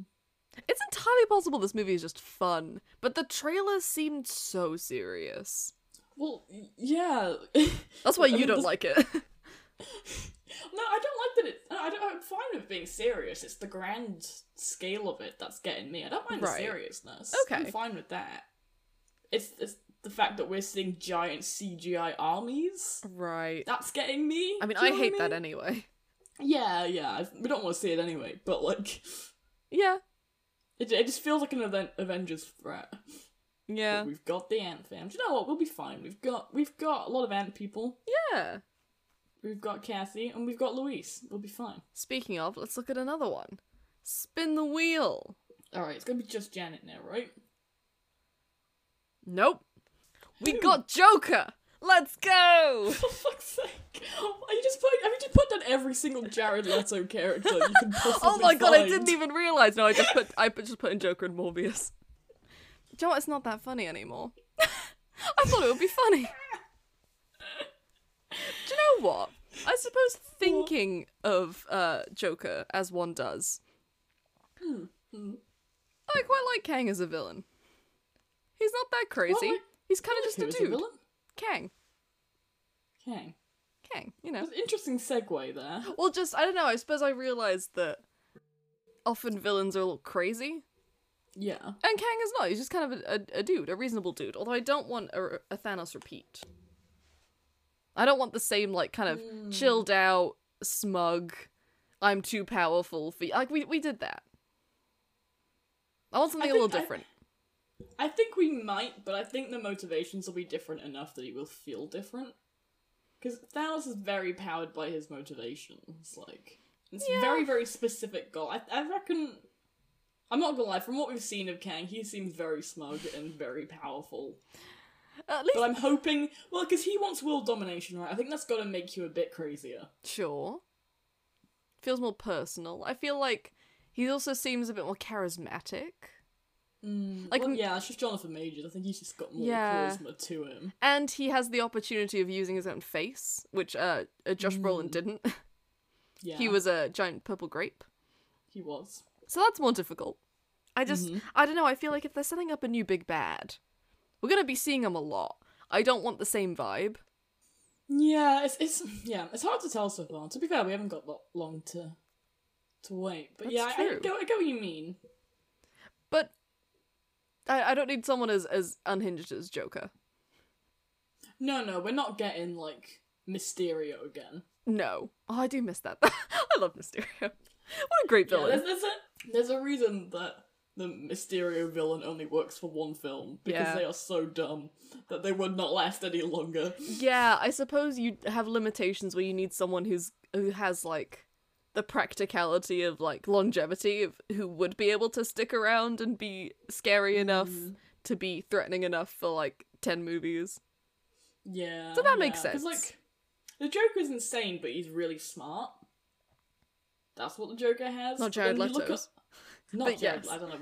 S2: It's entirely possible this movie is just fun, but the trailer seemed so serious.
S3: Well, y- yeah.
S2: That's why
S3: I
S2: you
S3: mean,
S2: don't
S3: this-
S2: like it.
S3: No, I don't like that it. I don't, I'm fine with being serious. It's the grand scale of it that's getting me. I don't mind
S2: Right.
S3: the seriousness.
S2: Okay.
S3: I'm fine with that. It's, it's the fact that we're seeing giant CGI armies.
S2: right.
S3: That's getting me.
S2: I mean,
S3: Do you
S2: I
S3: know what
S2: hate that
S3: mean?
S2: anyway.
S3: Yeah, yeah. I- We don't want to see it anyway, but like,
S2: Yeah.
S3: it, it just feels like an event, Avengers threat.
S2: Yeah.
S3: But we've got the ant fam. Do you know what? We'll be fine. We've got we've got a lot of ant people.
S2: Yeah.
S3: We've got Kathy and we've got Luis. We'll be fine.
S2: Speaking of, let's look at another one. Spin the wheel.
S3: All right, it's gonna be just Janet now, right?
S2: Nope. We got Joker. Let's go.
S3: For fuck's sake! Are you just putting? Have you just put down every single Jared Leto character you can possibly?
S2: Oh my god, I
S3: find?
S2: didn't even realize. No, I just put I put- just put in Joker and Morbius. Do you know what? It's not that funny anymore. I thought it would be funny. Do you know what? I suppose thinking of uh, Joker as one does. Hmm, I quite like Kang as a villain. He's not that crazy.
S3: like-
S2: He's kind of
S3: Who is
S2: just a
S3: the
S2: dude.
S3: villain?
S2: Kang.
S3: Kang.
S2: Kang, you know.
S3: That's an interesting segue there.
S2: Well, just I don't know. I suppose I realized that often villains are a little crazy,
S3: Yeah.
S2: and Kang is not. He's just kind of a, a, a dude, a reasonable dude. Although I don't want a, a Thanos repeat. I don't want the same like kind of
S3: Hmm.
S2: chilled out, smug. I'm too powerful for you. like we we did that. I want something a little
S3: think I-
S2: different.
S3: I think we might, but I think the motivations will be different enough that he will feel different. Because Thanos is very powered by his motivations. Like, it's a very, very specific goal. I, I reckon. I'm not gonna lie, from what we've seen of Kang, he seems very smug and very powerful.
S2: At least
S3: But I'm hoping, well, because he wants world domination, right? I think that's got to make you a bit crazier.
S2: Sure. Feels more personal. I feel like he also seems a bit more charismatic. Like,
S3: Like, Hmm, well,
S2: m-
S3: yeah, it's just Jonathan Majors. I think he's just got more
S2: Yeah.
S3: charisma to him.
S2: And he has the opportunity of using his own face, which uh, uh, Josh
S3: Hmm.
S2: Brolin didn't.
S3: Yeah,
S2: he was a giant purple grape.
S3: He was.
S2: So that's more difficult. I just, I don't know, I feel like if they're setting up a new big bad, we're going to be seeing him a lot. I don't want the same vibe.
S3: Yeah, it's it's yeah, it's hard to tell so far. To be fair, we haven't got lo- long to to wait. But
S2: That's
S3: yeah, I- I,
S2: true.
S3: go, I go what you mean.
S2: But I, I don't need someone as, as unhinged as Joker.
S3: No, no, we're not getting like Mysterio again.
S2: No. Oh, I do miss that. I love Mysterio. What a great
S3: Yeah,
S2: villain.
S3: there's, there's a there's a reason that the Mysterio villain only works for one film because
S2: Yeah.
S3: they are so dumb that they would not last any longer.
S2: Yeah, I suppose you have limitations where you need someone who's who has like the practicality of like longevity of who would be able to stick around and be scary enough to be threatening enough for like 10 movies.
S3: Yeah.
S2: So that makes
S3: yeah, 'cause,
S2: sense.
S3: Like, the Joker's insane, but he's really smart. That's what the Joker
S2: Not
S3: has. But then
S2: Jared
S3: you look
S2: Leto's.
S3: at- Not
S2: but
S3: Jared.
S2: yes.
S3: I don't know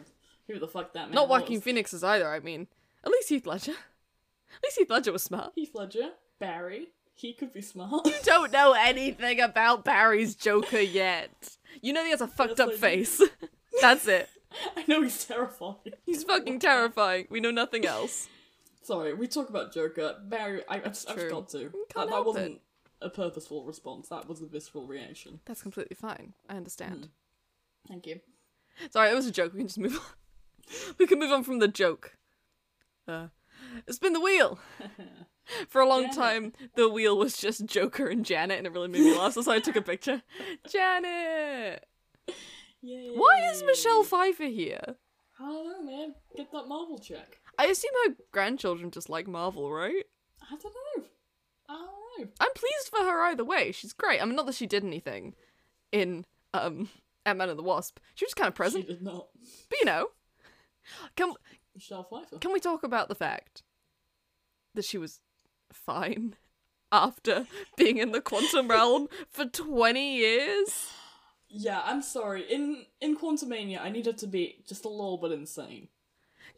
S3: who the fuck that man.
S2: Not
S3: was.
S2: Joaquin Phoenix's either, I mean. At least Heath Ledger. At least Heath Ledger was smart.
S3: Heath Ledger, Barry, he could be smart.
S2: Don't know anything about Barry's Joker yet. You know he has a fucked up
S3: I do.
S2: face. That's it.
S3: I know he's terrifying.
S2: He's fucking terrifying. We know nothing else.
S3: Sorry, we talk about Joker. Barry, I, I, just, I just
S2: True.
S3: got to.
S2: can't
S3: that, that
S2: help
S3: wasn't a purposeful response. That was a visceral reaction.
S2: That's completely fine. I understand.
S3: Thank you.
S2: Sorry, it was a joke. We can just move on. we can move on from the joke. Uh, spin the wheel. For a long
S3: Janet.
S2: time, the wheel was just Joker and Janet, and it really made me laugh. so that's why I took a picture. Janet.
S3: Yay.
S2: Why is Michelle Pfeiffer here?
S3: I don't know, man. Get that Marvel check.
S2: I assume her grandchildren just like Marvel, right?
S3: I don't know. I don't know.
S2: I'm pleased for her either way. She's great. I mean, not that she did anything in um Ant Man and the Wasp. She was just kind of
S3: She
S2: present,
S3: did not.
S2: but you know. Can
S3: Michelle Pfeiffer.
S2: Can we talk about the fact that she was fine after being in the quantum realm for 20 years?
S3: Yeah, I'm sorry. In in Quantumania, I needed to be just a little bit insane.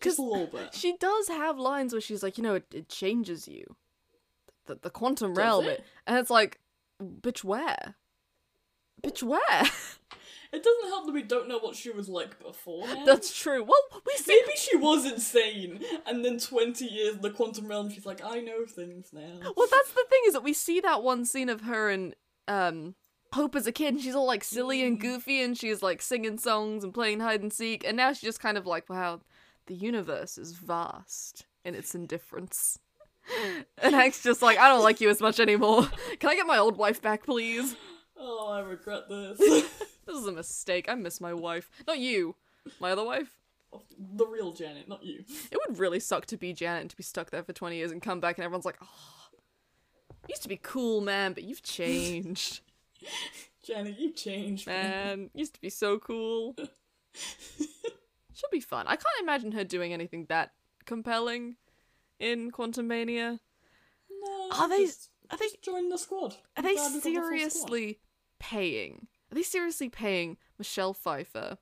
S3: Just a little bit.
S2: She does have lines where she's like, you know, it, it changes you. The, the quantum realm.
S3: it?
S2: and it's like, bitch, where? Bitch, where?
S3: It doesn't help that we don't know what she was like before.
S2: That's true. Well, we see.
S3: Maybe she was insane, and then 20 years in the quantum realm, she's like, I know things now.
S2: Well, that's the thing is that we see that one scene of her and um Hope as a kid, and she's all like silly and goofy, and she's like singing songs and playing hide and seek, and now she's just kind of like, wow, the universe is vast in its indifference. And Hank's just like, I don't like you as much anymore. Can I get my old wife back, please?
S3: Oh, I regret this.
S2: This is a mistake. I miss my wife. Not you. My other wife.
S3: the real Janet, not you.
S2: It would really suck to be Janet and to be stuck there for 20 years and come back and everyone's like, oh, you used to be cool, man, but you've changed.
S3: Janet, you've changed.
S2: Man, Um, used to be so cool. She'll be fun. I can't imagine her doing anything that compelling in Quantum Mania.
S3: No,
S2: Are they-
S3: Just,
S2: are they-
S3: just join the squad.
S2: Are
S3: I'm
S2: they
S3: glad we got the full squad.
S2: seriously paying? Are they seriously paying Michelle Pfeiffer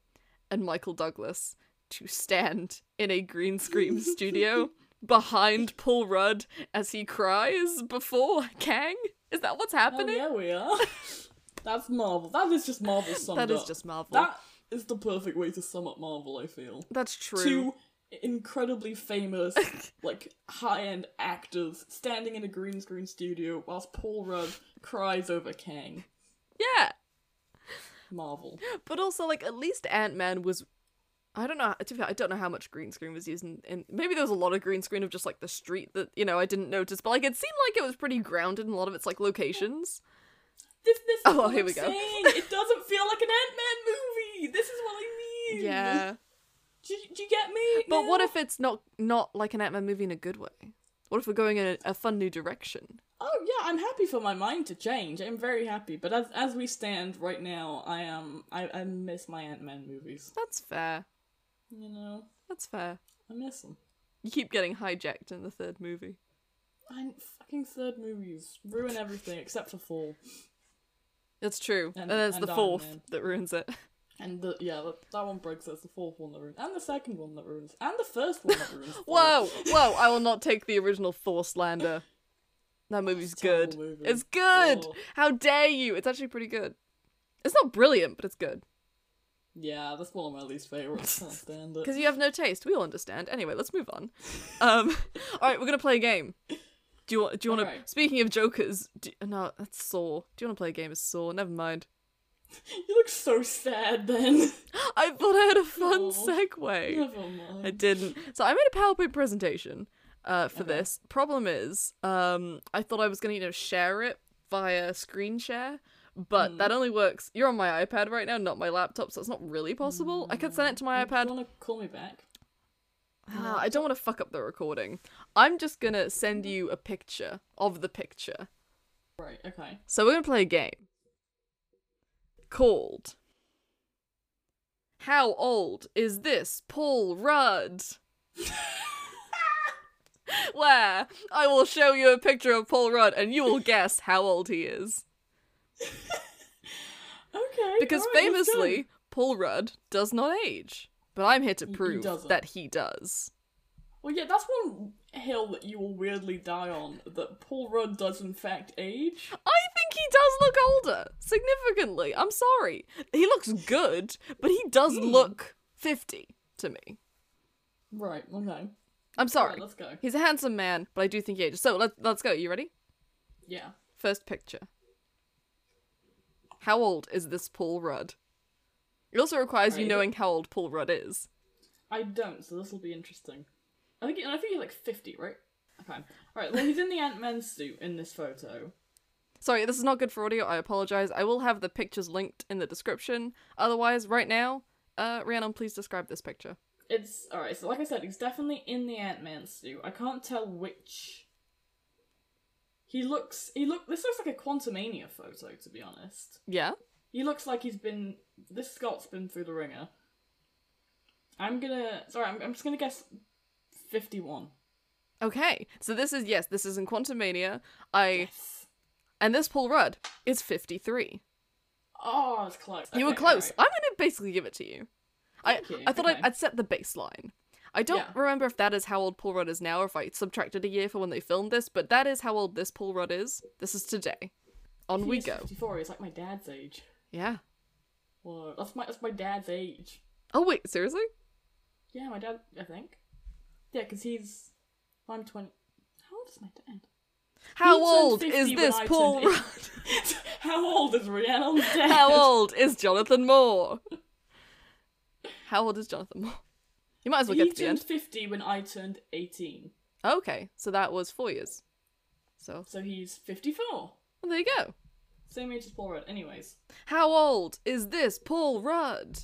S2: and Michael Douglas to stand in a green screen studio behind Paul Rudd as he cries before Kang? Is that what's
S3: Hell
S2: happening?
S3: Oh, yeah, we are. That's Marvel. That is just Marvel summed
S2: That is
S3: up.
S2: just Marvel.
S3: That is the perfect way to sum up Marvel, I feel.
S2: That's true.
S3: two incredibly famous, like high-end actors standing in a green screen studio whilst Paul Rudd cries over Kang.
S2: Yeah.
S3: Marvel.
S2: But also, like, at least Ant Man was. I don't know. To be fair, I don't know how much green screen was used, and in, maybe there was a lot of green screen of just like the street that you know I didn't notice. But like, it seemed like it was pretty grounded in a lot of its like locations.
S3: This, this is
S2: Oh,
S3: what
S2: here
S3: I'm
S2: we go.
S3: saying. It doesn't feel like an Ant Man movie. This is what I mean. Do, you- do you get me?
S2: But what
S3: now?
S2: if it's not not like an Ant Man movie in a good way? What if we're going in a, a fun new direction?
S3: Oh yeah, I'm happy for my mind to change. I'm very happy. But as as we stand right now, I am I, I miss my Ant Man movies.
S2: That's fair.
S3: You know,
S2: That's fair.
S3: I miss them.
S2: You keep getting hijacked in the third movie.
S3: I, fucking third movies ruin everything except for Fall.
S2: It's true.
S3: And-
S2: And, it's
S3: and
S2: the
S3: Iron
S2: fourth
S3: Man.
S2: that ruins it.
S3: And the, yeah, that, that one breaks. That's the fourth one that ruins, and the second one that ruins, and the first one that ruins. Fall.
S2: Whoa, whoa, I will not take the original Force Lander. That movie's
S3: terrible
S2: good.
S3: movie.
S2: It's good.
S3: Oh.
S2: How dare you? It's actually pretty good. It's not brilliant, but it's good.
S3: Yeah, that's one of my least favorites. Can't stand
S2: Because
S3: it.
S2: you have no taste. We all understand. Anyway, let's move on. Um, all right, we're gonna play a game. Do you want? Do you want to?
S3: Alright.
S2: Speaking of Jokers, do, no, that's Saw. Do you want to play a game of Saw? Never mind.
S3: You look so sad then.
S2: I thought I had a fun
S3: Aw.
S2: segue.
S3: Never
S2: I
S3: mind.
S2: didn't. So I made a PowerPoint presentation uh, for
S3: Okay.
S2: this. Problem is, um, I thought I was gonna you know share it via screen share, but that only works. You're on my iPad right now, not my laptop, so it's not really possible. I could send it to my
S3: Do
S2: iPad.
S3: you want to call me back?
S2: Ah, I don't want to fuck up the recording. I'm just gonna send you a picture of the picture.
S3: Right. Okay.
S2: So we're gonna play a game called How Old Is This Paul Rudd? Where I will show you a picture of Paul Rudd and you will guess how old he is.
S3: Okay.
S2: Because
S3: all right, let's go.
S2: famously, Paul Rudd does not age. But I'm here to
S3: He- he
S2: prove
S3: doesn't.
S2: that he does.
S3: Well, yeah, that's one hill that you will weirdly die on. That Paul Rudd does in fact age.
S2: I think he does look older, significantly. I'm sorry. He looks good, but he does
S3: Hmm.
S2: look 50 to me.
S3: Right. Okay.
S2: I'm
S3: Right,
S2: sorry.
S3: let's go.
S2: He's a handsome man, but I do think he ages. So let, let's go. You ready?
S3: Yeah.
S2: First picture. How old is this Paul Rudd? It also requires you
S3: Right.
S2: knowing how old Paul Rudd is.
S3: I don't, so this will be interesting. I think I think he's like fifty, right? Okay. Alright, well he's in the Ant Man suit in this photo.
S2: Sorry, this is not good for audio. I apologize. I will have the pictures linked in the description. Otherwise, right now, uh, Rhiannon, please describe this picture.
S3: It's alright, so like I said, he's definitely in the Ant Man suit. I can't tell which he looks he look this looks like a Quantumania photo, to be honest.
S2: Yeah?
S3: He looks like he's been this Scott's been through the ringer. I'm gonna sorry, I'm, I'm just gonna guess fifty one.
S2: Okay, so this is yes, this is in Quantum Mania. I and this Paul Rudd is fifty three.
S3: Oh, it's close.
S2: you were
S3: Okay,
S2: close.
S3: alright.
S2: I'm gonna basically give it to you. I
S3: Thank you,
S2: I thought
S3: okay.
S2: I'd, I'd set the baseline. I don't
S3: Yeah.
S2: remember if that is how old Paul Rudd is now, or if I subtracted a year for when they filmed this, but that is how old this Paul Rudd is. This is today. On we
S3: He's
S2: go.
S3: 54, he's like my dad's age.
S2: Yeah.
S3: Whoa, that's my that's my dad's age.
S2: Oh wait, seriously?
S3: Yeah, my dad. I think. Yeah, because he's. I'm twenty. How old is my dad?
S2: How
S3: He turned
S2: old
S3: 50
S2: is
S3: when
S2: this
S3: I turned
S2: Paul
S3: eight.
S2: Rudd?
S3: How old is Rhiannon's dad?
S2: How old is Jonathan Moore? How old is Jonathan Moore? You might as well
S3: He
S2: get to the
S3: turned
S2: end.
S3: fifty when I turned eighteen,
S2: Okay, so that was four years. So
S3: so he's fifty-four.
S2: well, there you go.
S3: Same age as Paul Rudd. Anyways,
S2: How old is this Paul Rudd?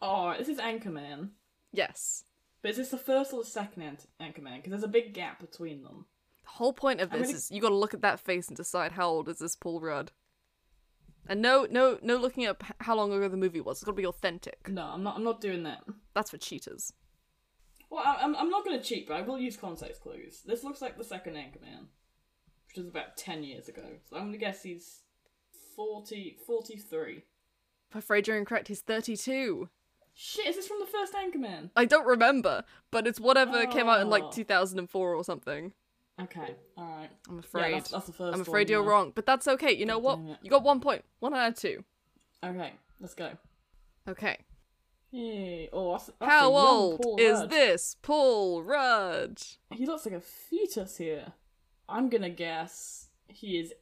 S3: oh, this is Anchorman.
S2: Yes.
S3: But is this the first or the second Ant- Anchorman? Because there's a big gap between them.
S2: The whole point of
S3: I'm
S2: this
S3: gonna-
S2: is you got to look at that face and decide how old is this Paul Rudd. And no, no, no looking up h- how long ago the movie was. It's got to be authentic.
S3: No, I'm not. I'm not doing that.
S2: That's for cheaters.
S3: Well, I, I'm. I'm not going to cheat, but I will use context clues. This looks like the second Anchorman, which was about ten years ago. So I'm going to guess he's 40, 43.
S2: I'm afraid you're incorrect. He's 32.
S3: Shit, is this from the first Anchorman?
S2: I don't remember, but it's whatever came out in like
S3: Oh.
S2: 2004 or something.
S3: Okay, alright.
S2: I'm afraid.
S3: that's- that's the first
S2: I'm afraid
S3: one,
S2: you're
S3: yeah.
S2: wrong, but that's okay. You know what?
S3: damn it.
S2: You got one point. One out of two.
S3: Okay, let's go.
S2: Okay.
S3: Yay. Oh, that's, that's a
S2: How
S3: young
S2: old
S3: Paul
S2: is
S3: Rudd.
S2: this Paul Rudd?
S3: He looks like a fetus here. I'm going to guess he is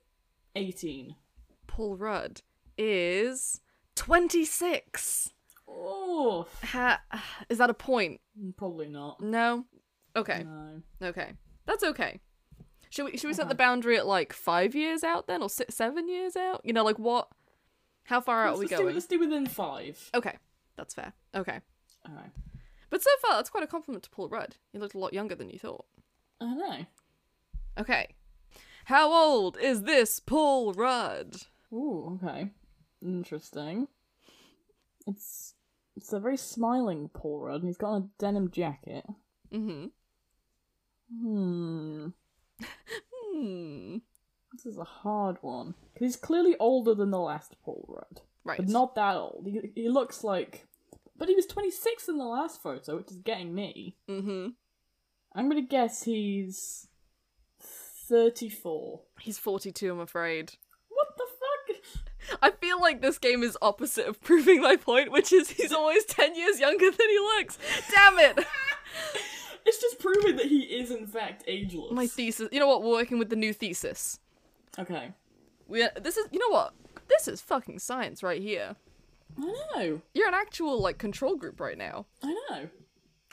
S3: 18.
S2: Paul Rudd is 26.
S3: Oh,
S2: Ha- is that a point?
S3: probably not.
S2: No. Okay.
S3: No.
S2: Okay. That's okay. Should we should we set the boundary at like 5 years out then or si 7 years out? You know like what how far out are
S3: let's,
S2: we
S3: do,
S2: going?
S3: let's do within five.
S2: Okay. That's fair. Okay.
S3: Alright.
S2: But so far that's quite a compliment to Paul Rudd. He looked a lot younger than you thought.
S3: I know.
S2: Okay. How old is this Paul Rudd?
S3: Ooh, okay. Interesting. It's it's a very smiling Paul Rudd, and he's got
S2: Mm-hmm.
S3: a denim jacket.
S2: Mhm.
S3: Hmm.
S2: Mm,
S3: This is a hard one. 'Cause he's clearly older than the last Paul Rudd.
S2: Right.
S3: But not that old. He, he looks like. But he was 26 in the last photo, which is getting me.
S2: Mm-hmm.
S3: I'm gonna guess he's. 34.
S2: He's 42, I'm afraid.
S3: What the fuck?
S2: I feel like this game is opposite of proving my point, which is he's always 10 years younger than he looks. Damn it!
S3: It's just proving that he is, in fact, ageless.
S2: my thesis. You know what? We're working with the new thesis.
S3: okay.
S2: We this is you know what? This is fucking science right here.
S3: I know.
S2: You're an actual like control group right now.
S3: I know.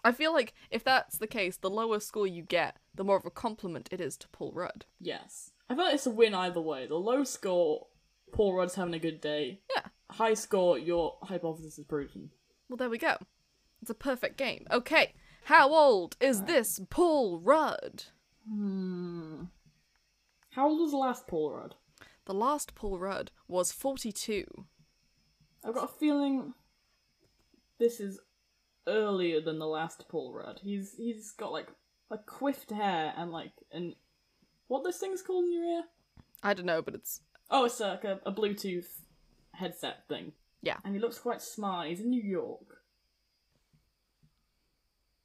S2: I feel like if that's the case, the lower score you get, the more of a compliment it is to Paul Rudd.
S3: Yes. I feel like it's a win either way. The low score, Paul Rudd's having a good day.
S2: Yeah.
S3: High score, your hypothesis is proven.
S2: Well, there we go. It's a perfect game. Okay. How old is this Paul Rudd?
S3: Hmm. How old was the last Paul Rudd?
S2: The last Paul Rudd was 42.
S3: I've got a feeling this is earlier than the last Paul Rudd. He's he's got like a quiffed hair and like an what this thing's called in your ear?
S2: I don't know, but it's
S3: Oh, it's like a, a Bluetooth headset thing.
S2: Yeah.
S3: And he looks quite smart. He's in New York.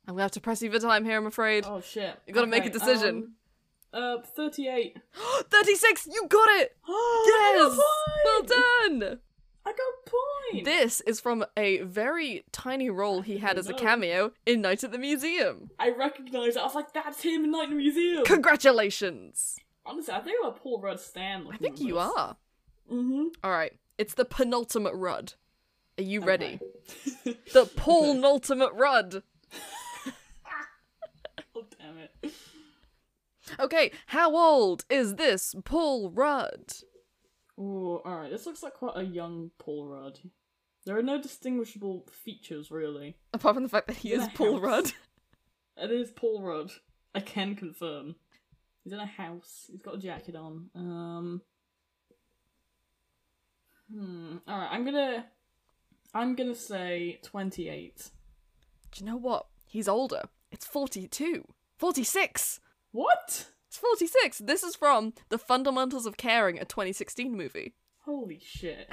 S2: I'm gonna have to press you for time here, I'm afraid.
S3: Oh shit!
S2: You gotta make a decision.
S3: um, uh, thirty-eight.
S2: 36! You got it!
S3: Oh, yes!
S2: Yes! Well done!
S3: I got point.
S2: This is from a very tiny role he had as a
S3: Oh, No. Oh.
S2: cameo in Night at the Museum.
S3: I recognised it. I was like, that's him in Night in the Museum.
S2: Congratulations!
S3: Honestly, I think I'm a Paul Rudd stan.
S2: I think you are.
S3: Mm-hmm.
S2: Alright, it's the penultimate Rudd. Are you ready?
S3: oh
S2: The Paul Nultimate Rudd!
S3: Oh, damn it!
S2: Okay, how old is this Paul Rudd?
S3: Ooh, all right. This looks like quite a young Paul Rudd. There are no distinguishable features really.
S2: Apart from the fact that he
S3: In
S2: is
S3: a
S2: Paul
S3: house.
S2: Rudd.
S3: It is Paul Rudd. I can confirm. He's in a house. He's got a jacket on. Um. Hmm. All right. I'm gonna. I'm gonna say twenty-eight.
S2: Do you know what? He's older. It's 42. 46!
S3: What?
S2: It's 46! This is from The Fundamentals of Caring, a 2016 movie.
S3: Holy shit!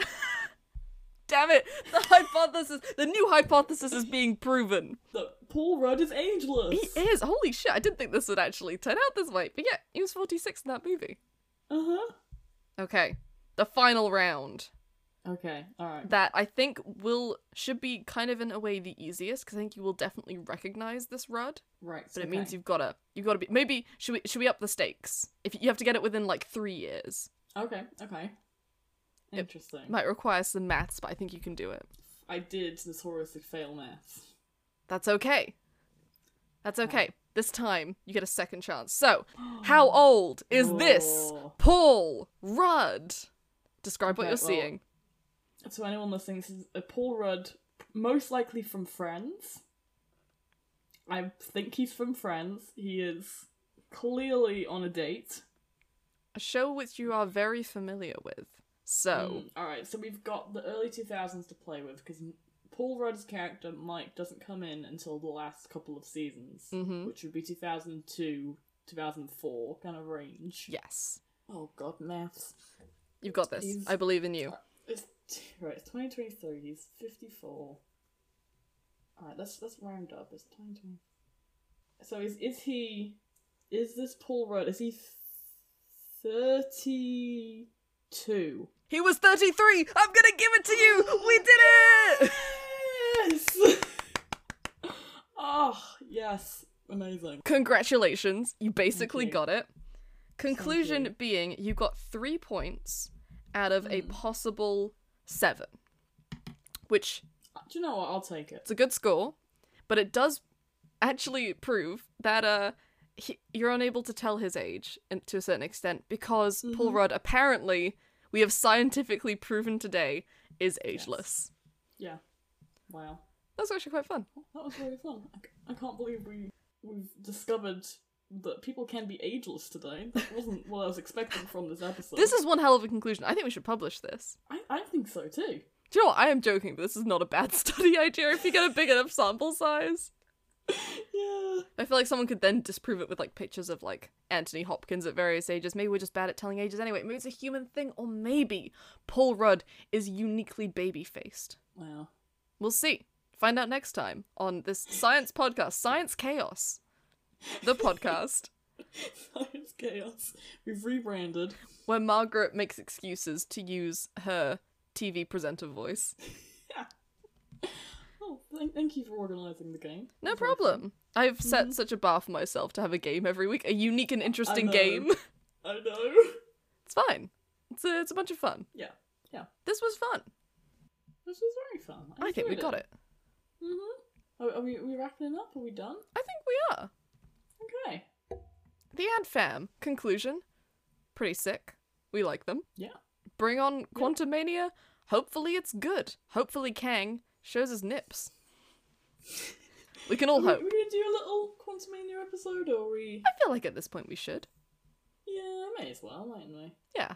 S2: Damn it! The hypothesis, the new hypothesis is being proven.
S3: Look, Paul Rudd is ageless.
S2: He is. Holy shit, I didn't think this would actually turn out this way. But yeah, he was 46 in that movie.
S3: Uh huh.
S2: Okay, the final round.
S3: Okay. All right.
S2: That I think will should be kind of in a way the easiest because I think you will definitely recognize this Rudd,
S3: Right.
S2: but it means you've gotta you've gotta be maybe should we should we up the stakes? If you have to get it within like three years,
S3: Okay. Okay.
S2: It
S3: Interesting.
S2: might require some maths, but I think you can do it.
S3: I did notoriously fail math.
S2: That's okay. That's okay. This time you get a second chance. So, how old is this
S3: Oh.
S2: Paul Rudd? Describe what
S3: Okay,
S2: you're
S3: well-
S2: seeing.
S3: So anyone listening, this is a Paul Rudd, most likely from Friends. I think he's from Friends. He is clearly on a date.
S2: A show which you are very familiar with. So,
S3: Mm, all right, so we've got the early two thousands to play with because Paul Rudd's character Mike doesn't come in until the last couple of seasons,
S2: Mhm.
S3: which would be two thousand two, two thousand four kind of range.
S2: yes.
S3: Oh God, maths.
S2: You've got this.
S3: He's-
S2: I believe in you.
S3: It's right. It's twenty twenty three. He's fifty four. All right. Let's let's round up. It's twenty twenty. So is is he? Is this Paul Rudd? Is he thirty two?
S2: He was 33. I'm going to give it to you. We did it.
S3: Yes. oh yes! Amazing.
S2: Congratulations. You basically
S3: you.
S2: got it. Conclusion
S3: you. Hmm.
S2: being you got 3 points out of a possible 7. Which
S3: Do you know what? I'll take it.
S2: it's a good score, but it does actually prove that uh he, you're unable to tell his age and to a certain extent because Paul Rudd apparently we have scientifically proven today is ageless.
S3: Yeah. Wow.
S2: That was actually quite fun.
S3: That was really fun. I, c- I can't believe we we've discovered that people can be ageless today. That wasn't what I was expecting from this episode.
S2: This is one hell of a conclusion. I think we should publish this.
S3: I, I think so too.
S2: Do you know what? I am joking, but this is not a bad study idea if you get a big enough sample size.
S3: yeah.
S2: I feel like someone could then disprove it with like pictures of like Anthony Hopkins at various ages. Maybe we're just bad at telling ages anyway. Maybe it's a human thing, or maybe Paul Rudd is uniquely baby faced.
S3: Wow.
S2: We'll see. Find out next time on this science podcast, Science Chaos, the podcast
S3: Science chaos. We've rebranded.
S2: where Margaret makes excuses to use her TV presenter voice.
S3: Oh, thank, thank you for organising the game.
S2: No
S3: That's awesome.
S2: problem. I've set such a bar for myself to have a game every week, a unique and interesting
S3: know.
S2: game.
S3: I know.
S2: It's fine. It's a, it's a bunch of fun.
S3: Yeah, yeah.
S2: This was fun.
S3: This was very fun.
S2: I think we
S3: enjoyed
S2: got it.
S3: Mhm. Are, are we are we wrapping it up? Are we done?
S2: I think we are.
S3: Okay.
S2: The Ant Fam. Conclusion. Pretty sick. We like them.
S3: Yeah.
S2: Bring on Quantumania. Hopefully it's good. Hopefully Kang shows his nips. we can all
S3: Are we, are
S2: hope.
S3: we gonna do a little Quantumania episode, or are we?
S2: I feel like at this point we should.
S3: Yeah, may as well, mightn't we?
S2: Yeah.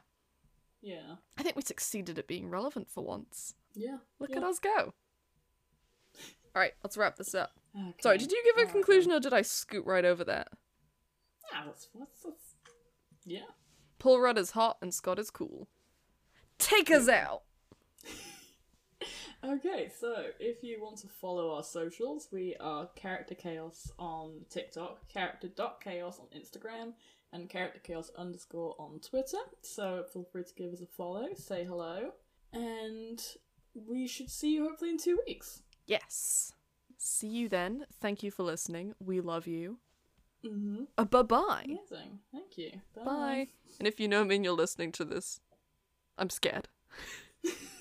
S3: Yeah.
S2: I think we succeeded at being relevant for once.
S3: Yeah.
S2: Look
S3: yeah.
S2: at us go. All right, let's wrap this up.
S3: Okay.
S2: Sorry, did you give a
S3: Alright,
S2: conclusion or did I scoot right over that?
S3: then. Nah, Ah, that's, that's, that's... Yeah.
S2: Paul Rudd is hot and Scott is cool. Take us out.
S3: Okay, so if you want to follow our socials, we are Character Chaos on TikTok, Character.chaos on Instagram, and Character Chaos underscore on Twitter. So feel free to give us a follow, say hello, and we should see you hopefully in two weeks.
S2: Yes. See you then. Thank you for listening. We love you.
S3: Mm-hmm.
S2: Uh, bye bye.
S3: Amazing. Thank you.
S2: Bye. And if you know me and you're listening to this, I'm scared.
S3: Bye.